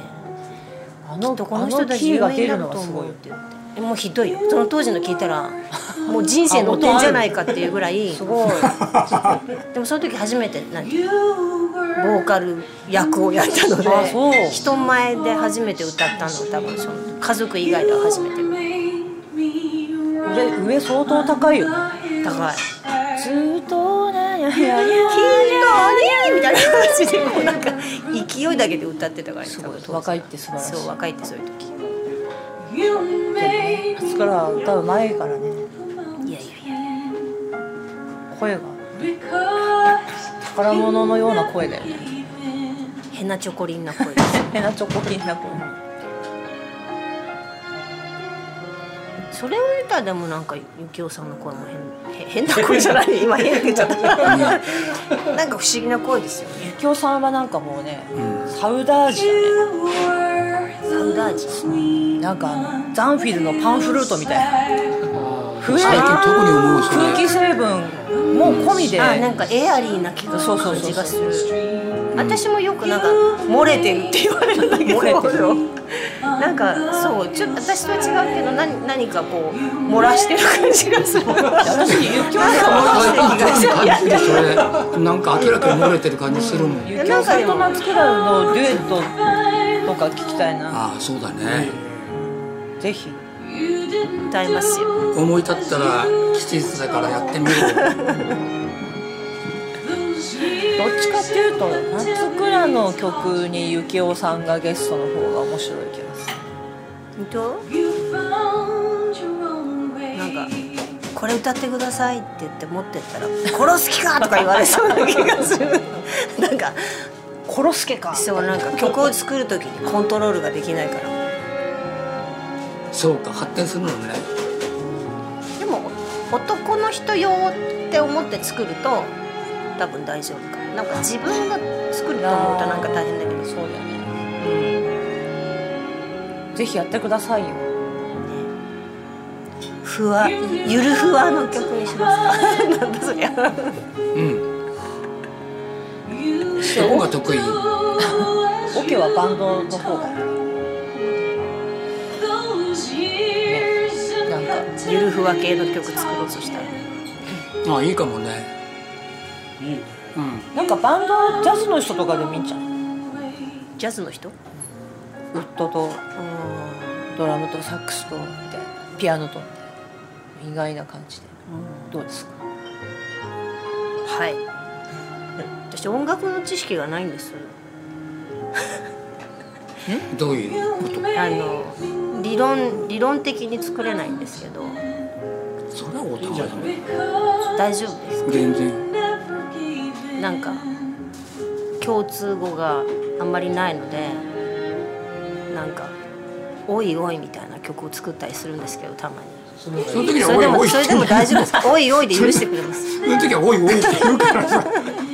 [SPEAKER 4] あ
[SPEAKER 1] き
[SPEAKER 4] の
[SPEAKER 1] っとこの人たち
[SPEAKER 4] キー
[SPEAKER 1] 有
[SPEAKER 4] が
[SPEAKER 1] 名に
[SPEAKER 4] 出
[SPEAKER 1] な
[SPEAKER 4] る
[SPEAKER 1] る
[SPEAKER 4] のは
[SPEAKER 1] と
[SPEAKER 4] す
[SPEAKER 1] 思
[SPEAKER 4] ご
[SPEAKER 1] っ
[SPEAKER 4] いうよ
[SPEAKER 1] て言ってえもうひどいよその当時の聞いた
[SPEAKER 4] [laughs]
[SPEAKER 1] らもう人生乗ってんじゃないかっていうぐらいすごい [laughs] でもその時初めて何ボーカル役をやったので
[SPEAKER 4] あそう
[SPEAKER 1] 人前で初めて歌ったの多分その家族以外では初めて
[SPEAKER 4] 上上相当高いよね
[SPEAKER 1] 高い
[SPEAKER 4] ずっとね
[SPEAKER 1] 「
[SPEAKER 4] やや
[SPEAKER 1] ヒーローみたいな感じでこうなんか勢いだけで歌ってたからす
[SPEAKER 4] 若いって素晴らしい
[SPEAKER 1] そう若いってそういう時
[SPEAKER 4] だから多分前からね
[SPEAKER 1] いやいや
[SPEAKER 4] 声が宝物のような声だよね
[SPEAKER 1] 変なチョコリンな声です
[SPEAKER 4] ヘナチョコリンな声
[SPEAKER 1] [laughs] それを言ったらでもなんかゆきおさんの声も変へ変な声じゃ [laughs] ない今変って言っちゃったなんか不思議な声ですよね
[SPEAKER 4] ゆきおさんはなんかもうね、
[SPEAKER 2] う
[SPEAKER 4] サウダージだ
[SPEAKER 1] サウダージ
[SPEAKER 4] ねなんかあのザンフィルのパンフルートみたいな
[SPEAKER 2] 最近特に思うそ
[SPEAKER 4] 空
[SPEAKER 2] れ
[SPEAKER 4] 気成分も込みで
[SPEAKER 1] あなんかエアリーな気が
[SPEAKER 4] そうそう
[SPEAKER 1] 感
[SPEAKER 4] そう
[SPEAKER 1] じ
[SPEAKER 4] そう
[SPEAKER 1] がする私もよくなんか漏れてるって言われるんだけど
[SPEAKER 4] 漏れてる
[SPEAKER 1] なんかそうちょ私とは違うけど何何かこう漏らしてる感じがする
[SPEAKER 4] 私ゆきおさん
[SPEAKER 2] 最近特に感じるそれなんか明らかに漏れてる感じするもん
[SPEAKER 4] ゆきおさんと松倉のデュエットとか聞きたいな
[SPEAKER 2] ああそうだね
[SPEAKER 4] ぜひ
[SPEAKER 1] 歌いますよ
[SPEAKER 2] 思い立ったら吉日だからやってみよう
[SPEAKER 4] どっちかっていうと松倉の曲にゆきおさんがゲストの方が面白い気がする
[SPEAKER 1] 本当なんか「これ歌ってください」って言って持ってったら「殺す気か!」とか言われそうな気がするなんか
[SPEAKER 4] 殺すけか
[SPEAKER 1] そうなんか曲を作る時にコントロールができないから
[SPEAKER 2] そうか発展するのね
[SPEAKER 1] でも男の人用って思って作ると多分大丈夫かななんか自分が作ると思うとなんか大変だけど
[SPEAKER 4] そうだよね、ぜひやってくださいよ
[SPEAKER 1] ふわゆるふわの曲にしますか [laughs] なんだそりゃ
[SPEAKER 2] うんどこが得意
[SPEAKER 4] オケはバンドの方がいいねなんか
[SPEAKER 1] ゆるふわ系の曲作ろうとしたら
[SPEAKER 2] ああいいかもね
[SPEAKER 3] いいね
[SPEAKER 2] うん
[SPEAKER 4] なんかバンドジャズの人とかでもいいんじゃん
[SPEAKER 1] ジャズの人
[SPEAKER 4] ウッドと
[SPEAKER 1] うん
[SPEAKER 4] ドラムとサックスとみたいなピアノとみたいな意外な感じで、どうですか
[SPEAKER 1] はい。私音楽の知識がないんです。
[SPEAKER 2] どういう
[SPEAKER 1] あの理論理論的に作れないんですけど、
[SPEAKER 2] それはお互いだね
[SPEAKER 1] 大丈夫です。
[SPEAKER 2] 全然
[SPEAKER 1] なんか共通語があんまりないので、なんかおいおいみたいな曲を作ったりするんですけどたまに。
[SPEAKER 3] その
[SPEAKER 2] その時に
[SPEAKER 1] そ
[SPEAKER 2] は
[SPEAKER 1] れで
[SPEAKER 2] おいお
[SPEAKER 1] も
[SPEAKER 2] い
[SPEAKER 1] それでも大丈夫です。おいおいで許してくれます。
[SPEAKER 2] その時はおいおいって言うからさ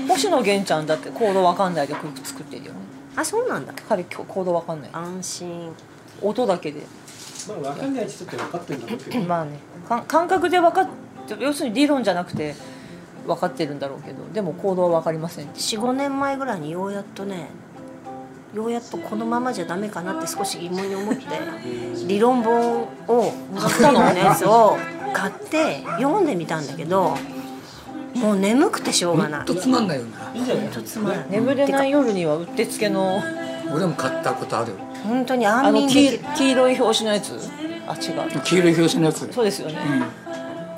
[SPEAKER 4] 星野源ちゃんだってコードわかんないで曲作ってるよね
[SPEAKER 1] あそうなんだ。
[SPEAKER 4] 彼今日コードわかんない
[SPEAKER 1] 安心。
[SPEAKER 4] 音だけで
[SPEAKER 3] まあ分かんない人って分かってるんだろうけど
[SPEAKER 4] まあねか感覚で分かって要するに理論じゃなくて分かってるんだろうけどでも行動は分かりません
[SPEAKER 1] 45年前ぐらいにようやっとねようやっとこのままじゃダメかなって少し疑問に思って理論本を学のやつを買って読んでみたんだけどもう眠くてしょうが
[SPEAKER 2] ほ
[SPEAKER 1] なんい。
[SPEAKER 2] とつまんないよな
[SPEAKER 1] とつまらない
[SPEAKER 4] 眠れない夜にはうってつけの
[SPEAKER 2] 俺も買ったことあるよ
[SPEAKER 1] 本当に
[SPEAKER 4] あ
[SPEAKER 1] 安
[SPEAKER 4] の
[SPEAKER 1] 眠でき
[SPEAKER 4] 黄
[SPEAKER 1] る
[SPEAKER 4] 黄色い表紙のやつあ違う
[SPEAKER 2] 黄色い表紙のやつ
[SPEAKER 4] そうですよね、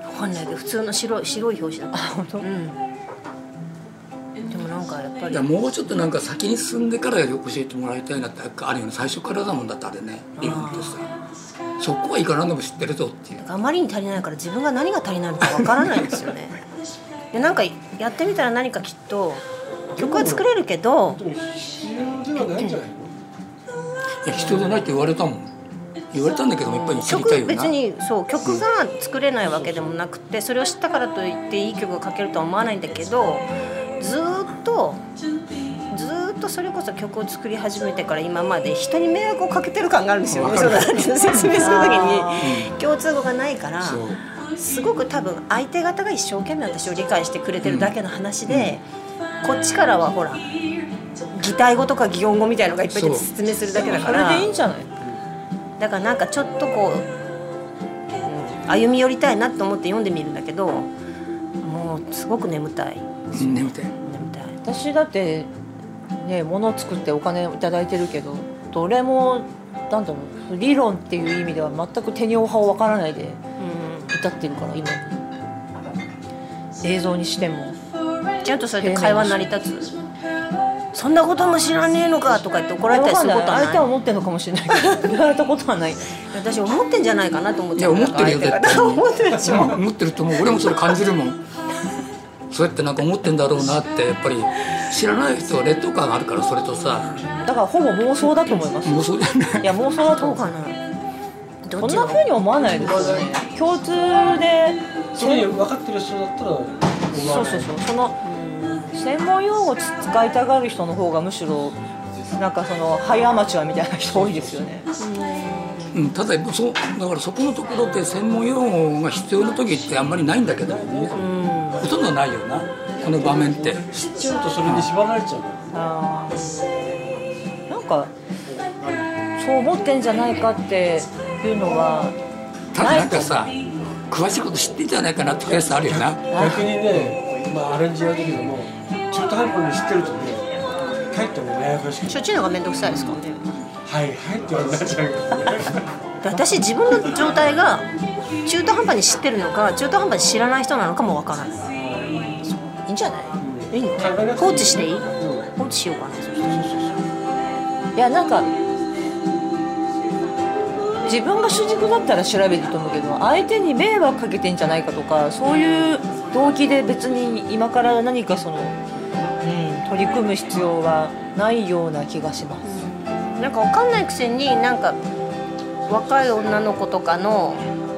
[SPEAKER 1] わかんないけど普通の白い白い表紙だっ
[SPEAKER 4] 本
[SPEAKER 1] た、
[SPEAKER 4] 当
[SPEAKER 1] うん、でもなんかやっぱ
[SPEAKER 2] い
[SPEAKER 1] り
[SPEAKER 2] やもうちょっとなんか先に進んでから教えてもらいたいなってあるよね最初からだもんだってあれね理論ってさそこはいかなんでも知ってるぞっていう
[SPEAKER 1] あまりに足りないから自分が何が足りないのかわからないんですよねでなんかやってみたら何かきっと曲は作れるけど
[SPEAKER 3] でも必要ではないんじゃないの
[SPEAKER 2] いや必要じゃないって言われたもん言われたんだけどもやっぱり知りたい
[SPEAKER 1] 曲
[SPEAKER 2] よな
[SPEAKER 1] 別にそう曲が作れないわけでもなくてそれを知ったからといっていい曲が書けるとは思わないんだけどずーっとずーっとそれこそ曲を作り始めてから今まで人に迷惑をかけてる感があるんですよね
[SPEAKER 2] わ
[SPEAKER 1] そ
[SPEAKER 2] かる
[SPEAKER 1] のなんていうの説明する時
[SPEAKER 4] あ
[SPEAKER 1] に共通語がないから。
[SPEAKER 2] そう
[SPEAKER 1] すごく多分相手方が一生懸命私を理解してくれてるだけの話で、こっちからはほら擬態語とか擬音語みたいのがいっぱい出て
[SPEAKER 2] そう
[SPEAKER 1] 説明するだけだ
[SPEAKER 4] そ
[SPEAKER 1] か
[SPEAKER 4] れ
[SPEAKER 1] ら
[SPEAKER 4] でいいんじゃない
[SPEAKER 1] だからなんかちょっとこう、うん歩み寄りたいなと思って読んでみるんだけどもうすごく眠たい
[SPEAKER 2] うん眠たい
[SPEAKER 1] 眠たい
[SPEAKER 4] 私だってね物を作ってお金をいただいてるけどどれもなんだろう理論っていう意味では全く手にお葉をわからないで至ってるから今映像にしても
[SPEAKER 1] うんちゃんとそうやって会話成り立つそんなことも知らねえのかとか言って怒られたりすることは
[SPEAKER 4] 相手は
[SPEAKER 1] ない
[SPEAKER 4] 思ってるのかもしれないけど言われたことはない
[SPEAKER 1] 私思ってんじゃないかなと思っ
[SPEAKER 2] い
[SPEAKER 1] ちゃ
[SPEAKER 2] や
[SPEAKER 1] う
[SPEAKER 2] 思ってるよ
[SPEAKER 1] だから
[SPEAKER 2] 絶
[SPEAKER 1] 相手が [laughs] 思っ
[SPEAKER 2] 対に
[SPEAKER 1] てるでしょ
[SPEAKER 2] うん思ってると思う俺もそれ感じるもんそうやってなんか思ってんだろうなってやっぱり知らない人は劣等感があるからそれとさ
[SPEAKER 4] だからほぼ妄想だと思います
[SPEAKER 2] 妄想じゃない
[SPEAKER 4] いや妄想だと
[SPEAKER 1] そ
[SPEAKER 4] 思
[SPEAKER 1] う
[SPEAKER 4] う
[SPEAKER 1] かなど
[SPEAKER 4] そ
[SPEAKER 1] っ
[SPEAKER 4] ん
[SPEAKER 1] ち
[SPEAKER 4] な
[SPEAKER 1] が
[SPEAKER 4] 風に思わないですよね共通で
[SPEAKER 3] それ分かってる人だったら思わ
[SPEAKER 4] そう
[SPEAKER 3] ない
[SPEAKER 4] そうそうその専門用語使いたがる人の方がむしろなんかそのハイアマチュアみたいな人多いですよね
[SPEAKER 2] うん、ただそうだからそこのところで専門用語が必要な時ってあんまりないんだけどもねほとんどないよなこの場面って
[SPEAKER 3] 知っちゃうとそれに縛られちゃう
[SPEAKER 4] あーなんかそう思ってんじゃないかっていうのは
[SPEAKER 2] ただなんかさ詳しいこと知ってんじゃないかなってやつあるよな
[SPEAKER 3] 逆にね、まあ、アレンジやるけども中途半端に知ってるとね帰ってもややこしくて
[SPEAKER 1] そっちの方が面倒くさいですかね
[SPEAKER 3] 「はいはい」って言われちゃうからね
[SPEAKER 1] 私自分の状態が中途半端に知ってるのか中途半端に知らない人なのかもわからないいいんじゃないいいの
[SPEAKER 3] 考えなくていい
[SPEAKER 1] 放置していい
[SPEAKER 3] うん
[SPEAKER 1] 放置しようかなそれ
[SPEAKER 4] いやなんか自分が主軸だったら調べると思うけど相手に迷惑かけてんじゃないかとかそういう動機で別に今から何かその、うん、取り組む必要はないような気がします。
[SPEAKER 1] なんかわかんないくせになんか若い女の子とかの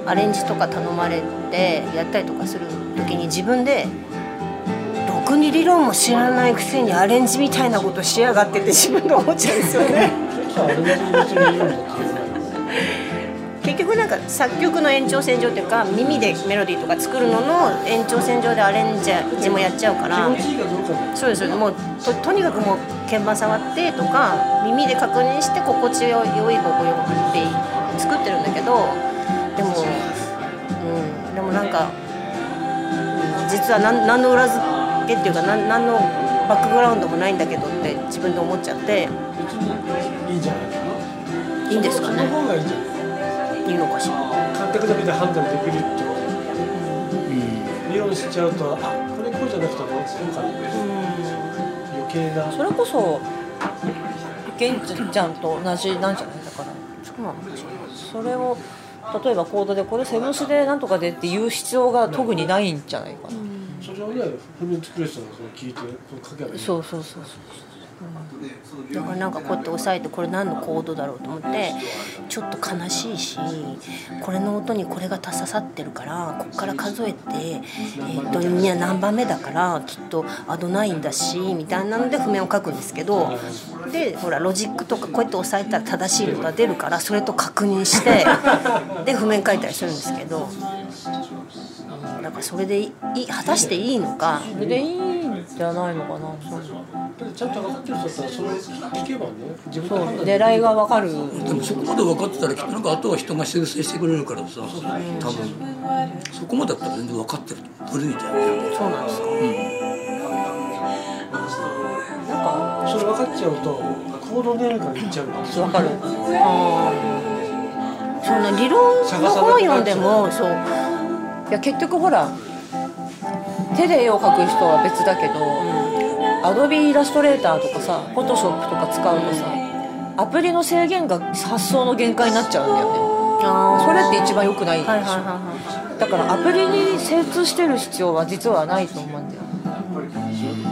[SPEAKER 1] アレンジとか頼まれてやったりとかする時に自分で「ろくに理論も知らないくせにアレンジみたいなことしやがって」って自分が思っちゃうんですよね
[SPEAKER 3] そしたらアレンジ別にいいんだって言わない
[SPEAKER 1] 結局なんか作曲の延長線上っていうか耳でメロディーとか作るのの延長線上でアレンジもやっちゃうから
[SPEAKER 3] 気持ちいいかどうかね
[SPEAKER 1] そうですよねもうととにかくもう鍵盤触ってとか耳で確認して心地よい心地よいって作ってるんだけどでもうんでもなんかうん実は何何の裏付けっていうか何何のバックグラウンドもないんだけどって自分で思っちゃって
[SPEAKER 3] 別にいいんじゃないか
[SPEAKER 1] いいんですか
[SPEAKER 3] なそ
[SPEAKER 1] ね
[SPEAKER 3] の方がいいんじゃない
[SPEAKER 1] いいのかしら
[SPEAKER 3] 感覚だけで判断できるってこと理論しちゃうとあこれこうじゃなくてもそうかな余計な
[SPEAKER 4] それこそ源ちゃんと同じなんじゃないだから
[SPEAKER 1] そうなのかしら
[SPEAKER 4] それを例えばコードでこれセブンスでなんとかでって言う必要が特にないんじゃないかな、
[SPEAKER 3] それをね譜面作る人がそれ聞いてこれ書けばいい
[SPEAKER 4] そうそうそうそう
[SPEAKER 1] だからなんかこうやって押さえてこれ何のコードだろうと思ってちょっと悲しいしこれの音にこれが足ささってるからこっから数えて、えー、といや何番目だからきっとアドナインだしみたいなので譜面を書くんですけどでほらロジックとかこうやって押さえたら正しいのが出るからそれと確認してで譜面書いたりするんですけどなんかそれでいい果たしていいのか。
[SPEAKER 4] それでいいんじゃないのかなそう
[SPEAKER 3] やっぱりちゃんと分かってる人だったらそれを聞けばね自分
[SPEAKER 4] そ
[SPEAKER 3] の
[SPEAKER 4] う
[SPEAKER 3] 判断で
[SPEAKER 4] 狙いがわかる
[SPEAKER 2] でもそこまで分かってたらきっとなんかあとは人が修正してくれるからさ多分そこまでだったら全然分かってる古いじゃん
[SPEAKER 1] そうなんですか
[SPEAKER 4] なんか
[SPEAKER 3] それ分かっちゃうと行動能力がいっちゃうからそ
[SPEAKER 4] わかる
[SPEAKER 1] そんな理論の本読んでもそう
[SPEAKER 4] いや結局ほら手で絵を描く人は別だけど、アドビイラストレーターとかさフォトショップとか使うとさアプリの制限が発想の限界になっちゃうんだよねそ
[SPEAKER 1] そ
[SPEAKER 4] れって一番良くないでしょ、
[SPEAKER 1] はいはいはいは
[SPEAKER 4] だからアプリに精通してる必要は実はないと思うんだよ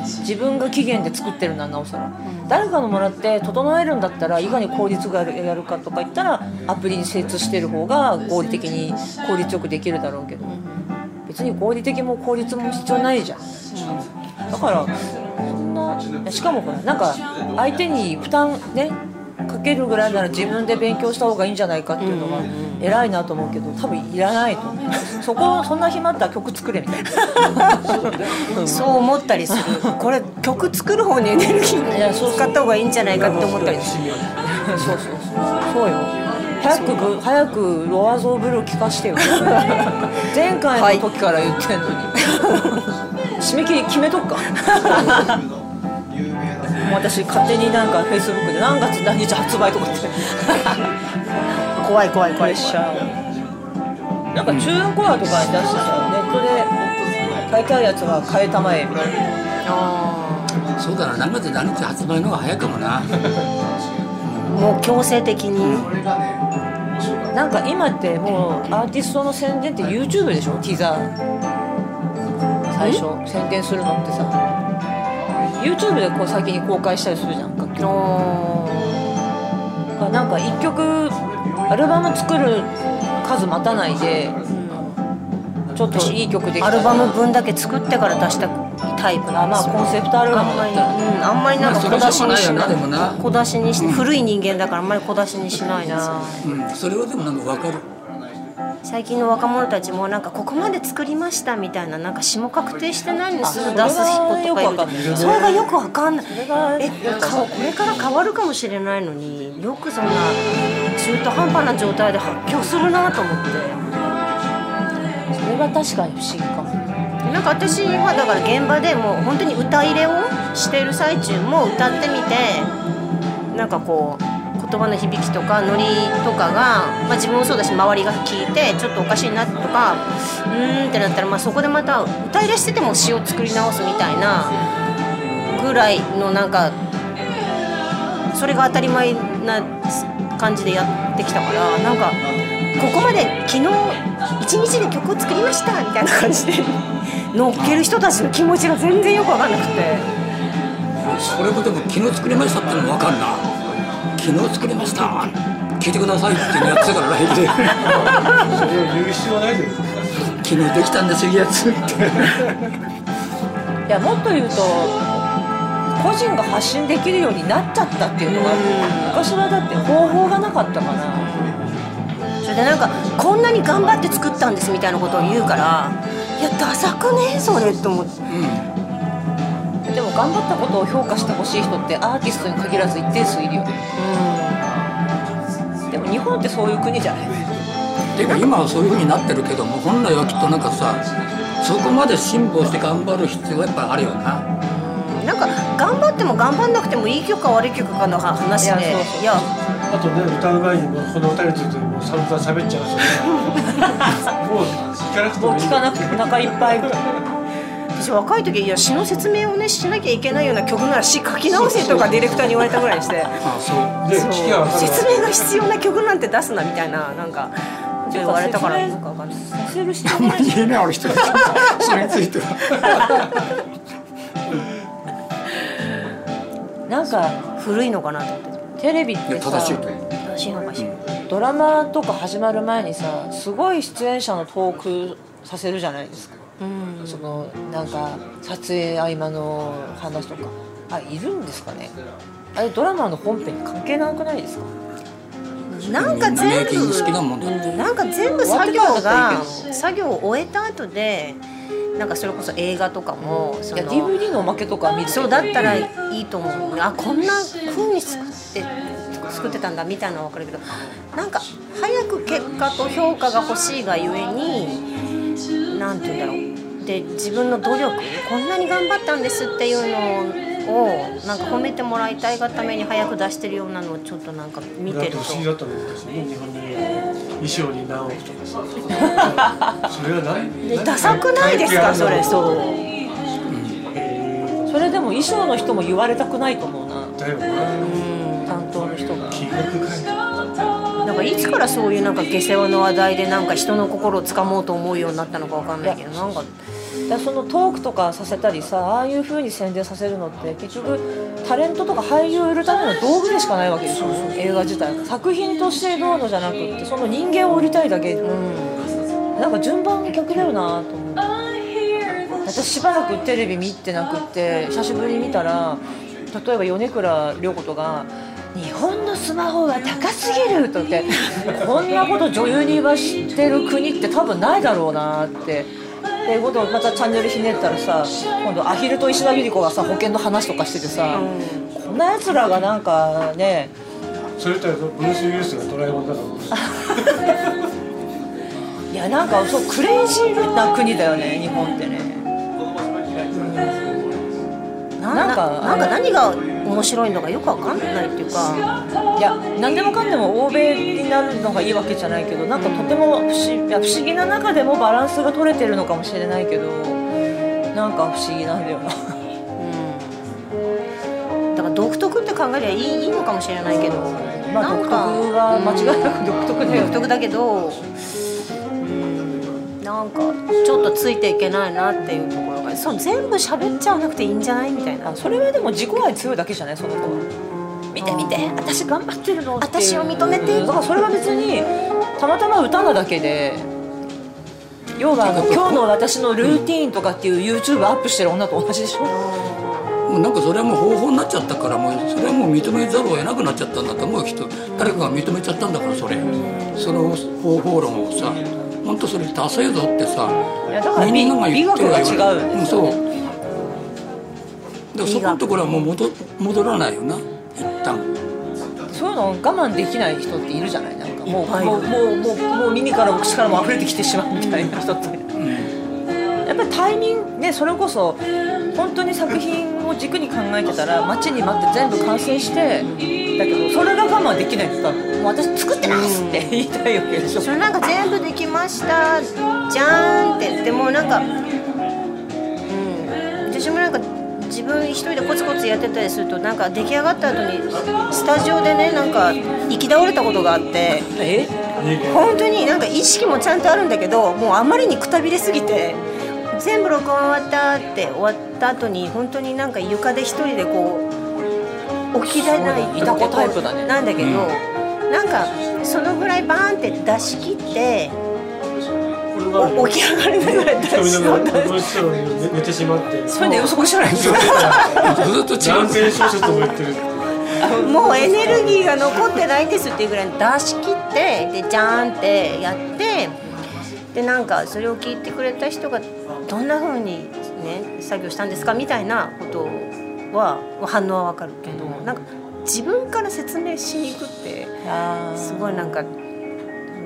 [SPEAKER 4] 自分が期限で作ってるならなおさら、誰かのもらって整えるんだったらいかに効率がやるかとか言ったらアプリに精通してる方が合理的に効率よくできるだろうけど、別に合理的も効率も必要ないじゃん、だからそんなしかもほらなんか相手に負担ねかけるぐらいなら自分で勉強した方がいいんじゃないかっていうのは偉いなと思うけど多分いらないと思うそこそんな暇あったら曲作れみたいない
[SPEAKER 1] そう思ったりする
[SPEAKER 8] これ曲作る方にエネルギ
[SPEAKER 4] いやそうそ
[SPEAKER 8] ー
[SPEAKER 4] う
[SPEAKER 8] 使った方がいいんじゃないかって思ったりす
[SPEAKER 4] そ
[SPEAKER 8] る
[SPEAKER 4] うそうそうそうよ早くぐ早くロアゾーブルー聞か [laughs] してよ前回の時から言ってんのに、締め切り決めとくかもう [laughs] 私勝手になんかフェイスブックで何月何日発売とか [laughs] って
[SPEAKER 1] 怖い怖い
[SPEAKER 4] プ
[SPEAKER 1] 怖
[SPEAKER 4] レ
[SPEAKER 1] い
[SPEAKER 4] ッシャーなんか中古屋とかに出してさネットで買いたいやつは買えたまえみたいな
[SPEAKER 1] あ
[SPEAKER 2] そうだな何月何日発売の方が早いかもな
[SPEAKER 1] ーもう強制的に
[SPEAKER 4] なんか今ってもうアーティストの宣伝って YouTube でしょティザー最初宣伝するのってさ YouTube でこう先に公開したりするじゃん楽曲がなんか一曲アルバム作る数待たないで、ちょっといい曲できた
[SPEAKER 1] ア
[SPEAKER 4] ら
[SPEAKER 1] ルバム分だけ作ってから出したタイプな
[SPEAKER 4] あ
[SPEAKER 1] んで
[SPEAKER 4] まあ
[SPEAKER 1] すよ
[SPEAKER 4] コンセプトアルバ
[SPEAKER 1] あ
[SPEAKER 4] ム
[SPEAKER 1] んま
[SPEAKER 4] だっ
[SPEAKER 1] り、
[SPEAKER 4] たら
[SPEAKER 1] うん、あんまりなんか小出しにしな
[SPEAKER 2] まあそ
[SPEAKER 1] い
[SPEAKER 2] れはしょうがないよなでもな
[SPEAKER 1] 小出しにし古い人間だからあんまり小出しにしないな
[SPEAKER 2] うんそれはでもなんか分かる
[SPEAKER 1] 最近の若者たちもなんかここまで作りましたみたいななんか詞も確定してないのにすぐ出す人とかい
[SPEAKER 4] あそれはよくわかんない
[SPEAKER 1] るそれがよくわかんない
[SPEAKER 4] れが
[SPEAKER 1] えかこれから変わるかもしれないのによくそんな中途半端な状態で発狂するなと思って。
[SPEAKER 4] それは確かに不思議かも
[SPEAKER 1] なんか私はだから現場でもう本当に歌入れをしている最中も歌ってみてなんかこう言葉の響きとかノリとかが、まあ、自分もそうだし周りが聞いてちょっとおかしいなとかうーんってなったら、まあ、そこでまた歌入れしてても詞を作り直すみたいなぐらいのなんかそれが当たり前な感じでやってきたからなんかここまで昨日一日で曲を作りましたみたいな感じで乗っける人たちの気持ちが全然よく分かんなくて
[SPEAKER 2] それもでも昨日作りましたってのも分かるな昨日作りました聞いてくださいっていうのやってたからライブ [laughs] で
[SPEAKER 3] それを言う必要はないですよ
[SPEAKER 2] 昨日できたんですよいいやつって
[SPEAKER 4] いやもっと言うと個人が発信できるようになっちゃったっていうのが昔はだって方法がなかったから
[SPEAKER 1] それでなんかこんなに頑張って作ったんですみたいなことを言うからいやダサくねそれと思って
[SPEAKER 4] でも頑張ったことを評価してほしい人ってアーティストに限らず一定数いるよねでも日本ってそういう国じゃない
[SPEAKER 2] ていうか今はそういう風になってるけども本来はきっとなんかさそこまで辛抱して頑張る必要はやっぱあるよな
[SPEAKER 1] なんか頑張っても頑張んなくてもいい曲か悪い曲かの話でい
[SPEAKER 4] い
[SPEAKER 1] や
[SPEAKER 4] やそう
[SPEAKER 3] あと
[SPEAKER 4] そう
[SPEAKER 3] ね歌う前にもこの歌についてもう散々喋っちゃうし、もう聞かなくて
[SPEAKER 4] もう
[SPEAKER 3] もいい
[SPEAKER 4] 聞かなくてお腹いっ
[SPEAKER 1] [laughs]
[SPEAKER 4] ぱいみたいな
[SPEAKER 1] 私若い時いや詩の説明をねしなきゃいけないような曲なら詩書き直せとかディレクターに言われたぐらいして。
[SPEAKER 2] あそう
[SPEAKER 3] で
[SPEAKER 1] そう
[SPEAKER 3] 聞きゃ分かる
[SPEAKER 1] 説明が必要な曲なんて出すなみたいななんか言われたからなんかわかんない
[SPEAKER 4] させる必要
[SPEAKER 2] あん
[SPEAKER 4] もな
[SPEAKER 2] ま
[SPEAKER 4] い
[SPEAKER 2] り言えないある人だそれについては
[SPEAKER 4] なんか
[SPEAKER 1] 古いのかなと思って
[SPEAKER 4] テレビっ
[SPEAKER 2] いや
[SPEAKER 4] て
[SPEAKER 2] 正
[SPEAKER 4] さ
[SPEAKER 2] しいと思う
[SPEAKER 1] 正しいのかしら
[SPEAKER 4] ドラマとか始まる前にさすごい出演者のトークさせるじゃないですか、そのなんか撮影合間の話とかあいるんですかねあれドラマの本編に関係なくないですか
[SPEAKER 1] なんか
[SPEAKER 2] みんなね
[SPEAKER 1] 全部
[SPEAKER 2] 好きだもんだって
[SPEAKER 1] うなんか全部作業が作業を終えた後でなんかそれこそ映画とかもそ
[SPEAKER 4] いや
[SPEAKER 1] の
[SPEAKER 4] DVD のおまけとか見て
[SPEAKER 1] そうだったらいいと思うあこんな風に作って作ってたんだみたいなのは分かるけどなんか早く結果と評価が欲しいがゆえに何て言うんだろうで自分の努力こんなに頑張ったんですっていうのをなんか褒めてもらいたいがために早く出してるようなのをちょっとなんか見
[SPEAKER 3] だってて
[SPEAKER 1] ると
[SPEAKER 3] 不思議だったのですね日本の衣装に何億とかさそれは何
[SPEAKER 1] でダサくないですかそれそう
[SPEAKER 4] それでも衣装の人も言われたくないと思うな
[SPEAKER 3] だよね
[SPEAKER 4] 担当の人が
[SPEAKER 3] 金額書いて
[SPEAKER 1] なんかいつからそういうなんか下世話の話題でなんか人の心をつかもうと思うようになったのかわかんないけどなんか
[SPEAKER 4] だからそのトークとかさせたりさああいう風に宣伝させるのって結局タレントとか俳優を売るための道具でしかないわけでしょ映画自体が作品としてどうのじゃなくってその人間を売りたいだけ、なんか順番逆だよなと思う私しばらくテレビ見てなくって久しぶりに見たら例えば米倉涼子とが「日本のスマホは高すぎる」と言ってこんなこと女優に言わしてる国って多分ないだろうなって。で今度またチャンネルひねったらさ今度アヒルと石田ゆり子がさ保険の話とかしててさ、こんなやつらがなんかね
[SPEAKER 3] それ言ったらブルース・ウィルスがドラえもんだから
[SPEAKER 4] いやなんかそうクレイジーな国だよね日本ってね
[SPEAKER 1] な
[SPEAKER 4] なんか
[SPEAKER 1] ななんか何が面白いのかよくわかんないっていうか
[SPEAKER 4] いや何でもかんでも欧米になるのがいいわけじゃないけどなんかとても不思いや不思議な中でもバランスが取れてるのかもしれないけどなんか不思議なんだよな
[SPEAKER 1] だから独特って考えりゃいいいいのかもしれないけど
[SPEAKER 4] まあ
[SPEAKER 1] なん
[SPEAKER 4] 独
[SPEAKER 1] か
[SPEAKER 4] 特は間違いなく独特だよ
[SPEAKER 1] 独
[SPEAKER 4] ね
[SPEAKER 1] 特だけどうんなんかちょっとついていけないなっていうところがそう全部喋っちゃわなくていいんじゃないみたいな
[SPEAKER 4] あそれはでも自己愛強いだけじゃないその子は見て見て私頑張ってるのっていう
[SPEAKER 1] 私を認めて
[SPEAKER 4] うんだからそれは別にたまたま歌なだけで要はあの今日の私のルーティーンとかっていう YouTube アップしてる女と同じでしょ
[SPEAKER 2] もうなんかそれはもう方法になっちゃったからもうそれはもう認めざるを得なくなっちゃったんだと思う人誰かが認めちゃったんだからそれその方法論をさ本当それダサいぞってさ
[SPEAKER 4] いやだから
[SPEAKER 2] み
[SPEAKER 4] 美
[SPEAKER 2] んなが
[SPEAKER 4] 美
[SPEAKER 2] 言っ
[SPEAKER 4] 学
[SPEAKER 2] てる
[SPEAKER 4] が
[SPEAKER 2] わよ
[SPEAKER 4] 違うよ
[SPEAKER 2] う
[SPEAKER 4] ね
[SPEAKER 2] んそうだからそこのところはもう戻戻らないよな一旦
[SPEAKER 4] そういうのを我慢できない人っているじゃないなんかもう
[SPEAKER 1] いっぱいいる
[SPEAKER 4] もうもうもうもう耳からも口からも溢れてきてしまうみたいな人って、やっぱりタイミングねそれこそ本当に作品を軸に考えてたら待ちに待って全部完成してだけどそれが我慢できないって多分もう私作ってますって言いたいわけでしょ
[SPEAKER 1] それなんか全部できましたじゃーんって言ってもうなんかうん私もなんか自分一人でコツコツやってたりするとなんか出来上がった後にスタジオでねなんか行き倒れたことがあって
[SPEAKER 4] え
[SPEAKER 1] 本当になんか意識もちゃんとあるんだけどもうあんまりにくたびれすぎて全部録音終わったって終わった後に本当になんか床で一人でこう起きられない
[SPEAKER 4] いたこタイプだね
[SPEAKER 1] なんだけど、なんかそのぐらいバーンって出し切って
[SPEAKER 3] これがある
[SPEAKER 1] 起き上がりながら出
[SPEAKER 3] 人
[SPEAKER 1] し
[SPEAKER 3] 見
[SPEAKER 1] 込
[SPEAKER 3] なが
[SPEAKER 1] ん
[SPEAKER 4] [laughs]
[SPEAKER 3] ら
[SPEAKER 1] だ
[SPEAKER 3] 録音してたのに寝寝てしまって
[SPEAKER 4] そういうの予測しないんですよ
[SPEAKER 2] ずっと違うん
[SPEAKER 3] 何
[SPEAKER 2] ですよ
[SPEAKER 3] 千小節も言ってる
[SPEAKER 1] [laughs] もうエネルギーが残ってないですっていうぐらい出し切ってでジャーンってやってでなんかそれを聞いてくれた人がどんな風にね作業したんですかみたいなことは反応はわかるけどなんか自分から説明しに行くってすごいなんか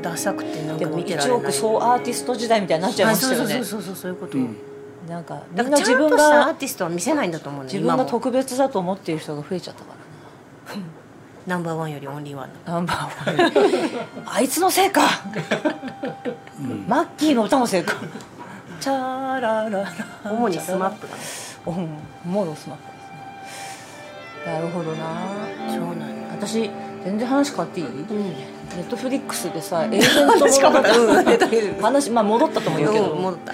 [SPEAKER 1] ダサくてなん
[SPEAKER 4] で
[SPEAKER 1] か
[SPEAKER 4] も
[SPEAKER 1] 見てら
[SPEAKER 4] 一
[SPEAKER 1] れな
[SPEAKER 4] 億
[SPEAKER 1] い。
[SPEAKER 4] 総アーティスト時代みたいになっちゃい
[SPEAKER 1] あ
[SPEAKER 4] まし
[SPEAKER 1] そう
[SPEAKER 4] た
[SPEAKER 1] そ
[SPEAKER 4] よ
[SPEAKER 1] う
[SPEAKER 4] ね
[SPEAKER 1] そうそうそういうこと。
[SPEAKER 4] なんかみ
[SPEAKER 1] だ
[SPEAKER 4] ん
[SPEAKER 1] から
[SPEAKER 4] な
[SPEAKER 1] ち
[SPEAKER 4] 自
[SPEAKER 1] ゃん
[SPEAKER 4] 分
[SPEAKER 1] としたア
[SPEAKER 4] が
[SPEAKER 1] ーティストは見せないんだと思うね。
[SPEAKER 4] 自分
[SPEAKER 1] 今
[SPEAKER 4] が
[SPEAKER 1] も
[SPEAKER 4] 特別だと思っている人が増えちゃったから
[SPEAKER 1] ナンバーワンよりオンリーワン。
[SPEAKER 4] ナンバーワ
[SPEAKER 1] [laughs]
[SPEAKER 4] ンあいつのせいか、マッキーの歌のせいかチャラララ
[SPEAKER 1] 主にスマップだ。
[SPEAKER 4] うんもろスマップですねなるほどな
[SPEAKER 1] そうなんだ。
[SPEAKER 4] 私全然話変わっていい、ネットフリックスでさエージェント
[SPEAKER 1] 話変わった
[SPEAKER 4] 物語
[SPEAKER 1] うんネットフリックス
[SPEAKER 4] 話まあ戻ったとも言うけど、
[SPEAKER 1] うん戻った。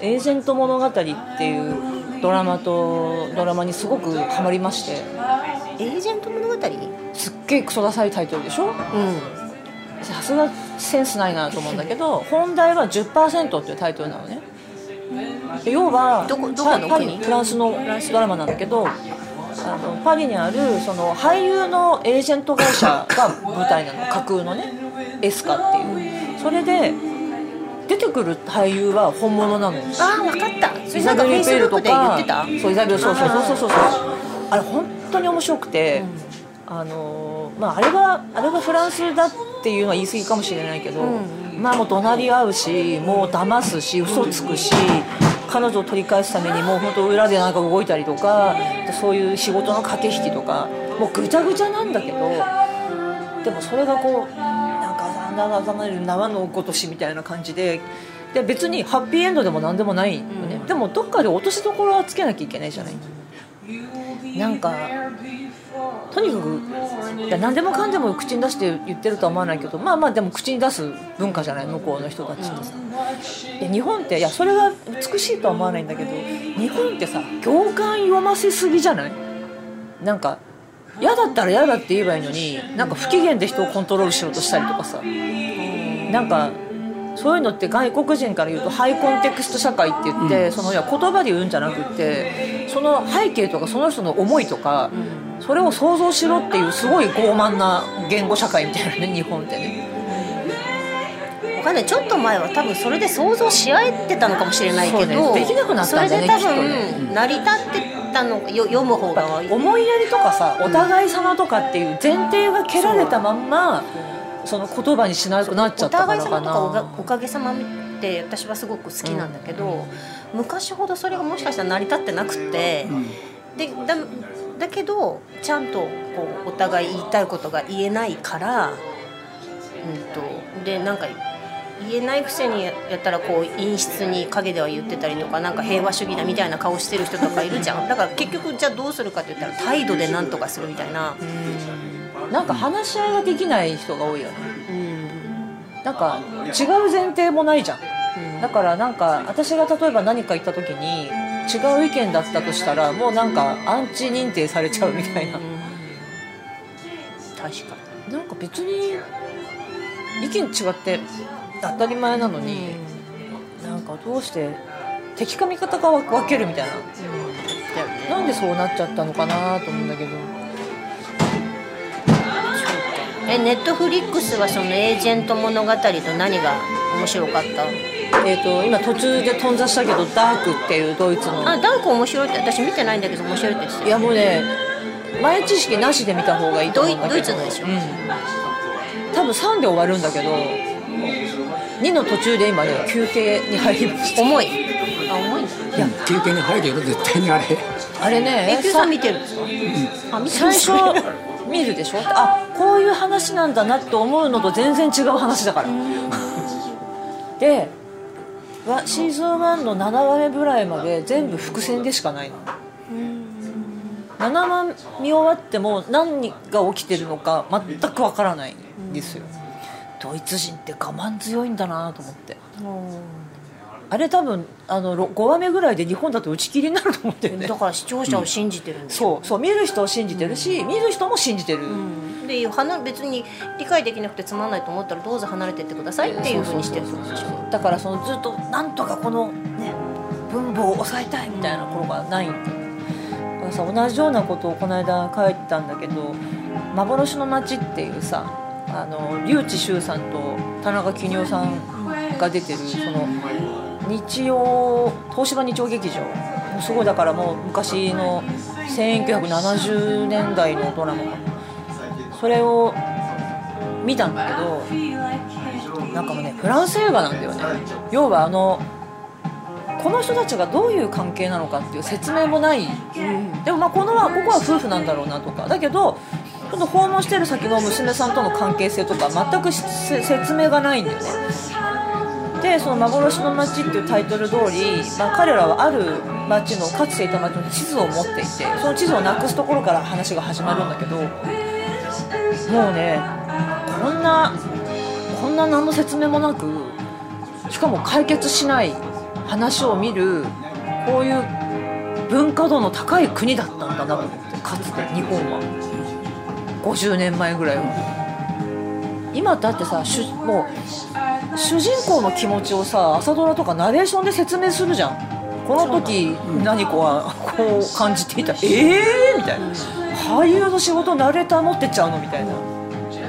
[SPEAKER 4] エージェント物語っていうドラマとドラマにすごくハマりまして
[SPEAKER 1] エージェント物語
[SPEAKER 4] すっげえクソダサいタイトルでしょ
[SPEAKER 1] う
[SPEAKER 4] さすがセンスないなと思うんだけど本題は10%っていうタイトルなのねで要は
[SPEAKER 1] どこどこの
[SPEAKER 4] パリ
[SPEAKER 1] 国
[SPEAKER 4] フランスのドラマなんだけどあのパリにあるその俳優のエージェント会社が舞台なの [laughs] 架空のねエスカっていうそれで出てくる俳優は本物なのよ
[SPEAKER 1] ああ分かったそ
[SPEAKER 4] イ
[SPEAKER 1] れな
[SPEAKER 4] ザ
[SPEAKER 1] んかフ
[SPEAKER 4] ベ
[SPEAKER 1] ェイ
[SPEAKER 4] ル・
[SPEAKER 1] ス
[SPEAKER 4] ペー
[SPEAKER 1] ブ
[SPEAKER 4] ル
[SPEAKER 1] ッ
[SPEAKER 4] と
[SPEAKER 1] クで言って
[SPEAKER 4] か
[SPEAKER 1] た
[SPEAKER 4] そうイザベルそうそう
[SPEAKER 1] あ
[SPEAKER 4] そう
[SPEAKER 1] ー
[SPEAKER 4] そうそうあれ本当に面白くて、あのーまああれはあれはフランスだっていうのは言い過ぎかもしれないけど、まあもう怒鳴り合うしもう騙すし嘘つくし彼女を取り返すためにもう本当裏でなんか動いたりとかそういう仕事の駆け引きとかもうぐちゃぐちゃなんだけどでもそれがこうなんかあざなざなる縄のごとしみたいな感じでで別にハッピーエンドでも何でもないよね、でもどっかで落としどころはつけなきゃいけないじゃないなんかとにかくいや何でもかんでも口に出して言ってるとは思わないけどまあまあでも口に出す文化じゃない向こうの人たちってさいや日本っていやそれが美しいとは思わないんだけど日本ってさ行間読ませすぎじゃないなんか嫌だったら嫌だって言えばいいのになんか不機嫌で人をコントロールしようとしたりとかさなんかそういうのって外国人から言うとハイコンテクスト社会って言って、そのいや言葉で言うんじゃなくってその背景とかその人の思いとか、それを想像しろっていうすごい傲慢な言語社会みたいなね日本ってね
[SPEAKER 1] わかんないちょっと前は多分それで想像し合えてたのかもしれないけど、
[SPEAKER 4] そうねできなくなったんだね
[SPEAKER 1] それで
[SPEAKER 4] き
[SPEAKER 1] 多分成り立ってたのよ読む方が
[SPEAKER 4] 思いやりとかさお互い様とかっていう前提が蹴られたまんまその言葉にしなくなっちゃ
[SPEAKER 1] お
[SPEAKER 4] ったか
[SPEAKER 1] 互い
[SPEAKER 4] らか
[SPEAKER 1] 様とかおが
[SPEAKER 4] な
[SPEAKER 1] おかげさまって私はすごく好きなんだけど、昔ほどそれがもしかしたら成り立ってなくて、でだだけどちゃんとこうお互い言いたいことが言えないから、うん、とでなんか言えないくせにやったらこう陰湿に陰では言ってたりとかなんか平和主義だみたいな顔してる人とかいるじゃんだから結局じゃあどうするかって言ったら態度でなんとかするみたいな。
[SPEAKER 4] なんか話し合いができない人が多いよね
[SPEAKER 1] うん
[SPEAKER 4] なんか違う前提もないじゃん、だからなんか私が例えば何か言った時に違う意見だったとしたらもうなんかアンチ認定されちゃうみたいな、
[SPEAKER 1] 確か
[SPEAKER 4] なんか別に意見違って当たり前なのに、なんかどうして敵か味方か分けるみたいな、なんでそうなっちゃったのかなと思うんだけど
[SPEAKER 1] にえネットフリックスはそのエージェント物語と何が面白かった
[SPEAKER 4] えー、と今途中で頓挫したけど「ダーク」っていうドイツの
[SPEAKER 1] あダーク面白いって私見てないんだけど面白いって言ってた
[SPEAKER 4] い
[SPEAKER 1] よ
[SPEAKER 4] やもうね前知識なしで見た方がいい
[SPEAKER 1] ド
[SPEAKER 4] と思
[SPEAKER 1] イ
[SPEAKER 4] うんだ
[SPEAKER 1] ド
[SPEAKER 4] けど
[SPEAKER 1] イツのでしょ、
[SPEAKER 4] 多分3で終わるんだけど2の途中で今ね休憩に入りました
[SPEAKER 1] 重いあ重いんだ
[SPEAKER 2] うん経験に入るよ絶対にあれ
[SPEAKER 4] あれね
[SPEAKER 1] えキューさん見てるんですかあ見てる
[SPEAKER 4] 最初見るでしょあこういう話なんだなって思うのと全然違う話だからでわシーズン1の7話目ぐらいまで全部伏線でしかないの7話見終わっても何が起きてるのか全くわからないんですよドイツ人って我慢強いんだなと思ってあれ多分あのろ5話目ぐらいで日本だと打ち切りになると思ってる
[SPEAKER 1] [laughs]
[SPEAKER 4] ね
[SPEAKER 1] だから視聴者を信じてるんですよ、
[SPEAKER 4] そうそう見る人を信じてるし、見る人も信じてる、
[SPEAKER 1] うんで離別に理解できなくてつまんないと思ったらどうぞ離れてってくださいっていうふうにしてるそうでしょ
[SPEAKER 4] だからそのずっとなんとかこのね分母を抑えたいみたいな頃がないんだだからさ同じようなことをこの間書いてたんだけど「幻の街」っていうさあの竜智秀さんと田中絹代さんが出てるその日曜東芝日曜劇場すごいだからもう昔の1970年代のドラマかなそれを見たんだけどなんかもうねフランス映画なんだよね要はあのこの人たちがどういう関係なのかっていう説明もない、でもまあこのはここは夫婦なんだろうなとかだけどちょっと訪問してる先の娘さんとの関係性とか全くせ説明がないんだよねでその「幻の街」っていうタイトル通り、まあ、彼らはある街のかつていた街の地図を持っていてその地図をなくすところから話が始まるんだけどもうねこんなこんな何の説明もなくしかも解決しない話を見るこういう文化度の高い国だったんだなと思ってかつて日本は50年前ぐらいは今だってさ主もう主人公の気持ちをさ朝ドラとかナレーションで説明するじゃんこの時何子はこう感じていたええー、みたいな俳優の仕事ナレーター持ってっちゃうのみたいな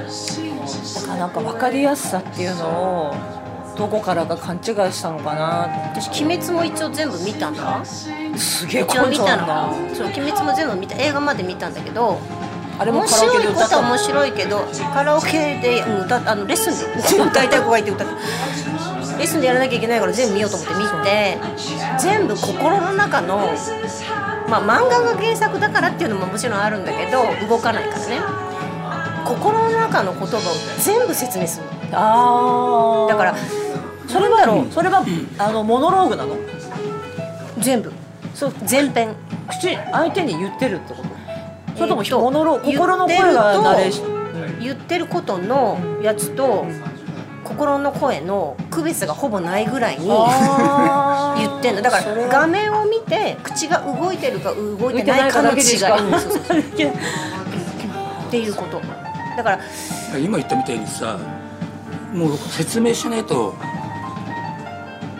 [SPEAKER 4] だからなんか分かりやすさっていうのをどこからか勘違いしたのかなって
[SPEAKER 1] 私「鬼滅」も一応全部見たんだ
[SPEAKER 4] すげえ
[SPEAKER 1] 一応
[SPEAKER 4] 根
[SPEAKER 1] 見
[SPEAKER 4] 性あ
[SPEAKER 1] た
[SPEAKER 4] るな
[SPEAKER 1] のそう「鬼滅」も全部見た映画まで見たんだけど
[SPEAKER 4] あれも
[SPEAKER 1] 面
[SPEAKER 4] カラオ
[SPEAKER 1] 白
[SPEAKER 4] ケ
[SPEAKER 1] い
[SPEAKER 4] で
[SPEAKER 1] こ
[SPEAKER 4] 歌っ
[SPEAKER 1] と
[SPEAKER 4] た
[SPEAKER 1] は
[SPEAKER 4] の
[SPEAKER 1] 面白いけどカラオケでうん歌っあのレッスンで歌いたい子がいて歌ってレッスンでやらなきゃいけないから全部見ようと思って見て全部心の中の、まあ、漫画が原作だからっていうのももちろんあるんだけど動かないからね心の中の言葉を全部説明するの
[SPEAKER 4] あー
[SPEAKER 1] だから
[SPEAKER 4] それはそれは、あのモノローグなの
[SPEAKER 1] 全部そう全編
[SPEAKER 4] 口相手に言ってるってこと
[SPEAKER 1] それとも人
[SPEAKER 4] モノロー
[SPEAKER 1] 言ってる
[SPEAKER 4] 心の声がナレーション
[SPEAKER 1] 言ってることのやつと心の声の区別がほぼないぐらいに
[SPEAKER 4] あ
[SPEAKER 1] 言ってんのだから画面を見て口が動いてるか動いてないかの違い
[SPEAKER 4] 動いてないかだけでしか
[SPEAKER 1] そうそうそう [laughs] っていうことだから
[SPEAKER 2] 今言ったみたいにさもう説明しないと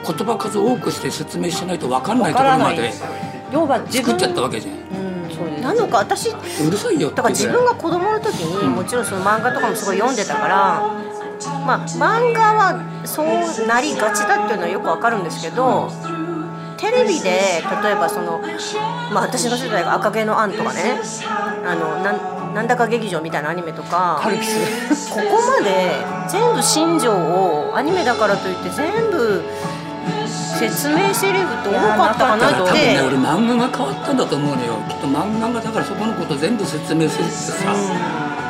[SPEAKER 2] 言葉数多くして説明しないと分かんないところまで
[SPEAKER 4] ー要は自
[SPEAKER 2] 作っ
[SPEAKER 4] 分
[SPEAKER 2] ちゃったわけじゃん
[SPEAKER 4] うんそうです
[SPEAKER 1] なのか私
[SPEAKER 2] うるさいよって
[SPEAKER 1] だから自分
[SPEAKER 2] が
[SPEAKER 1] が子供の時にもちろんその漫画とかもすごい読んでたから、まあ、漫画はそうなりがちだっていうのはよくわかるんですけどテレビで例えばその、まあ、私の世代が「赤毛のアン」とかねあのなんなんだか劇場みたいなアニメとか
[SPEAKER 4] カルピス
[SPEAKER 1] ここまで全部新庄をアニメだからといって全部説明セリフと多かったか
[SPEAKER 2] だから
[SPEAKER 1] な
[SPEAKER 2] 多
[SPEAKER 1] っ
[SPEAKER 2] 分ね
[SPEAKER 1] て
[SPEAKER 2] 俺漫画が変わったんだと思うのよきっと漫画がだからそこのこと全部説明するってさ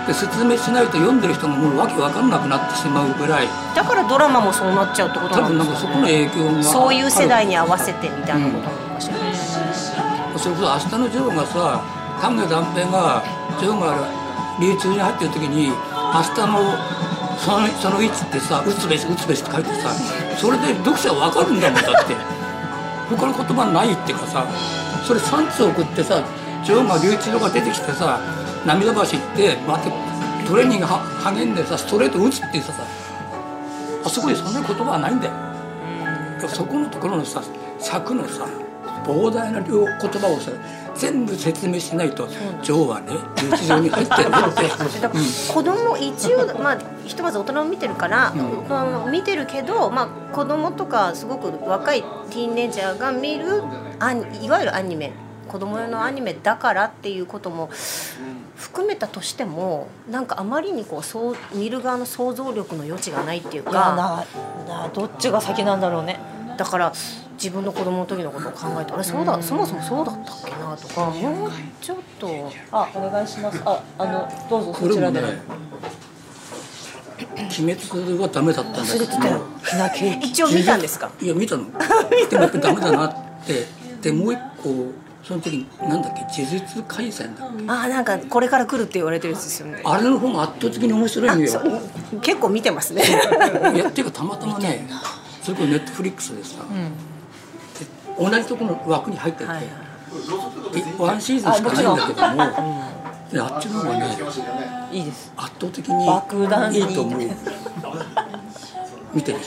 [SPEAKER 2] で説明しないと読んでる人がもうわけ分かんなくなってしまうぐらい
[SPEAKER 1] だからドラマもそうなっちゃうってこと
[SPEAKER 2] 多
[SPEAKER 1] なん
[SPEAKER 2] 分
[SPEAKER 1] で
[SPEAKER 2] な
[SPEAKER 1] す
[SPEAKER 2] ん
[SPEAKER 1] か
[SPEAKER 2] か
[SPEAKER 1] ね
[SPEAKER 2] そこの影響が
[SPEAKER 1] そういう世代
[SPEAKER 2] に
[SPEAKER 1] に合わせてみたいなことなのかしら、
[SPEAKER 2] それこそ明日のジョーがさ丹下断平がジョーが流通に入ってる時に明日のそのその位置ってさ打つべし打つべしって書いてさそれで読者は分かるんだもんだって他の言葉ないっていうかさそれ3つ送ってさジョーが流通が出てきてさ涙橋行ってまたトレーニングは励んでさストレート打つって言ってさあそこにそんな言葉はないんだよ。そこのところのさ柵のさ膨大な量言葉をさ全部説明しないと「女王はね日常に入ってるよ」って
[SPEAKER 1] [laughs] だから子供一応、まあ、ひとまず大人を見てるから、
[SPEAKER 2] ん
[SPEAKER 1] 大人も見てるけど、まあ、子供とかすごく若いティーンエイジャーが見るアニいわゆるアニメ子供用のアニメだからっていうことも含めたとしてもなんかあまりにこうそう見る側の想像力の余地がないっていう
[SPEAKER 4] いや
[SPEAKER 1] か
[SPEAKER 4] ななどっちが先なんだろうね
[SPEAKER 1] だから自分の子供の時のことを考えてあれそうだそもそもそうだったっけなとかもうちょっと。
[SPEAKER 4] あお願いしますああのどうぞ
[SPEAKER 2] こ
[SPEAKER 4] そ
[SPEAKER 2] れ
[SPEAKER 4] ち
[SPEAKER 2] も
[SPEAKER 4] ら
[SPEAKER 2] ね
[SPEAKER 4] で
[SPEAKER 2] 「鬼滅」はダメだったんだけど
[SPEAKER 4] ひなけ
[SPEAKER 8] 一応見たんですか
[SPEAKER 2] いや見たのでもやっぱダメだなってでもう一個その時なんだっけ「呪術廻戦」だっけ
[SPEAKER 8] あーなんかこれから来るって言われてるやつですよね
[SPEAKER 2] あれの方が圧倒的に面白いのよ。
[SPEAKER 8] 結構見てますね
[SPEAKER 2] いやっていうかたまたまねそれこそネットフリックスでさ、で同じところの枠に入ってて、でワンシーズンしかないんだけどもであっちの方がね
[SPEAKER 4] いいです
[SPEAKER 2] 圧倒的に
[SPEAKER 4] 爆弾に
[SPEAKER 2] いいと思う見てみて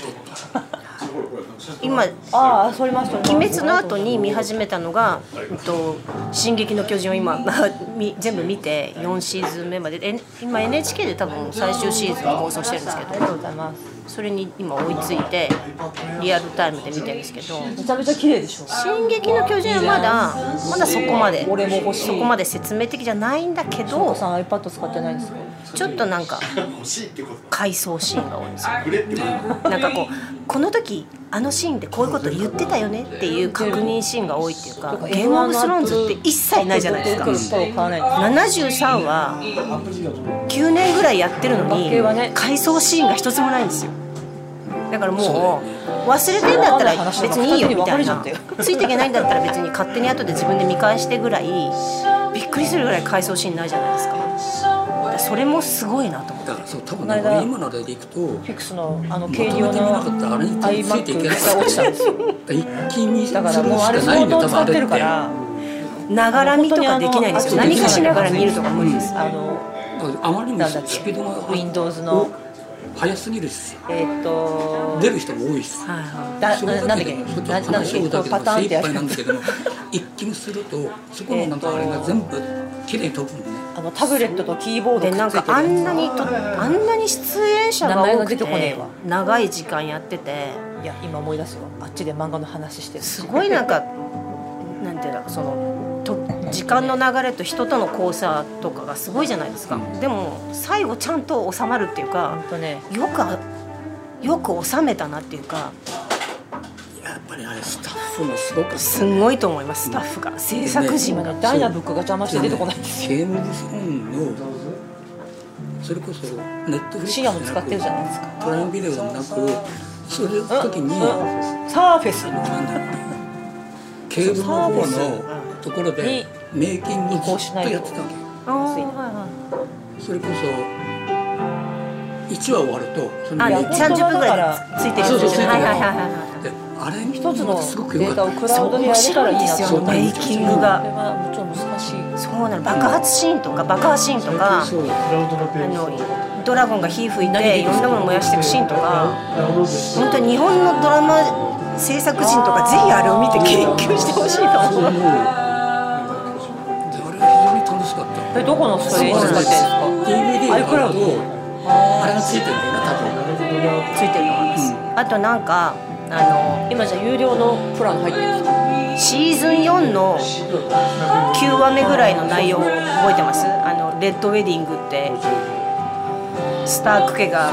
[SPEAKER 1] 今
[SPEAKER 4] ああそれました
[SPEAKER 1] 鬼滅の後に見始めたのが「えっと、進撃の巨人」を今 [laughs] み全部見て4シーズン目までえ今 NHK で多分最終シーズンを放送してるんですけ
[SPEAKER 4] あり
[SPEAKER 1] ど
[SPEAKER 4] がとうございます
[SPEAKER 1] それに今追いついてリアルタイムで見てるんですけど
[SPEAKER 4] めちゃめちゃ綺麗でし
[SPEAKER 1] 「
[SPEAKER 4] ょ
[SPEAKER 1] 進撃の巨人」はまだまだそこまで
[SPEAKER 4] 俺も欲しい
[SPEAKER 1] そこまで説明的じゃないんだけ
[SPEAKER 4] お父
[SPEAKER 1] ど
[SPEAKER 4] さん iPad 使ってないんですか
[SPEAKER 1] ちょっとなんか回想シーンが多いんですよなんかこうこの時あのシーンでこういうこと言ってたよねっていう確認シーンが多いっていうか「ゲームオブスローンズ」って一切ないじゃないですか
[SPEAKER 4] 買わない
[SPEAKER 1] 73は9年ぐらいやってるのに
[SPEAKER 4] バッケはね
[SPEAKER 1] 回想シーンが一つもないんですよだからもう忘れてんだったら別にいいよみたいなついていけないんだったら別に勝手に後で自分で見返してぐらいびっくりするぐらい回想シーンないじゃないですかだからそれもすごいなと思って
[SPEAKER 2] だからそう多分
[SPEAKER 4] この
[SPEAKER 2] ね
[SPEAKER 4] 間
[SPEAKER 2] 俺今の例でいくと
[SPEAKER 4] フィクスのあの
[SPEAKER 2] まとめ
[SPEAKER 4] 軽
[SPEAKER 2] て
[SPEAKER 4] 量の
[SPEAKER 2] 見なかったらあれについていけない
[SPEAKER 4] iMac が落ちたんですよ
[SPEAKER 2] 一気にす
[SPEAKER 4] だ
[SPEAKER 2] る
[SPEAKER 4] か
[SPEAKER 2] しから
[SPEAKER 4] もうあれ
[SPEAKER 2] ない
[SPEAKER 4] 相
[SPEAKER 2] んだよ多分
[SPEAKER 4] 当使
[SPEAKER 2] あ
[SPEAKER 4] って
[SPEAKER 2] れ
[SPEAKER 4] る
[SPEAKER 2] って
[SPEAKER 4] から
[SPEAKER 1] ながら見とかできないんですよ
[SPEAKER 2] 本当にあの
[SPEAKER 1] 何かしながら見るとか無理です
[SPEAKER 4] あの
[SPEAKER 2] あまりにも
[SPEAKER 4] なんだっけ
[SPEAKER 2] スピードが
[SPEAKER 4] Windows の
[SPEAKER 2] 速すぎるし
[SPEAKER 4] えーっと
[SPEAKER 2] 出る人も多いし
[SPEAKER 1] はいはい
[SPEAKER 4] だ
[SPEAKER 2] それ
[SPEAKER 4] ななんだっけ
[SPEAKER 2] けでもそっち
[SPEAKER 4] な
[SPEAKER 2] は
[SPEAKER 4] なんだっ
[SPEAKER 2] 話
[SPEAKER 4] け
[SPEAKER 2] をだ
[SPEAKER 4] こ
[SPEAKER 2] け
[SPEAKER 4] う
[SPEAKER 2] ど
[SPEAKER 4] パターン
[SPEAKER 2] 精
[SPEAKER 4] っ
[SPEAKER 2] 一
[SPEAKER 4] てやる
[SPEAKER 2] 杯なんだけども一気にするとそこのなんかあれが全部綺麗に飛ぶんでね
[SPEAKER 4] あのタブレットとキーボード
[SPEAKER 1] で
[SPEAKER 4] くっ
[SPEAKER 1] なん
[SPEAKER 4] つい
[SPEAKER 1] か
[SPEAKER 4] てる
[SPEAKER 1] あんなにとあんなに出演者が
[SPEAKER 4] 名前
[SPEAKER 1] 多
[SPEAKER 4] が
[SPEAKER 1] く
[SPEAKER 4] 出てこね
[SPEAKER 1] て
[SPEAKER 4] えわ
[SPEAKER 1] 長い時間やってて
[SPEAKER 4] いや今思い出すよあっちで漫画の話してる
[SPEAKER 1] すごいなんかなんていうのそのと時間の流れと人との交差とかがすごいじゃないですか、でも最後ちゃんと収まるっていうか
[SPEAKER 4] 本当ね
[SPEAKER 1] よくあよく収めたなっていうか
[SPEAKER 2] やっぱりあれスタッフもすごく
[SPEAKER 1] すごいと思いますスタッフが制作陣
[SPEAKER 4] 今
[SPEAKER 1] が、
[SPEAKER 4] ねダイナブックが邪魔して出てこないんですよ
[SPEAKER 2] ゲームオブスローンのそれこそネットフリックス
[SPEAKER 4] 深
[SPEAKER 2] じゃな
[SPEAKER 4] 夜も
[SPEAKER 2] く
[SPEAKER 4] 使ってるじゃないですか
[SPEAKER 2] プライムビデオでもなくそれの時に
[SPEAKER 4] うんサーフェス
[SPEAKER 2] なんだろうねケーブルの方のところでメイキングをずっとやってたわけよ
[SPEAKER 1] あ
[SPEAKER 8] 安いの
[SPEAKER 2] それこそ1話終わるとその
[SPEAKER 1] あ
[SPEAKER 4] いや
[SPEAKER 1] 三十分ぐらいついてるやつ
[SPEAKER 2] そうそうついてる
[SPEAKER 1] はいはいはいはい
[SPEAKER 2] であれ
[SPEAKER 4] 一つの
[SPEAKER 2] すごく
[SPEAKER 4] デ
[SPEAKER 2] 良
[SPEAKER 4] ータ
[SPEAKER 2] か
[SPEAKER 4] を
[SPEAKER 2] った
[SPEAKER 4] クラウドに上げたらいいなと
[SPEAKER 2] そう面白いんですよメイ
[SPEAKER 1] キングが
[SPEAKER 4] これはもちろん難しい
[SPEAKER 1] そうなの爆発シーンとか爆破シーンとか
[SPEAKER 2] そう
[SPEAKER 3] クラウドのペ
[SPEAKER 1] あ
[SPEAKER 3] ージと
[SPEAKER 1] のドラゴンが火吹いていろんなもの燃やしていくシーンとか
[SPEAKER 3] ダウンロードして
[SPEAKER 1] 本当に日本のドラマ制作人とかぜひあれを見て研究してほしいと
[SPEAKER 2] そう
[SPEAKER 1] 思う
[SPEAKER 2] 思うであれは非常に楽しかった
[SPEAKER 4] えどこのストレージ使ってるんですか
[SPEAKER 2] DVD があるとあれがついてるんだよな多分
[SPEAKER 1] ついてるのかなあとなんかあの今じゃ有料の
[SPEAKER 4] プラン入ってるんですか
[SPEAKER 1] シーズン4の9話目ぐらいの内容を覚えてますあのレッドウェディングってスターク家が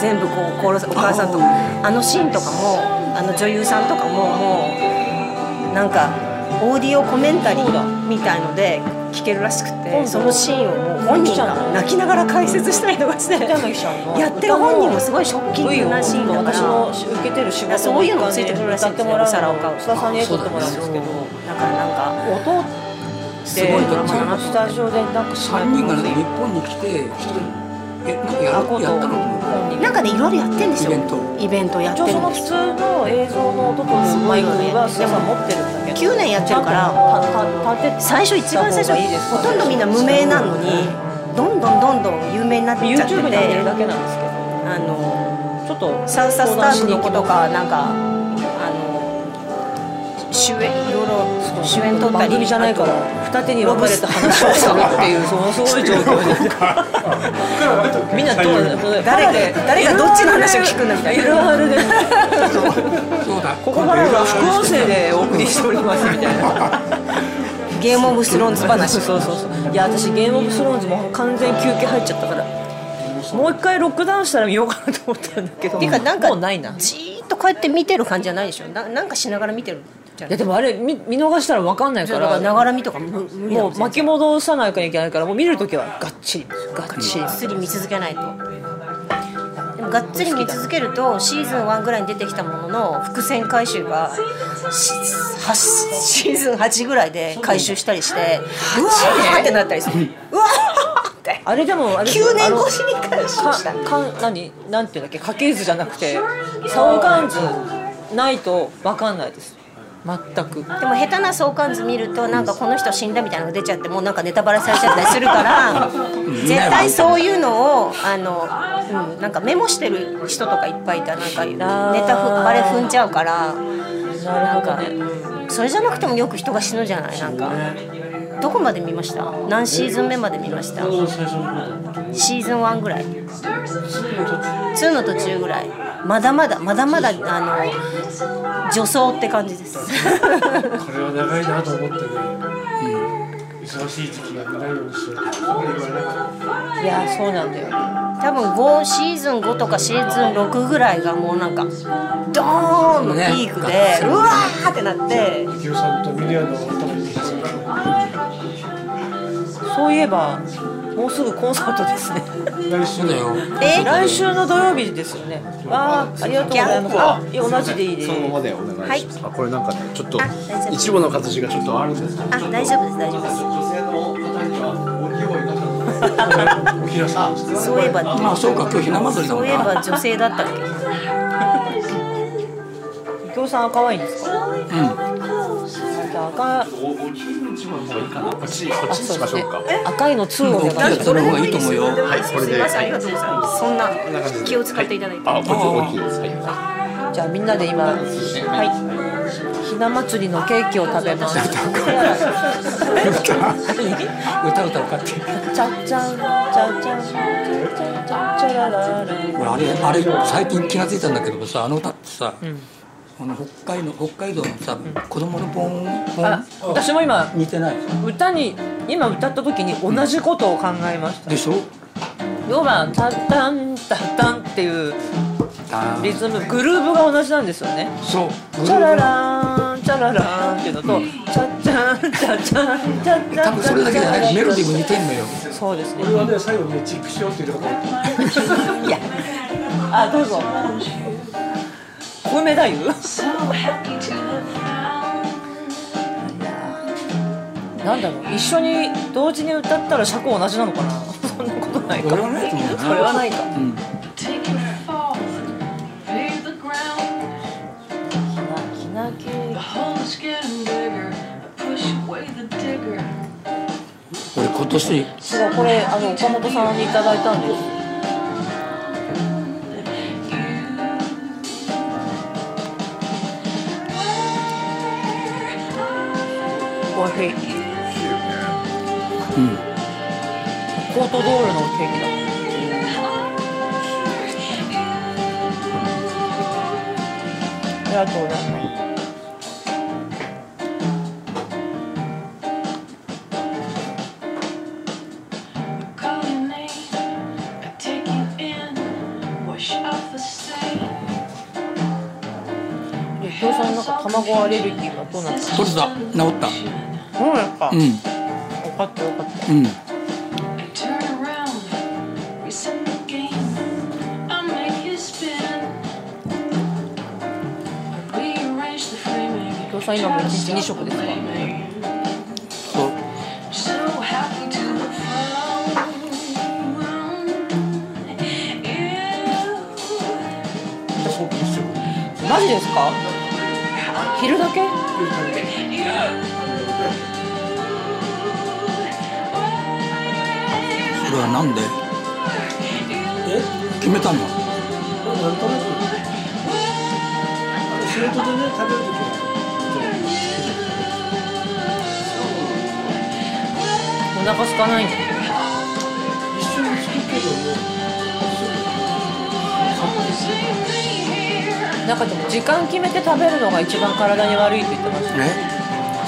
[SPEAKER 1] 全部こう殺すお母さんとあのシーンとかもあの女優さんとかももうなんかオーディオコメンタリーみたいので聞けるらしくてそのシーンをもう本人が泣きながら解説したりとかして
[SPEAKER 4] 北野さんの
[SPEAKER 1] やってる本人もすごいショッキングなシーンだから
[SPEAKER 4] 私の受けてる仕事
[SPEAKER 1] そういうのついてくるらしいんですよ
[SPEAKER 4] 歌ってもらうの
[SPEAKER 1] お皿を買う
[SPEAKER 4] 須田さんに絵撮ってもらうんですけど
[SPEAKER 1] だからなんか。
[SPEAKER 4] 音っ
[SPEAKER 2] す
[SPEAKER 4] て
[SPEAKER 2] ごいドラマだな
[SPEAKER 4] スタジオでなんかしない
[SPEAKER 2] 3人がね日本に来て一人えなんかや
[SPEAKER 4] ア
[SPEAKER 2] る
[SPEAKER 4] コ
[SPEAKER 2] や
[SPEAKER 4] と
[SPEAKER 2] ったのと思う
[SPEAKER 4] 本人
[SPEAKER 1] なんかねいろいろやってんですよ
[SPEAKER 2] イベント
[SPEAKER 1] イベントやっ
[SPEAKER 4] 一
[SPEAKER 1] て
[SPEAKER 4] 応
[SPEAKER 1] る
[SPEAKER 4] その
[SPEAKER 1] んで
[SPEAKER 4] 普
[SPEAKER 1] す
[SPEAKER 4] 通の映像の音とマイクは須田さん持ってるんだけど
[SPEAKER 1] 9年やってるから
[SPEAKER 4] たたたて
[SPEAKER 1] 最初一番最初
[SPEAKER 4] いいですか
[SPEAKER 1] ほとんどみんな無名なのにどんどんどんどん有名になっちゃって
[SPEAKER 4] YouTube に上げるだ
[SPEAKER 1] て
[SPEAKER 4] けなんですけど
[SPEAKER 1] あの
[SPEAKER 4] ちょっと
[SPEAKER 1] サウサスタークの子と
[SPEAKER 4] 相談しに行きま
[SPEAKER 1] かなんかあの主演いろいろ主演取った
[SPEAKER 4] 番組
[SPEAKER 1] り
[SPEAKER 4] じゃないか
[SPEAKER 1] あ
[SPEAKER 4] ら二手に分かれて話をするっていうそのすごい状況でみんなどう
[SPEAKER 1] 誰が誰がどっちの話を聞くんだみたいな
[SPEAKER 4] LR で
[SPEAKER 2] そうだ
[SPEAKER 4] ここからは副音声でお送りしておりますみたいな
[SPEAKER 1] とゲームオブスローンズ話
[SPEAKER 4] [laughs] そうそうそういや私ゲームオブスローンズも完全休憩入っちゃったからもう一回ロックダウンしたら見ようかなと思ったんだけど
[SPEAKER 1] ていうかなんか
[SPEAKER 4] もうないない
[SPEAKER 1] じーっとこうやって見てる感じじゃないでしょななんかしながら見てるじゃな
[SPEAKER 4] や
[SPEAKER 1] い
[SPEAKER 4] でもあれ見見逃したら分かんない
[SPEAKER 1] だ
[SPEAKER 4] か
[SPEAKER 1] から
[SPEAKER 4] ら
[SPEAKER 1] ながら見とか無無理な
[SPEAKER 4] も
[SPEAKER 1] の
[SPEAKER 4] う巻き戻さないといけないからもう見るときはがっちりがっちり
[SPEAKER 1] がっつり見続けないとでもがっつり見続けるとシーズン1ぐらいに出てきたものの伏線回収がしはシーズン8ぐらいで回収したりしてうわーってなったりするうわーって
[SPEAKER 4] あれでもあれ
[SPEAKER 1] 9
[SPEAKER 4] あ
[SPEAKER 1] 年
[SPEAKER 4] の
[SPEAKER 1] 越しに回収した
[SPEAKER 4] かか何なんていうんだっけ家系図じゃなくて相関図ないと分かんないです全く
[SPEAKER 1] でも下手な相関図見るとなんかこの人死んだみたいなのが出ちゃってもうなんかネタバレされちゃったりするから絶対そういうのをあの、うん、なんかメモしてる人とかいっぱいいたなんかネタふバレ踏んじゃうから。
[SPEAKER 4] な
[SPEAKER 1] なんんか
[SPEAKER 4] かね
[SPEAKER 1] それじゃなくてもよく人が死ぬじゃないなんかどこまで見ました何シーズン目まで見ました
[SPEAKER 3] 僕の最初の方
[SPEAKER 1] シーズン1ぐらい2の途中ぐらいまだまだまだまだあの女装って感じです
[SPEAKER 3] これは長いなと思ってね、忙しい時期がないようにしようとか言われなかった
[SPEAKER 4] いやそうなんだよ
[SPEAKER 1] 多分5シーズン5とかシーズン6ぐらいがもうなんかドーンのピークで、
[SPEAKER 2] ね
[SPEAKER 1] うわーってなって
[SPEAKER 3] 幸雄さんとミリアンの渡辺さん
[SPEAKER 4] そういえばもうすぐコンサートですね
[SPEAKER 3] 来週
[SPEAKER 2] そうだよ
[SPEAKER 1] え
[SPEAKER 4] 来週の土曜日ですよねわあありがとうございますあいや同じでいいで
[SPEAKER 9] そのままでお願いします。あこれなんかねちょっと
[SPEAKER 1] あ大丈夫
[SPEAKER 9] いちごの形がちょっとあるんですけど。
[SPEAKER 1] あ大丈夫です大丈夫です
[SPEAKER 9] 女性の方にはお気をいなかった。
[SPEAKER 3] おひらさん
[SPEAKER 1] そういえば
[SPEAKER 2] まあそうか今日ひな祭りだ
[SPEAKER 1] そ
[SPEAKER 2] も
[SPEAKER 1] うんいえば
[SPEAKER 2] な
[SPEAKER 1] 女性だったっけ
[SPEAKER 4] 右京さんは可愛いんですかじゃあ赤
[SPEAKER 9] こっちこっちにしましょうか。
[SPEAKER 4] い赤いの2をお願いします
[SPEAKER 2] その方がいいと思うよ
[SPEAKER 9] はいこれで。
[SPEAKER 1] ありがとうございます。そんな気を使っていただいて。
[SPEAKER 9] あこれで大きいです。はい。
[SPEAKER 4] じゃあみんなで今はいひな祭りのケーキを食べます
[SPEAKER 2] 歌歌うかって
[SPEAKER 4] チャチャンチャチャンチャチャンチャチャラララ
[SPEAKER 2] 俺あれあれ最近気が付いたんだけどさあの歌ってさ、あの北海の北海道のさ、子供のポンポ
[SPEAKER 4] あ
[SPEAKER 2] ン
[SPEAKER 4] 私も今
[SPEAKER 2] 似てない
[SPEAKER 4] 歌に今歌った時に同じことを考えました
[SPEAKER 2] でしょ
[SPEAKER 4] 要はタッタンタッタンっていう
[SPEAKER 2] だ
[SPEAKER 4] リズムグルーブが同じなんですよね
[SPEAKER 2] そう
[SPEAKER 4] チャララーンチャララーンっていうのとチャッチャンチャッチャンチャッチ
[SPEAKER 2] 多
[SPEAKER 4] ャン
[SPEAKER 2] 分それだけじゃないメロディーも似てんのよ
[SPEAKER 4] そうですね
[SPEAKER 3] 俺はね最後ねチックしようって言うこと思った
[SPEAKER 4] いやあどうぞ小梅太夫いやなんだろう一緒に同時に歌ったら尺同じなのかなそんなことないか
[SPEAKER 2] それはないと思うな
[SPEAKER 4] それはないか
[SPEAKER 2] うん、
[SPEAKER 4] きなき
[SPEAKER 2] 俺今年
[SPEAKER 4] そうこれあの岡本さんにいただいたんです
[SPEAKER 2] うん
[SPEAKER 4] おいしいコートドールのケーキだありがとうございます伊藤さんなんか卵アレルギーはどうなった
[SPEAKER 2] 取れた治った
[SPEAKER 4] どうなった
[SPEAKER 2] うん
[SPEAKER 4] よかったよかった
[SPEAKER 2] うん
[SPEAKER 4] 伊藤さん今も一日2食ですか
[SPEAKER 2] そう
[SPEAKER 10] So happy to have found you.
[SPEAKER 3] そうですよ
[SPEAKER 4] マジですか昼だけ
[SPEAKER 2] それはなんで
[SPEAKER 3] え
[SPEAKER 2] 決めたの
[SPEAKER 3] なんとなく仕事でね食べるとき
[SPEAKER 4] お腹空かないんだ
[SPEAKER 3] 一緒に作るけども
[SPEAKER 4] なんかでも時間決めて食べるのが一番体に悪いって言ってました
[SPEAKER 2] え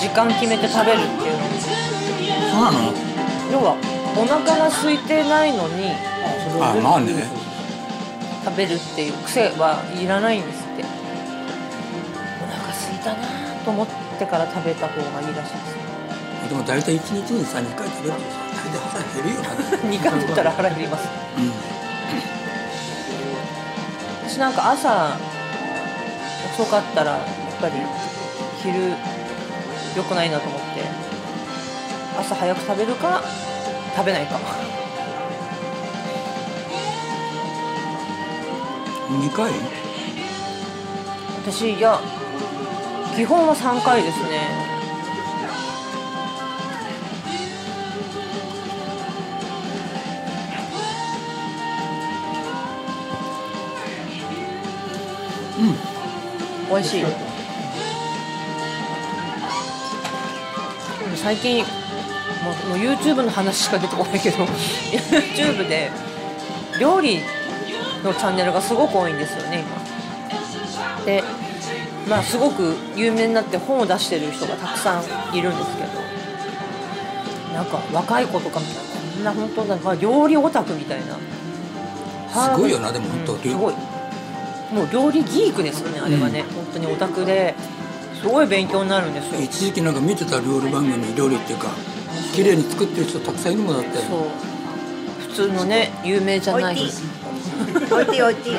[SPEAKER 4] 時間決めて食べるっていうの
[SPEAKER 2] そうなの
[SPEAKER 4] 要はお腹が空いてないのに
[SPEAKER 2] あまあね
[SPEAKER 4] 食べるっていう癖はいらないんですってお腹空いたなと思ってから食べた方がいいらしいです
[SPEAKER 2] でも大体一日にさ2回食べるとさ大体腹減る
[SPEAKER 4] [laughs]
[SPEAKER 2] よね
[SPEAKER 4] 2回食ったら腹減ります、私なんか朝遅かったらやっぱり昼良くないなと思って朝早く食べるか食べないか
[SPEAKER 2] 2回
[SPEAKER 4] 私いや基本は3回ですねうん美味しい最近もうもう YouTube の話しか出てこないけど YouTube で料理のチャンネルがすごく多いんですよね今。でまあすごく有名になって本を出してる人がたくさんいるんですけどなんか若い子とかみたいなこんな本当なんか料理オタクみたいな
[SPEAKER 2] すごいよなでも本当
[SPEAKER 4] うんすごいもう料理ギークですよねあれはね、本当にオタクですごい勉強になるんですよ
[SPEAKER 2] 一時期なんか見てた料理番組料理っていうか綺麗に作ってる人たくさんいるもんだって
[SPEAKER 4] そう普通のね有名じゃ
[SPEAKER 8] お
[SPEAKER 4] ないい
[SPEAKER 8] ていおいていおいてい
[SPEAKER 3] も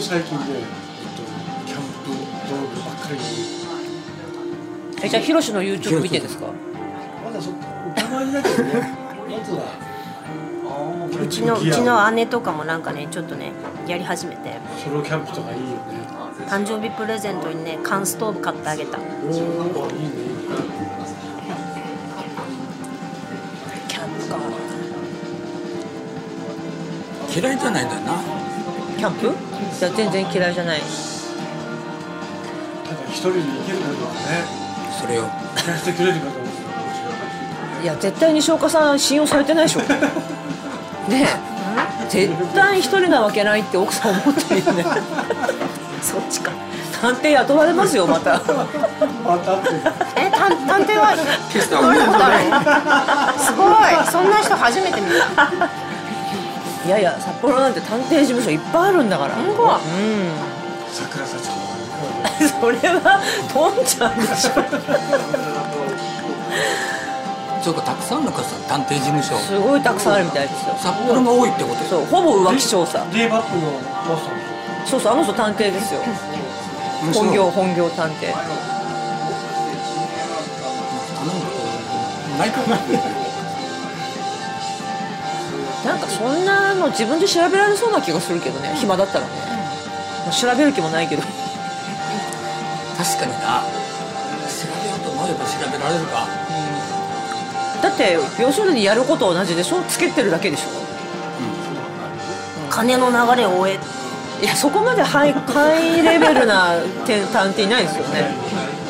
[SPEAKER 3] う最近ね、えっと、キャンプ道具ばっかりに
[SPEAKER 4] えじゃあヒロシの YouTube 見てですか
[SPEAKER 3] まだそこたまにだけどねまずは
[SPEAKER 1] うちのうちの姉とかもなんかねちょっとねやり始めて
[SPEAKER 3] ソロキャンプとかいいよね
[SPEAKER 1] 誕生日プレゼントにね缶ストーブ買ってあげた
[SPEAKER 3] おおいいねいいね
[SPEAKER 1] キャンプか
[SPEAKER 2] 嫌いじゃないんだよな
[SPEAKER 4] キャンプいや全然嫌いじゃない
[SPEAKER 3] ただ一人で行けるかどうかね
[SPEAKER 2] それを
[SPEAKER 3] 聞かせてくれるかどうか
[SPEAKER 4] いや絶対に西岡さん信用されてないでしょねえ絶対一人なわけないって奥さん思ってるよね
[SPEAKER 1] そっちか
[SPEAKER 4] 探偵雇われますよまた
[SPEAKER 3] また会って
[SPEAKER 1] え探探偵は
[SPEAKER 2] 消した
[SPEAKER 1] どんなことあるのすごいそんな人初めて見た
[SPEAKER 4] いやいや札幌なんて探偵事務所いっぱいあるんだからうん
[SPEAKER 1] ご
[SPEAKER 3] 桜幸子とかね
[SPEAKER 4] [laughs] それはとんちゃんでしょ
[SPEAKER 2] そうかたくさんの方さ探偵事務所
[SPEAKER 4] すごいたくさんあるみたいですよ
[SPEAKER 2] 札幌が多いってことよ
[SPEAKER 4] そうほぼ浮気調査
[SPEAKER 3] レイバップのマスターの人
[SPEAKER 4] そうそうあの人探偵ですよ
[SPEAKER 2] 面白い
[SPEAKER 4] 本業本業探偵
[SPEAKER 2] ないと思うんですよ
[SPEAKER 4] なんかそんなの自分で調べられそうな気がするけどね暇だったらね、まあ調べる気もないけど
[SPEAKER 2] 確かにな調べようと思えば調べられるか
[SPEAKER 4] だって要するにやること同じでしょつけてるだけでしょ
[SPEAKER 1] 金の流れを終え
[SPEAKER 4] いやそこまでハイハイレベルなて探偵いないですよね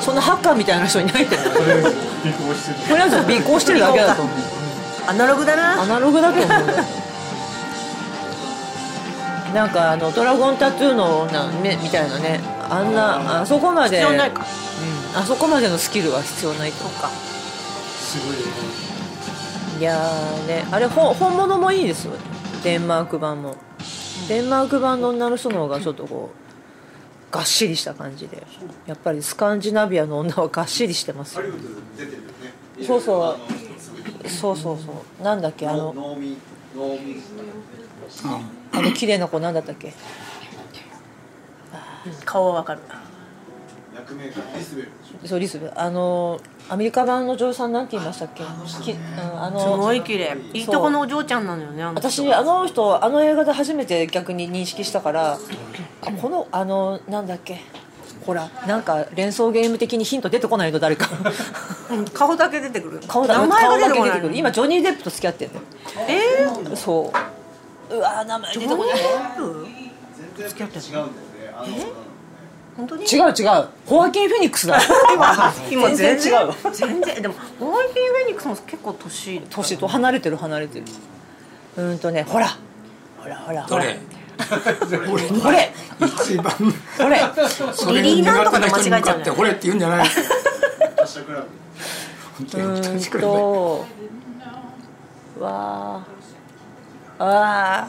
[SPEAKER 4] そんなハッカーみたいな人いないってと
[SPEAKER 3] とりあえず尾行してる
[SPEAKER 4] りあえず尾行してるだけだと思う
[SPEAKER 1] アナログだ
[SPEAKER 4] ア
[SPEAKER 1] な
[SPEAKER 4] ナログだと思うよなんかあの「ドラゴンタトゥーの女」ねみたいなねあんなあそこまで
[SPEAKER 1] 必要ないか
[SPEAKER 4] あそこまでのスキルは必要ないとか
[SPEAKER 3] すごいよね
[SPEAKER 4] いやーねあれほ本物もいいですよデンマーク版もデンマーク版の女の人の方がちょっとこうがっしりした感じでやっぱりスカンジナビアの女はがっしりしてますよ
[SPEAKER 9] リウッドで出てるよね
[SPEAKER 4] そうそう
[SPEAKER 9] あのすごい
[SPEAKER 4] そうそうそうなんだっけあの
[SPEAKER 9] 農民農民
[SPEAKER 4] あの綺麗な子なんだったっけ
[SPEAKER 1] 顔はわかる
[SPEAKER 9] 役名がリスベルでしょ
[SPEAKER 4] そうリスベあのアメリカ版の女優さんなんて言いましたっけきうんあの
[SPEAKER 1] すごい綺麗いいとこのお嬢ちゃんなのよねあの人
[SPEAKER 4] 私あの人あの映画で初めて逆に認識したからあこのあのなんだっけほらなんか連想ゲーム的にヒント出てこないの誰 [laughs] か
[SPEAKER 1] うん顔だけ出てくる
[SPEAKER 4] 顔だ
[SPEAKER 1] 名前が出て
[SPEAKER 4] 顔
[SPEAKER 1] こ
[SPEAKER 4] だ
[SPEAKER 1] な
[SPEAKER 4] け
[SPEAKER 1] いの
[SPEAKER 4] 今ジョニー・デップと付き合ってんの
[SPEAKER 1] えー
[SPEAKER 4] そううわ名前出てこない
[SPEAKER 9] 全然違うんだよねあの
[SPEAKER 1] 本当に
[SPEAKER 4] 違う違うホアキン・フェニックスだ
[SPEAKER 1] 今
[SPEAKER 4] 全然違うわ
[SPEAKER 1] 全然でもホワイピー・フェニックスも結構年
[SPEAKER 4] [laughs] 年と離れてる離れてるうーんとねほらほらほらほ
[SPEAKER 2] ど
[SPEAKER 4] ら
[SPEAKER 2] れ
[SPEAKER 4] 俺これ
[SPEAKER 2] 一番
[SPEAKER 4] これ
[SPEAKER 2] それに苦手な人に向かって「ほれ」って言うんじゃない
[SPEAKER 9] 達者クラブ
[SPEAKER 2] 本当
[SPEAKER 4] う
[SPEAKER 2] に
[SPEAKER 4] ーん
[SPEAKER 2] 確かにね
[SPEAKER 4] とわあ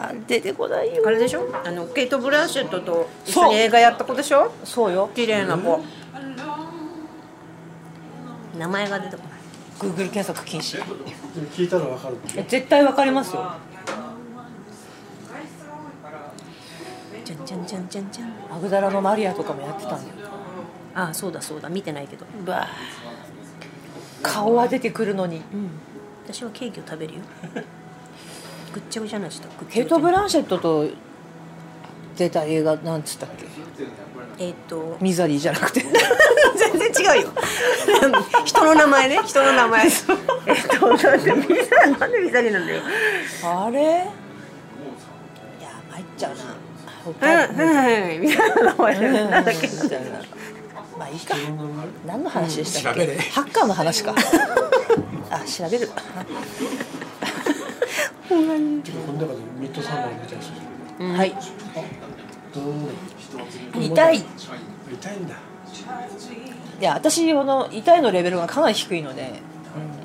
[SPEAKER 4] あー出てこないよ
[SPEAKER 1] あれでしょあのケイト・ブランシェットと一
[SPEAKER 4] そう
[SPEAKER 1] 緒に映画やった子でしょ
[SPEAKER 4] そうよ
[SPEAKER 1] 綺麗な子名前が出てこない
[SPEAKER 4] Google 検索禁止
[SPEAKER 3] でも聞いたら分かるっていう
[SPEAKER 4] 絶対わかりますよ
[SPEAKER 1] じゃんじゃんじゃんじゃんじゃん
[SPEAKER 4] マグダラのマリアとかもやってたんだよ
[SPEAKER 1] あそうだそうだ見てないけど
[SPEAKER 4] うわあ顔は出てくるのに
[SPEAKER 1] 私はケーキを食べるよぐっちゃぐちゃなした
[SPEAKER 4] ケイト・ブランシェットと出た映画なんつったっけ
[SPEAKER 1] えっ、と
[SPEAKER 4] ミザリーじゃなくて
[SPEAKER 1] 全然違うよ人の名前ね人の名前えっとなんでビザなんでビザリなんだよ
[SPEAKER 4] あれいや参っちゃうな
[SPEAKER 1] うん
[SPEAKER 4] 他に
[SPEAKER 1] うんみたいな名前だよねなんだっけ
[SPEAKER 4] みたいなまあいいか何の話でしたっ
[SPEAKER 2] 調
[SPEAKER 4] け
[SPEAKER 2] べれ
[SPEAKER 4] ハッカーの話か [laughs] あ調べる
[SPEAKER 3] てかこの中でミッドサマーみたいな人いる
[SPEAKER 4] はい
[SPEAKER 3] どうなんだろ
[SPEAKER 4] 痛いいう
[SPEAKER 3] 痛いんだ
[SPEAKER 4] や私この痛いのレベルがかなり低いので、うん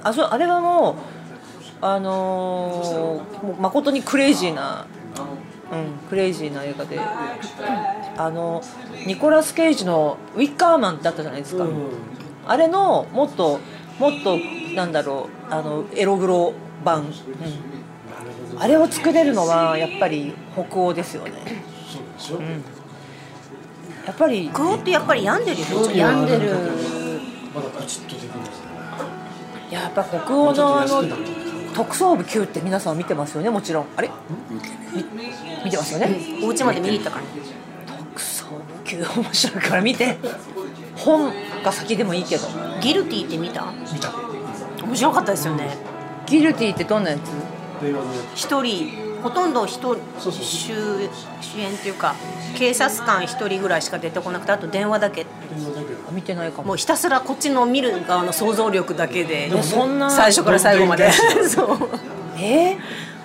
[SPEAKER 4] あそうあれはもうあのーもう誠にクレイジーな、うん、クレイジーな映画で、あのニコラス・ケイジの「ウィッカーマン」だったじゃないですか、
[SPEAKER 3] うん
[SPEAKER 4] あれのもっともっとなんだろうあのエログロ版、うんあれを作れるのはやっぱり北欧ですよね
[SPEAKER 3] そうでしょ、
[SPEAKER 4] やっぱり
[SPEAKER 1] 顔ってやっぱり病んでるよ
[SPEAKER 3] 興味は
[SPEAKER 4] 病ん
[SPEAKER 3] あ
[SPEAKER 4] で
[SPEAKER 3] け
[SPEAKER 4] る
[SPEAKER 3] どまだパチッとできないですね
[SPEAKER 4] やっぱ北欧のあ
[SPEAKER 3] ちょっと安くな
[SPEAKER 4] の
[SPEAKER 3] ってる
[SPEAKER 4] 特捜部9って皆さん見てますよねもちろんあれみ見てますよね
[SPEAKER 1] お家まで見に行ったから
[SPEAKER 4] 特捜部9面白いから見て本が先でもいいけど
[SPEAKER 1] ギルティって見た
[SPEAKER 3] 見た
[SPEAKER 1] 面白かったですよね
[SPEAKER 4] ギルティってどんなやつ
[SPEAKER 3] 令和のや
[SPEAKER 1] 一人ほとんど一
[SPEAKER 3] そうそう
[SPEAKER 1] 主主演っていうか警察官一人ぐらいしか出てこなくてあと電話だけ
[SPEAKER 3] つ令和だけど
[SPEAKER 4] あ見てないかも
[SPEAKER 1] もうひたすらこっちの見る側の想像力だけで
[SPEAKER 4] いやそんな
[SPEAKER 1] 最初から最後までそう
[SPEAKER 4] え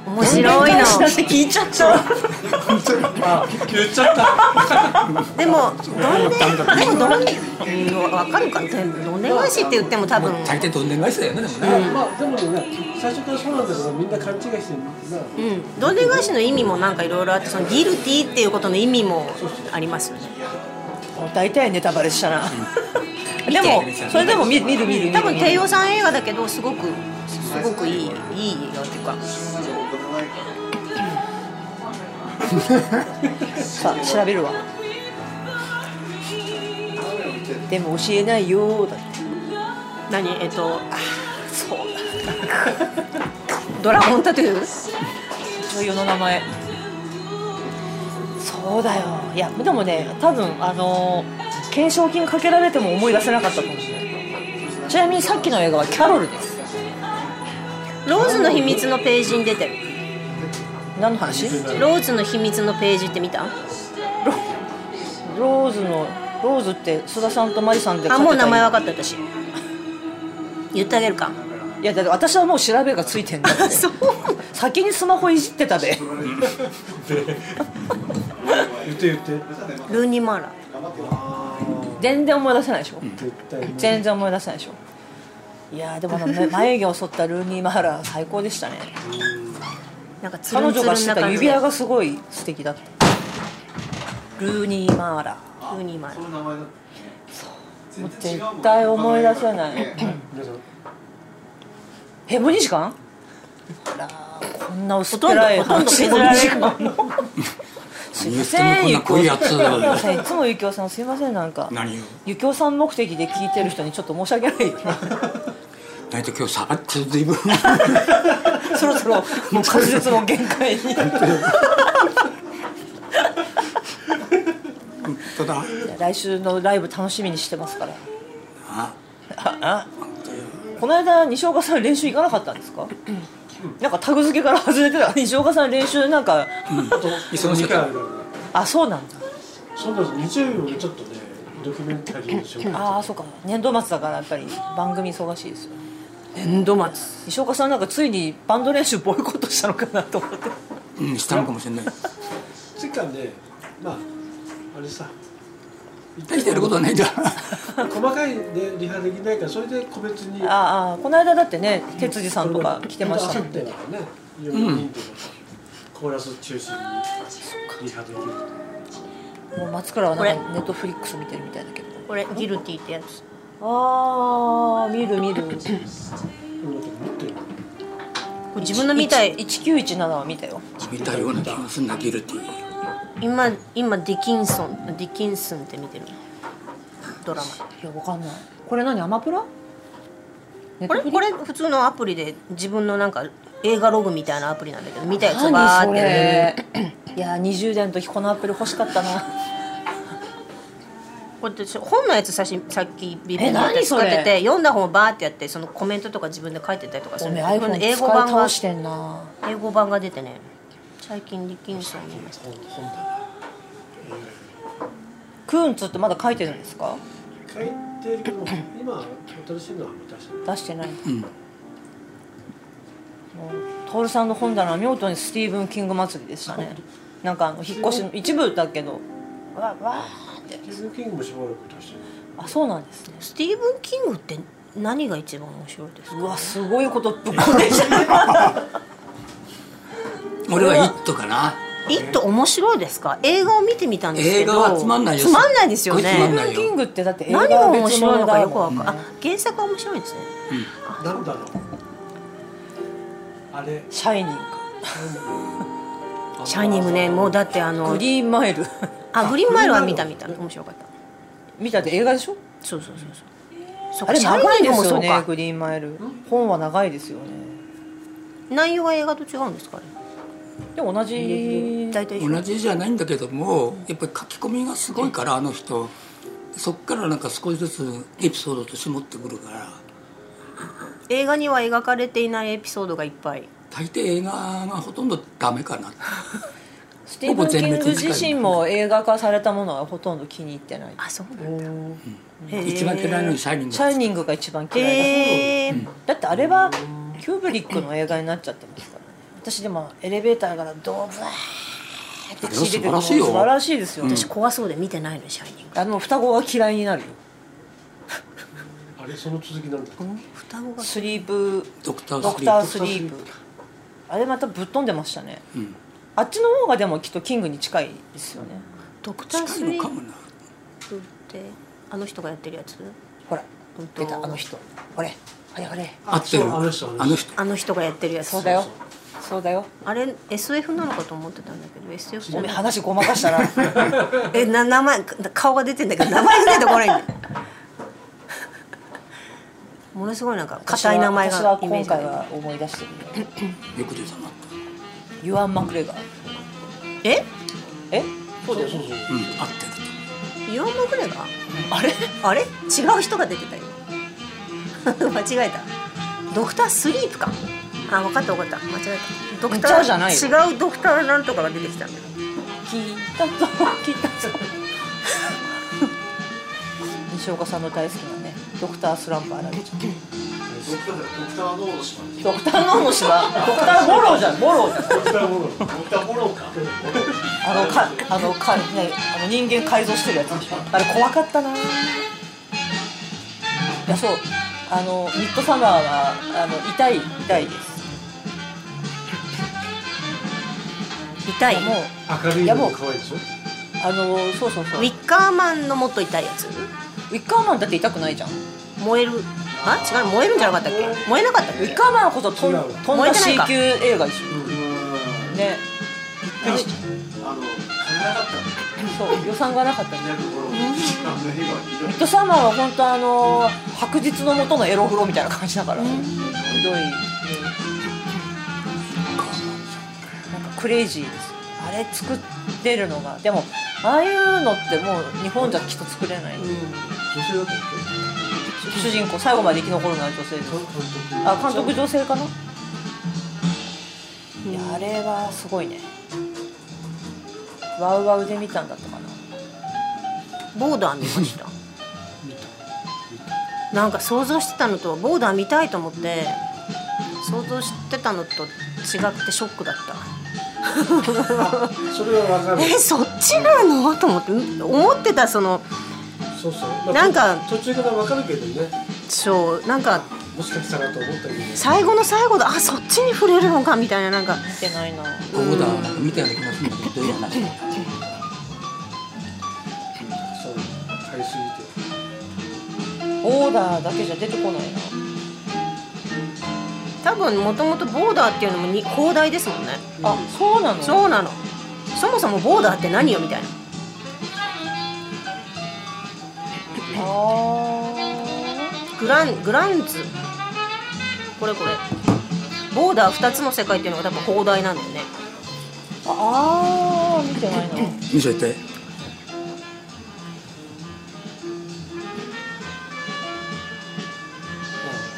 [SPEAKER 4] ー、
[SPEAKER 1] 面白い
[SPEAKER 4] どんな話だ
[SPEAKER 1] の
[SPEAKER 4] って聞いちゃった
[SPEAKER 3] 言っちゃった
[SPEAKER 1] でもどんででもどんでうんわかるかな全部どんで返しって言っても多分
[SPEAKER 2] 大抵どんでん返しだよねでもね
[SPEAKER 3] まあでもね最初からそうなんだけどみんな勘違いしてるな
[SPEAKER 1] うん、どんでん返しの意味もなんかいろいろあってそのギルティっていうことの意味もありますよね
[SPEAKER 4] 大体ネタバレしたなでもそれでも見見る見る見る
[SPEAKER 1] 多分帝王さん映画だけどすごくすごくいいいい映画っていうか
[SPEAKER 4] さあ調べるわでも教えないよーだって
[SPEAKER 1] 何えっと
[SPEAKER 4] そう
[SPEAKER 1] ドラゴンタトゥー
[SPEAKER 4] 女優の名前そうだよいやでもね多分あのー懸賞金かけられても思い出せなかったと思うちなみにさっきの映画はキャロルです
[SPEAKER 1] ローズの秘密のページに出てる
[SPEAKER 4] 何の話
[SPEAKER 1] ローズの秘密のページって見た
[SPEAKER 4] ローズのローズって須田さんとマリさんで
[SPEAKER 1] あ
[SPEAKER 4] 買ってた
[SPEAKER 1] もう名前分かった私言ってあげるか
[SPEAKER 4] いやだって私はもう調べがついてんだって
[SPEAKER 1] そう
[SPEAKER 4] 先にスマホいじってたべ
[SPEAKER 3] 言って言って
[SPEAKER 1] ルーニー・マーラ
[SPEAKER 4] 全然思い出せないでしょ、
[SPEAKER 3] 絶対に
[SPEAKER 4] 全然思い出せないでしょいやーでもあのね眉毛を剃ったルーニー・マハラ最高でしたね
[SPEAKER 1] なんかツ
[SPEAKER 4] 彼
[SPEAKER 1] ルンツ
[SPEAKER 4] 女
[SPEAKER 1] ルンな感じ
[SPEAKER 4] がしてた
[SPEAKER 1] で
[SPEAKER 4] 指輪がすごい素敵だったルーニー・マーラ
[SPEAKER 1] ルーニー・マーラ
[SPEAKER 9] 名前だっ
[SPEAKER 4] もう絶対思い出せない
[SPEAKER 3] 皆さん
[SPEAKER 4] ヘブ2時間ほらこんな薄っ
[SPEAKER 1] ほと
[SPEAKER 4] ぺ
[SPEAKER 1] んど
[SPEAKER 4] らい
[SPEAKER 1] ほとんど
[SPEAKER 4] 話
[SPEAKER 1] 削られる
[SPEAKER 4] ヘブ二時間もすいません
[SPEAKER 2] 言
[SPEAKER 4] ゆ
[SPEAKER 2] っ
[SPEAKER 4] き
[SPEAKER 2] てもこんな濃い
[SPEAKER 4] お
[SPEAKER 2] やつ
[SPEAKER 4] さんいつもゆきおさんすいませんなんか
[SPEAKER 2] 何を
[SPEAKER 4] ゆきおさん目的で聞いてる人にちょっと申し訳ないよ
[SPEAKER 2] 大体今日下がってる随 [laughs] 分
[SPEAKER 4] そろそろもう滑舌も限界に
[SPEAKER 2] ただ
[SPEAKER 4] 来週のライブ楽しみにしてますから
[SPEAKER 2] あ
[SPEAKER 4] この間西岡さん練習行かなかったんですかなんかタグ付けから外れてた [laughs] 西岡さん練習なんか
[SPEAKER 3] あと
[SPEAKER 2] 忙しかった
[SPEAKER 3] 二回あるからね
[SPEAKER 4] あそうなんだ
[SPEAKER 3] そうなんです日曜日もねちょっとねドキュメンタリーの紹介
[SPEAKER 4] ああそうか年度末だからやっぱり番組忙しいですよね
[SPEAKER 8] 年度末
[SPEAKER 4] 西岡さんなんかついにバンド練習ボイコットしたのかなと思って
[SPEAKER 2] うんしたのかもしれない
[SPEAKER 3] 次回ねまああれさ
[SPEAKER 2] 大してやることはないじゃん
[SPEAKER 3] 細かいねリハできないからそれで個別に
[SPEAKER 4] あーあーこの間だってね哲司さんとか来てました
[SPEAKER 3] あ
[SPEAKER 4] も
[SPEAKER 3] さ
[SPEAKER 4] ん
[SPEAKER 3] って
[SPEAKER 4] ね
[SPEAKER 3] だからね4人とかさコーラス中心にリハできる
[SPEAKER 4] もう松倉はなん
[SPEAKER 1] こ
[SPEAKER 4] かネットフリックス見てるみたいだけど
[SPEAKER 1] これギルティってやつ
[SPEAKER 4] ああ見る見る
[SPEAKER 3] 今だって持ってるの
[SPEAKER 1] これ自分の見たい
[SPEAKER 4] 1917は見たよ
[SPEAKER 2] 見たような気がすんなギルティ
[SPEAKER 1] 今今ディキンソンディキンスンって見てるドラマ
[SPEAKER 4] いやわかんないこれ何アマプラ
[SPEAKER 1] これこれ普通のアプリで自分のなんか映画ログみたいなアプリなんだけど見たやつをバーっ
[SPEAKER 4] 何そ
[SPEAKER 1] てや
[SPEAKER 4] れいや20代の時このアプリ欲しかったな
[SPEAKER 1] るこうやってし本のやつさしさっきビビ
[SPEAKER 4] え何
[SPEAKER 1] 使って
[SPEAKER 4] それ
[SPEAKER 1] て読んだ本をバーってやってそのコメントとか自分で書いてたりとかす
[SPEAKER 4] お
[SPEAKER 1] る
[SPEAKER 4] めえ
[SPEAKER 1] この
[SPEAKER 4] iPhone
[SPEAKER 1] 英
[SPEAKER 4] 使
[SPEAKER 1] 語
[SPEAKER 4] い
[SPEAKER 1] 版が
[SPEAKER 4] 倒してんな
[SPEAKER 1] 英語版が出てね最近ディキンソン見ました
[SPEAKER 3] 本本だな
[SPEAKER 4] クーンツってまだ書いてるんですか
[SPEAKER 3] 書いてるけど今新しいのは出してない
[SPEAKER 4] 出して
[SPEAKER 2] う
[SPEAKER 4] ない
[SPEAKER 2] ん
[SPEAKER 4] もう徹さんの本棚は見事にスティーブン・キング祭りでしたねなんかあの引っ越しの一部だけどわわーって
[SPEAKER 3] ジェブキングもしばらく出してない
[SPEAKER 4] あそうなんですね
[SPEAKER 1] スティーブン・キングって何が一番面白いですか
[SPEAKER 4] うわすごいことぶっこんできた
[SPEAKER 2] 俺は「イット!」かな
[SPEAKER 1] 「イット!」面白いですか映画を見てみたんですけど
[SPEAKER 2] 映画はつまんないよ
[SPEAKER 1] つまんないですよ
[SPEAKER 2] すっごいつまん
[SPEAKER 1] ね
[SPEAKER 2] ない
[SPEAKER 4] スティーブン・キングってだって映画
[SPEAKER 1] 何が
[SPEAKER 4] は
[SPEAKER 1] 面
[SPEAKER 4] 別
[SPEAKER 1] 白い
[SPEAKER 4] 物
[SPEAKER 1] のか
[SPEAKER 4] だ
[SPEAKER 1] よ
[SPEAKER 4] よ
[SPEAKER 1] くわかんない原作は面白いですね
[SPEAKER 3] なんだろうあれ
[SPEAKER 4] シャイニング
[SPEAKER 1] 「シャイニングね」もうだってあの
[SPEAKER 4] グリーンマイル [laughs]
[SPEAKER 1] あグリーンマイルは見た見た面白かった
[SPEAKER 4] 見たって映画でしょ
[SPEAKER 1] そうそうそうそうそっ
[SPEAKER 4] あ
[SPEAKER 1] か
[SPEAKER 4] れ
[SPEAKER 1] シャ
[SPEAKER 4] 長
[SPEAKER 1] イ
[SPEAKER 4] い
[SPEAKER 1] ニン
[SPEAKER 4] で
[SPEAKER 1] グも
[SPEAKER 4] す
[SPEAKER 1] そ
[SPEAKER 4] よ
[SPEAKER 1] うか
[SPEAKER 4] ねグリーンマイル本は長いですよね
[SPEAKER 1] 内容が映画と違うんですかね
[SPEAKER 4] でも同じ
[SPEAKER 1] 大体一緒
[SPEAKER 2] 同じじゃないんだけどもやっぱり書き込みがすごいからあの人そっからなんか少しずつエピソードと絞ってくるから
[SPEAKER 1] 映画には描かれていないエピソードがいっぱい
[SPEAKER 2] 大抵映画がほとんどダメかなって
[SPEAKER 4] スティーブン・キング自身も映画化されたものはほとんど気に入ってない
[SPEAKER 1] あそうなんだへー
[SPEAKER 2] 一番嫌いなのにシャイニング
[SPEAKER 4] シャイニングが一番嫌いだし
[SPEAKER 1] へー
[SPEAKER 4] だってあれはキューブリックの映画になっちゃってますからね私でもエレベーターからドーブワーって血出てく
[SPEAKER 2] あ
[SPEAKER 4] るの
[SPEAKER 2] れは素晴らしいよ
[SPEAKER 4] 素晴らしいですよ、
[SPEAKER 1] 私怖そうで見てないのシャイニング
[SPEAKER 4] あの双子が嫌いになるよ
[SPEAKER 3] あれその続きなんだ
[SPEAKER 1] 双子が
[SPEAKER 4] スリープ
[SPEAKER 2] ドクタ
[SPEAKER 4] ド
[SPEAKER 2] ー
[SPEAKER 4] ク
[SPEAKER 2] スリ
[SPEAKER 4] ター
[SPEAKER 2] ー
[SPEAKER 4] スリープ
[SPEAKER 3] ドクタースリープ
[SPEAKER 4] あれまたぶっ飛んでましたね
[SPEAKER 2] プうん
[SPEAKER 4] あっちの方がでもきっとキングに近いですよね
[SPEAKER 1] ドクタース
[SPEAKER 2] 近い
[SPEAKER 1] リ
[SPEAKER 2] の
[SPEAKER 1] ー
[SPEAKER 2] か
[SPEAKER 1] プ
[SPEAKER 2] も
[SPEAKER 1] っ
[SPEAKER 2] な
[SPEAKER 1] てあの人がやってるやつ
[SPEAKER 4] ほら
[SPEAKER 1] 本当
[SPEAKER 4] 出たあの人ほれほれほれ
[SPEAKER 2] 合ってる
[SPEAKER 3] そうあの人
[SPEAKER 2] あの人
[SPEAKER 1] あの人がやってるやつ
[SPEAKER 4] そうだよそうだよ
[SPEAKER 1] あれ SF なのかと思ってたんだけど SF じ
[SPEAKER 4] ご
[SPEAKER 1] ゃ
[SPEAKER 4] めん
[SPEAKER 1] ない
[SPEAKER 4] 話ごま
[SPEAKER 1] [laughs]
[SPEAKER 4] かしたな
[SPEAKER 1] えな名前顔が出てんだけど名前が出てこないんだよものすごいなんか硬い名前
[SPEAKER 4] 私は
[SPEAKER 1] がイメー
[SPEAKER 4] 今
[SPEAKER 1] ジが
[SPEAKER 4] 回は思い出してるよ
[SPEAKER 2] よく出たなと
[SPEAKER 4] ユアン・マクレガー
[SPEAKER 1] え
[SPEAKER 4] えそうだ
[SPEAKER 3] そう
[SPEAKER 4] よ
[SPEAKER 3] そうそう
[SPEAKER 2] うん合ってると
[SPEAKER 1] イオン・マクレガー
[SPEAKER 4] あれ
[SPEAKER 1] あれ違う人が出てたよ [laughs] 間違えたドクタースリープかあ分かった分かった間違えたドクタ
[SPEAKER 4] じゃあじゃない
[SPEAKER 1] ー違うドクターなんとかが出てきたんだよ
[SPEAKER 4] 聞いたと聞いたと [laughs] 西岡さんの大好きなねドクタースランプ荒木ちゃん
[SPEAKER 9] ドクタードクターノーの島に
[SPEAKER 4] ドクターノームシはドクターボローじゃんボローじゃん
[SPEAKER 3] ドクターモロ
[SPEAKER 9] ドクターモローか
[SPEAKER 4] あのかあのか、ね、あの人間改造してるやつでしょあれ怖かったないやそうあのミッドサマーはあの痛い痛いです
[SPEAKER 1] 痛い
[SPEAKER 4] もう
[SPEAKER 3] 明るいの
[SPEAKER 4] いやも
[SPEAKER 3] も
[SPEAKER 4] う
[SPEAKER 3] 可愛いでしょ
[SPEAKER 4] あのそうそうそう
[SPEAKER 1] ウィ
[SPEAKER 4] ウ
[SPEAKER 1] ッカーマンのもっと痛いやつ
[SPEAKER 4] ィッカーマンだって痛くないじゃんウ
[SPEAKER 1] 燃えるあ違う燃えるんじゃなかったっけ燃えなかったっ
[SPEAKER 4] ィッ
[SPEAKER 1] け
[SPEAKER 4] カーマンこそとん
[SPEAKER 3] 違う
[SPEAKER 4] 飛ん
[SPEAKER 1] 燃え
[SPEAKER 4] だ
[SPEAKER 1] てない
[SPEAKER 4] C
[SPEAKER 1] か
[SPEAKER 4] 級映画でしょ
[SPEAKER 9] う
[SPEAKER 4] ね
[SPEAKER 9] んあの金なかった
[SPEAKER 4] そ
[SPEAKER 9] んだ
[SPEAKER 4] う予算がなかったね
[SPEAKER 9] なるほどあの映画はひどい
[SPEAKER 4] ミッドサマーは本当あの白日の元のエロ風呂みたいな感じだから、ひどい、なんかクレイジーですあれ作ってるのがでもああいうのってもう日本じゃきっと作れない、
[SPEAKER 3] 女性だったっ
[SPEAKER 4] 主人公最後まで生き残るのは女性です
[SPEAKER 3] け監督
[SPEAKER 4] あ監督女性かな、いやあれはすごいねワウワウで見たんだったかな
[SPEAKER 1] ボーダー見ましたなんか想像してたのとボーダー見たいと思って想像してたのと違ってショックだった
[SPEAKER 3] それはわかる
[SPEAKER 1] えそっちなのと思って思ってたその
[SPEAKER 3] そうそう
[SPEAKER 1] なんか
[SPEAKER 3] 途中からわかるけどね
[SPEAKER 1] そうなんか
[SPEAKER 3] もしかしたらと思ったけどね
[SPEAKER 1] 最後の最後であそっちに触れるのかみたいななんか
[SPEAKER 4] 見てないな
[SPEAKER 2] ボーダーなんか見たような気がするんだけどどういう話だった
[SPEAKER 3] そう買いすぎて
[SPEAKER 4] オーダーだけじゃ出てこないな
[SPEAKER 1] 多分もともとボーダーっていうのもに広大ですもんね
[SPEAKER 4] あそうなの
[SPEAKER 1] そうなのそもそもボーダーって何よみたいな
[SPEAKER 4] あ
[SPEAKER 1] グラングランズこれこれボーダー2つの世界っていうのが多分広大なんだよね
[SPEAKER 4] ーあー見てないな
[SPEAKER 2] 見せて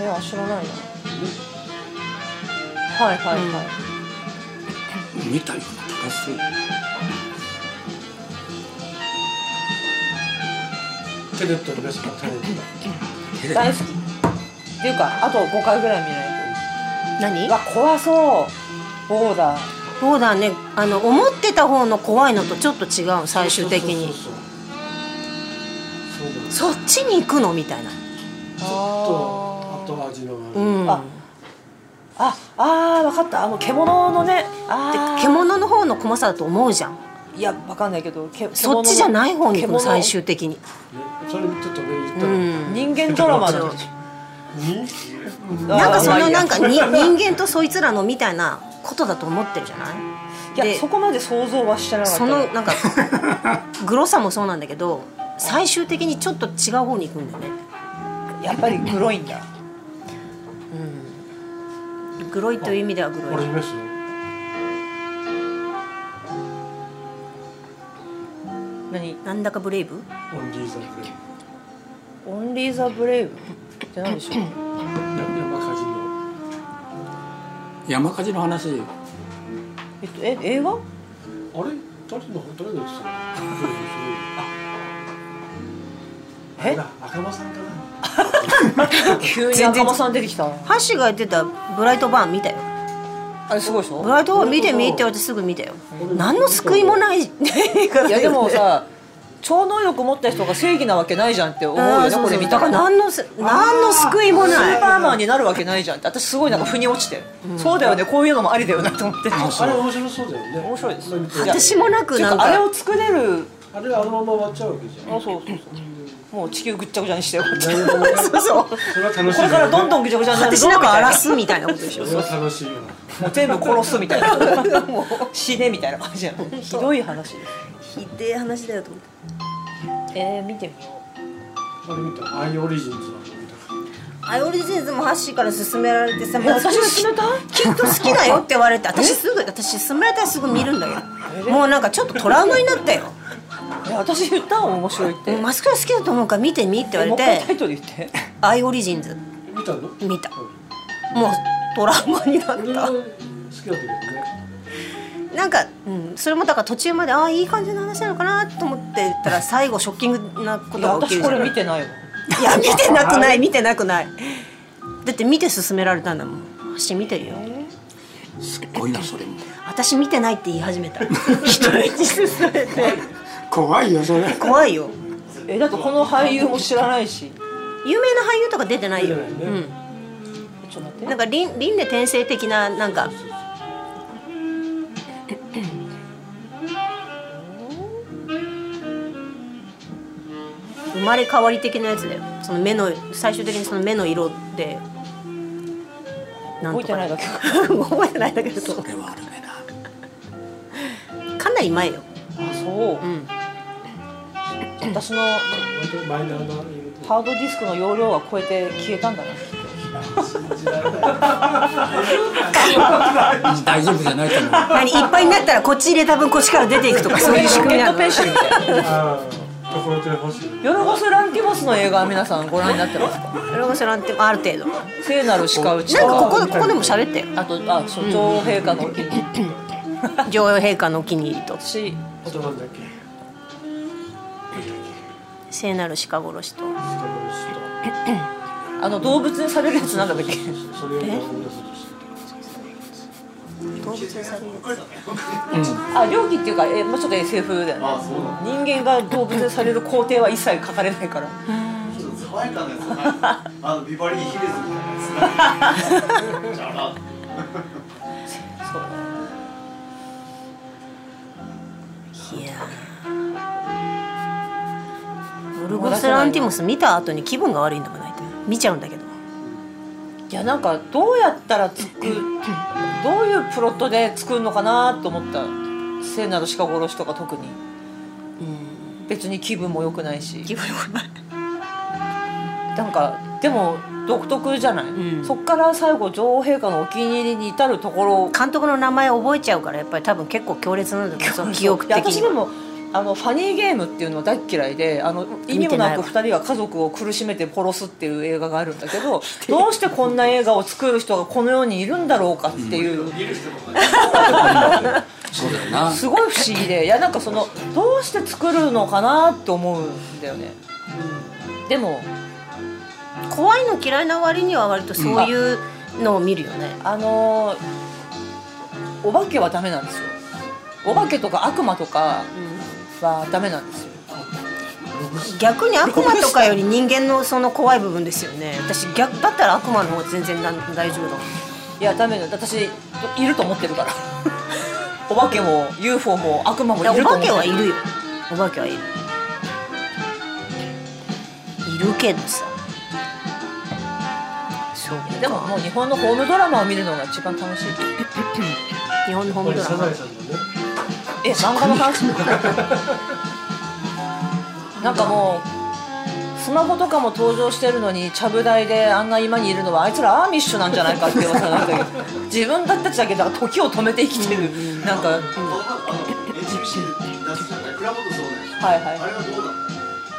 [SPEAKER 4] えあ知らないなはいはいはい、
[SPEAKER 2] 見たような気がする
[SPEAKER 3] テレットのベストが垂れてた
[SPEAKER 2] けれど
[SPEAKER 4] 大好きっていうかあと5回ぐらい見ない
[SPEAKER 1] 何
[SPEAKER 4] とうわ怖そうボーダー
[SPEAKER 1] ボーダーねあの思ってた方の怖いのとちょっと違うの最終的に
[SPEAKER 3] そうそうそうそうなんですち
[SPEAKER 1] そっちに行くのみたいな
[SPEAKER 4] あ
[SPEAKER 3] ょっと後味の悪
[SPEAKER 1] う
[SPEAKER 3] い、
[SPEAKER 1] ん
[SPEAKER 4] あああー分かったあの獣のねあ
[SPEAKER 1] で
[SPEAKER 4] ー
[SPEAKER 1] 獣の方の怖さだと思うじゃん
[SPEAKER 4] いや分かんないけどけ獣
[SPEAKER 1] そ
[SPEAKER 4] の
[SPEAKER 1] っちじゃない方に行くの
[SPEAKER 4] 獣
[SPEAKER 1] 最終的に
[SPEAKER 3] それちょっとね言った
[SPEAKER 1] う
[SPEAKER 3] の、
[SPEAKER 1] ん
[SPEAKER 4] 人間ドラマの
[SPEAKER 1] なんかそのなんか
[SPEAKER 4] い
[SPEAKER 1] に人間とそいつらのみたいなことだと思ってるじゃない
[SPEAKER 4] や
[SPEAKER 1] で
[SPEAKER 4] そこまで想像はしてなかった
[SPEAKER 1] そのなんかグロさもそうなんだけど最終的にちょっと違う方に行くんだよね
[SPEAKER 4] やっぱりグロいんだ
[SPEAKER 1] グロいという意味ではグロ
[SPEAKER 3] 俺
[SPEAKER 1] い
[SPEAKER 3] 見ますよ
[SPEAKER 4] 何
[SPEAKER 1] なんだかブレイブ
[SPEAKER 3] オンリーザーで
[SPEAKER 4] オンリー・ザ・ブレイブって何でしょう
[SPEAKER 3] 山火
[SPEAKER 2] 山火事
[SPEAKER 3] 事の
[SPEAKER 2] の話
[SPEAKER 4] えっとえ映画
[SPEAKER 3] あれ誰の誰のやつだあ
[SPEAKER 4] え
[SPEAKER 3] あれだ赤間さんかな
[SPEAKER 4] 急に赤間さん出てきた
[SPEAKER 1] ハッシーが言ってたブライトバーン見たよ
[SPEAKER 4] あれすごいでしょ
[SPEAKER 1] ブライトバーン見て見てってすぐ見たよ何の救いもない映画
[SPEAKER 4] い
[SPEAKER 1] だよね
[SPEAKER 4] やでもさ超能力持った人が正義なわけないじゃんって思う
[SPEAKER 1] あ
[SPEAKER 4] よ
[SPEAKER 1] ー [laughs]
[SPEAKER 4] ね
[SPEAKER 1] そう
[SPEAKER 4] こ
[SPEAKER 1] そ
[SPEAKER 4] れ
[SPEAKER 1] う
[SPEAKER 4] 見
[SPEAKER 1] だか
[SPEAKER 4] た
[SPEAKER 1] らら何のす何の救いも
[SPEAKER 4] ス
[SPEAKER 1] ない
[SPEAKER 4] ーパーマンになるわけないじゃんって私すごいなんか腑に落ちて、そうだよねこういうのもありだよなと思って
[SPEAKER 3] あれ面白そうだよね
[SPEAKER 4] 面白いです
[SPEAKER 3] なんか
[SPEAKER 4] いや
[SPEAKER 1] 私もなく
[SPEAKER 4] ちょ
[SPEAKER 1] な
[SPEAKER 4] っ
[SPEAKER 1] ん
[SPEAKER 4] とあれ
[SPEAKER 1] か
[SPEAKER 4] を作れる
[SPEAKER 3] あれあのまま終わっちゃうわけじゃん
[SPEAKER 4] あそうそうそうもう地球ぐっちゃぐちゃにしてよこっち
[SPEAKER 3] なるほどね
[SPEAKER 4] そうそうこ
[SPEAKER 3] それは楽しい
[SPEAKER 4] れからどんどん
[SPEAKER 3] ん
[SPEAKER 4] ぐちゃぐちゃになる
[SPEAKER 1] 私
[SPEAKER 4] ぞ [laughs]
[SPEAKER 1] なん
[SPEAKER 4] み
[SPEAKER 1] か
[SPEAKER 4] たい
[SPEAKER 1] 荒
[SPEAKER 4] な
[SPEAKER 1] らすみたいなことでしょ
[SPEAKER 3] それは楽しいよ
[SPEAKER 4] もう全部殺すみたいなもう死ねみたいな感じじゃ [laughs] ないひどい話です
[SPEAKER 1] [laughs] ひでえ話だよと思って
[SPEAKER 4] えー、見てみよう
[SPEAKER 3] あれ見たアイオリジンズの見た
[SPEAKER 1] アイオリセンスもハッシーから勧められてさもう
[SPEAKER 11] 私が
[SPEAKER 1] き
[SPEAKER 11] 勧めた
[SPEAKER 1] きっと好きだよって言わ [laughs] れて私すぐ私勧められたらすぐ見るんだよもうなんかちょっとトラウマになったよ
[SPEAKER 4] え私言ったもん面白いって
[SPEAKER 1] マスクラ好きだと思うから見てみって言わ
[SPEAKER 4] も
[SPEAKER 1] れ
[SPEAKER 4] う一回タ
[SPEAKER 1] て
[SPEAKER 4] イトル言って
[SPEAKER 1] 「アイオリジンズ
[SPEAKER 3] 見たの」
[SPEAKER 1] 見たもうトラウマになっ
[SPEAKER 3] 俺
[SPEAKER 1] た
[SPEAKER 3] は好きだったけどね
[SPEAKER 1] なんか、うん、それもだから途中までああいい感じの話なのかなと思ってた
[SPEAKER 4] [laughs]
[SPEAKER 1] ら最後ショッキングなこと
[SPEAKER 4] いや
[SPEAKER 1] が起き
[SPEAKER 4] 私
[SPEAKER 1] るじゃ
[SPEAKER 4] こ
[SPEAKER 1] ん
[SPEAKER 4] れ見てないわ
[SPEAKER 1] いや見てなく
[SPEAKER 4] [laughs]
[SPEAKER 1] ない見てなくないだって見て勧められたんだもん私見てるよ
[SPEAKER 2] すっごいなそれも
[SPEAKER 1] 私見てないって言い始め
[SPEAKER 4] [laughs]
[SPEAKER 1] た人に勧めて
[SPEAKER 2] 怖いよそれ
[SPEAKER 1] 怖いよ
[SPEAKER 4] えだってこの俳優も知らないし
[SPEAKER 1] 有名な俳優とか出てないよ、
[SPEAKER 3] 出てな
[SPEAKER 1] う
[SPEAKER 3] い
[SPEAKER 1] ん
[SPEAKER 4] ちょっと待って
[SPEAKER 1] なんか輪輪廻転生的ななんか生まれ変わり的なやつだよその目の最終的にその目の色って
[SPEAKER 4] 覚えてないだ
[SPEAKER 1] [laughs]
[SPEAKER 4] け
[SPEAKER 1] 覚えてないんだけど
[SPEAKER 2] それはあるめな
[SPEAKER 1] かなり前よ
[SPEAKER 4] あそう、
[SPEAKER 1] ん
[SPEAKER 4] 私の
[SPEAKER 3] 割とマイナーな色と
[SPEAKER 4] ハードディスクの容量は超えて消えたんだな
[SPEAKER 2] 大丈夫じゃないと思う
[SPEAKER 1] 何いっぱいになったらこっち入れた分こっちから出ていくと [laughs] かそういう仕組みな
[SPEAKER 4] ロケット
[SPEAKER 1] の
[SPEAKER 4] ペーションみたいな
[SPEAKER 3] ああところてほしい
[SPEAKER 4] ヨルゴス・ランティモスの映画は皆さんご覧になってますか
[SPEAKER 1] ロゴスランティモある程度なんか
[SPEAKER 4] 聖なる鹿打ちと
[SPEAKER 1] ここここでも喋ったよ
[SPEAKER 4] あとあ所長陛下のお気に入り
[SPEAKER 1] 女王陛下のお気に入りと
[SPEAKER 4] 私
[SPEAKER 3] あとなんだっけ
[SPEAKER 1] 聖なる鹿殺しと
[SPEAKER 3] スタブルスと
[SPEAKER 4] あの動物にされるやつなんだっけ
[SPEAKER 3] それを思い出そうとして
[SPEAKER 1] 動物にされる
[SPEAKER 4] [laughs] あ猟奇っていうかえもうちょっと SF だよね
[SPEAKER 9] あそうな
[SPEAKER 4] 人間が動物にされる工程は一切書かれ [laughs] ないから
[SPEAKER 9] のちょっと爽やかなやつなんかあのビバリーヒルズみたいなやつじゃあ
[SPEAKER 4] そう
[SPEAKER 1] いやーロゴスランティモス見た後に気分が悪いんだもんないって見ちゃうんだけど
[SPEAKER 4] いやなんかどうやったら作るどういうプロットで作るのかなと思った聖なる鹿殺しとか特に別に気分も良くないし
[SPEAKER 1] 気分良くない
[SPEAKER 4] なんかでも独特じゃない、
[SPEAKER 1] うん
[SPEAKER 4] そっから最後女王陛下のお気に入りに至るところ
[SPEAKER 1] 監督の名前覚えちゃうからやっぱり多分結構強烈なんだけどその記憶的
[SPEAKER 4] いや私
[SPEAKER 1] に
[SPEAKER 4] で
[SPEAKER 1] は
[SPEAKER 4] もあのファニーゲームっていうのは大っ嫌いであの意味もなく
[SPEAKER 1] 見て
[SPEAKER 4] 2人が家族を苦しめて殺すっていう映画があるんだけどどうしてこんな映画を作る人がこの世にいるんだろうかっていう、
[SPEAKER 2] そうだよな
[SPEAKER 4] すごい不思議でいやなんかそのどうして作るのかなって思うんだよね、でも
[SPEAKER 1] 怖いの嫌いな割には割とそういうのを見るよね、
[SPEAKER 4] あのーお化けはダメなんですよお化けとか悪魔とかはダメなんですよ
[SPEAKER 1] 逆に悪魔とかより人間のその怖い部分ですよね私逆だったら悪魔の方が全然だ大丈夫だ
[SPEAKER 4] いやダメだ私いると思ってるから [laughs] お化けも UFO も悪魔もい
[SPEAKER 1] もんい
[SPEAKER 4] る
[SPEAKER 1] や
[SPEAKER 4] と
[SPEAKER 1] お化
[SPEAKER 4] 思って
[SPEAKER 1] け
[SPEAKER 4] る
[SPEAKER 1] はいるよお化けはいるいるけどさそう
[SPEAKER 4] でももう日本のホームドラマを見るのが一番楽しい
[SPEAKER 1] 日本のホー
[SPEAKER 3] こ
[SPEAKER 1] ム
[SPEAKER 3] れ
[SPEAKER 1] ドラ
[SPEAKER 3] サザ
[SPEAKER 1] マ
[SPEAKER 3] エさんのね
[SPEAKER 1] [laughs]
[SPEAKER 4] え漫画の話なんかもうスマホとかも登場してるのにちゃぶ台であんな今にいるのはあいつらアーミッシュなんじゃないかって噂になったけど
[SPEAKER 1] [laughs]
[SPEAKER 4] 自分たちだけだから時を止めて生きてるなんか、
[SPEAKER 9] このあの HBC 出すじゃない倉本そうね
[SPEAKER 4] はいは
[SPEAKER 9] あ
[SPEAKER 4] い
[SPEAKER 9] れはどうなの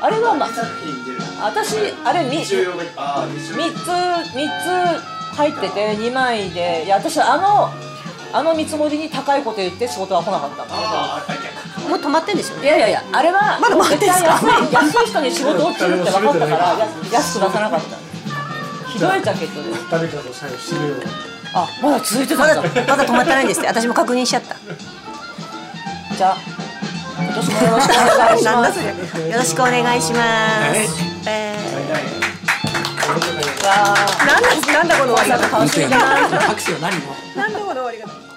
[SPEAKER 4] あれはま
[SPEAKER 9] 二作品出る
[SPEAKER 4] 私あれ見
[SPEAKER 9] 日曜がああ日曜
[SPEAKER 4] 3つ三つ入ってて2枚でいや私あのあの見積もりに高いこと言って仕事は来なかったんだ
[SPEAKER 9] ああ逆
[SPEAKER 1] もう止まってんですよ
[SPEAKER 4] けどい
[SPEAKER 1] ね
[SPEAKER 4] やいやいやあれは
[SPEAKER 1] まだ回ってんすか
[SPEAKER 4] 絶対安い安い人に仕事を切るって分かったからや安く出さなかったひどいジャケットで
[SPEAKER 3] 誰かの最後死ぬような
[SPEAKER 4] あまだ続いてた
[SPEAKER 1] まだ
[SPEAKER 4] んだ
[SPEAKER 1] まだ止まってないんですって私も確認しちゃった
[SPEAKER 4] じゃあ今年もよろしくお願いし
[SPEAKER 1] なん
[SPEAKER 4] ま
[SPEAKER 1] だ
[SPEAKER 4] す
[SPEAKER 1] それよろしくお願いします、え
[SPEAKER 3] 俺とかに
[SPEAKER 4] わあ
[SPEAKER 1] [laughs] ー、なんだなんだこの終わり
[SPEAKER 4] 楽しみだな
[SPEAKER 2] 拍手は何も
[SPEAKER 1] なんだこの終わり方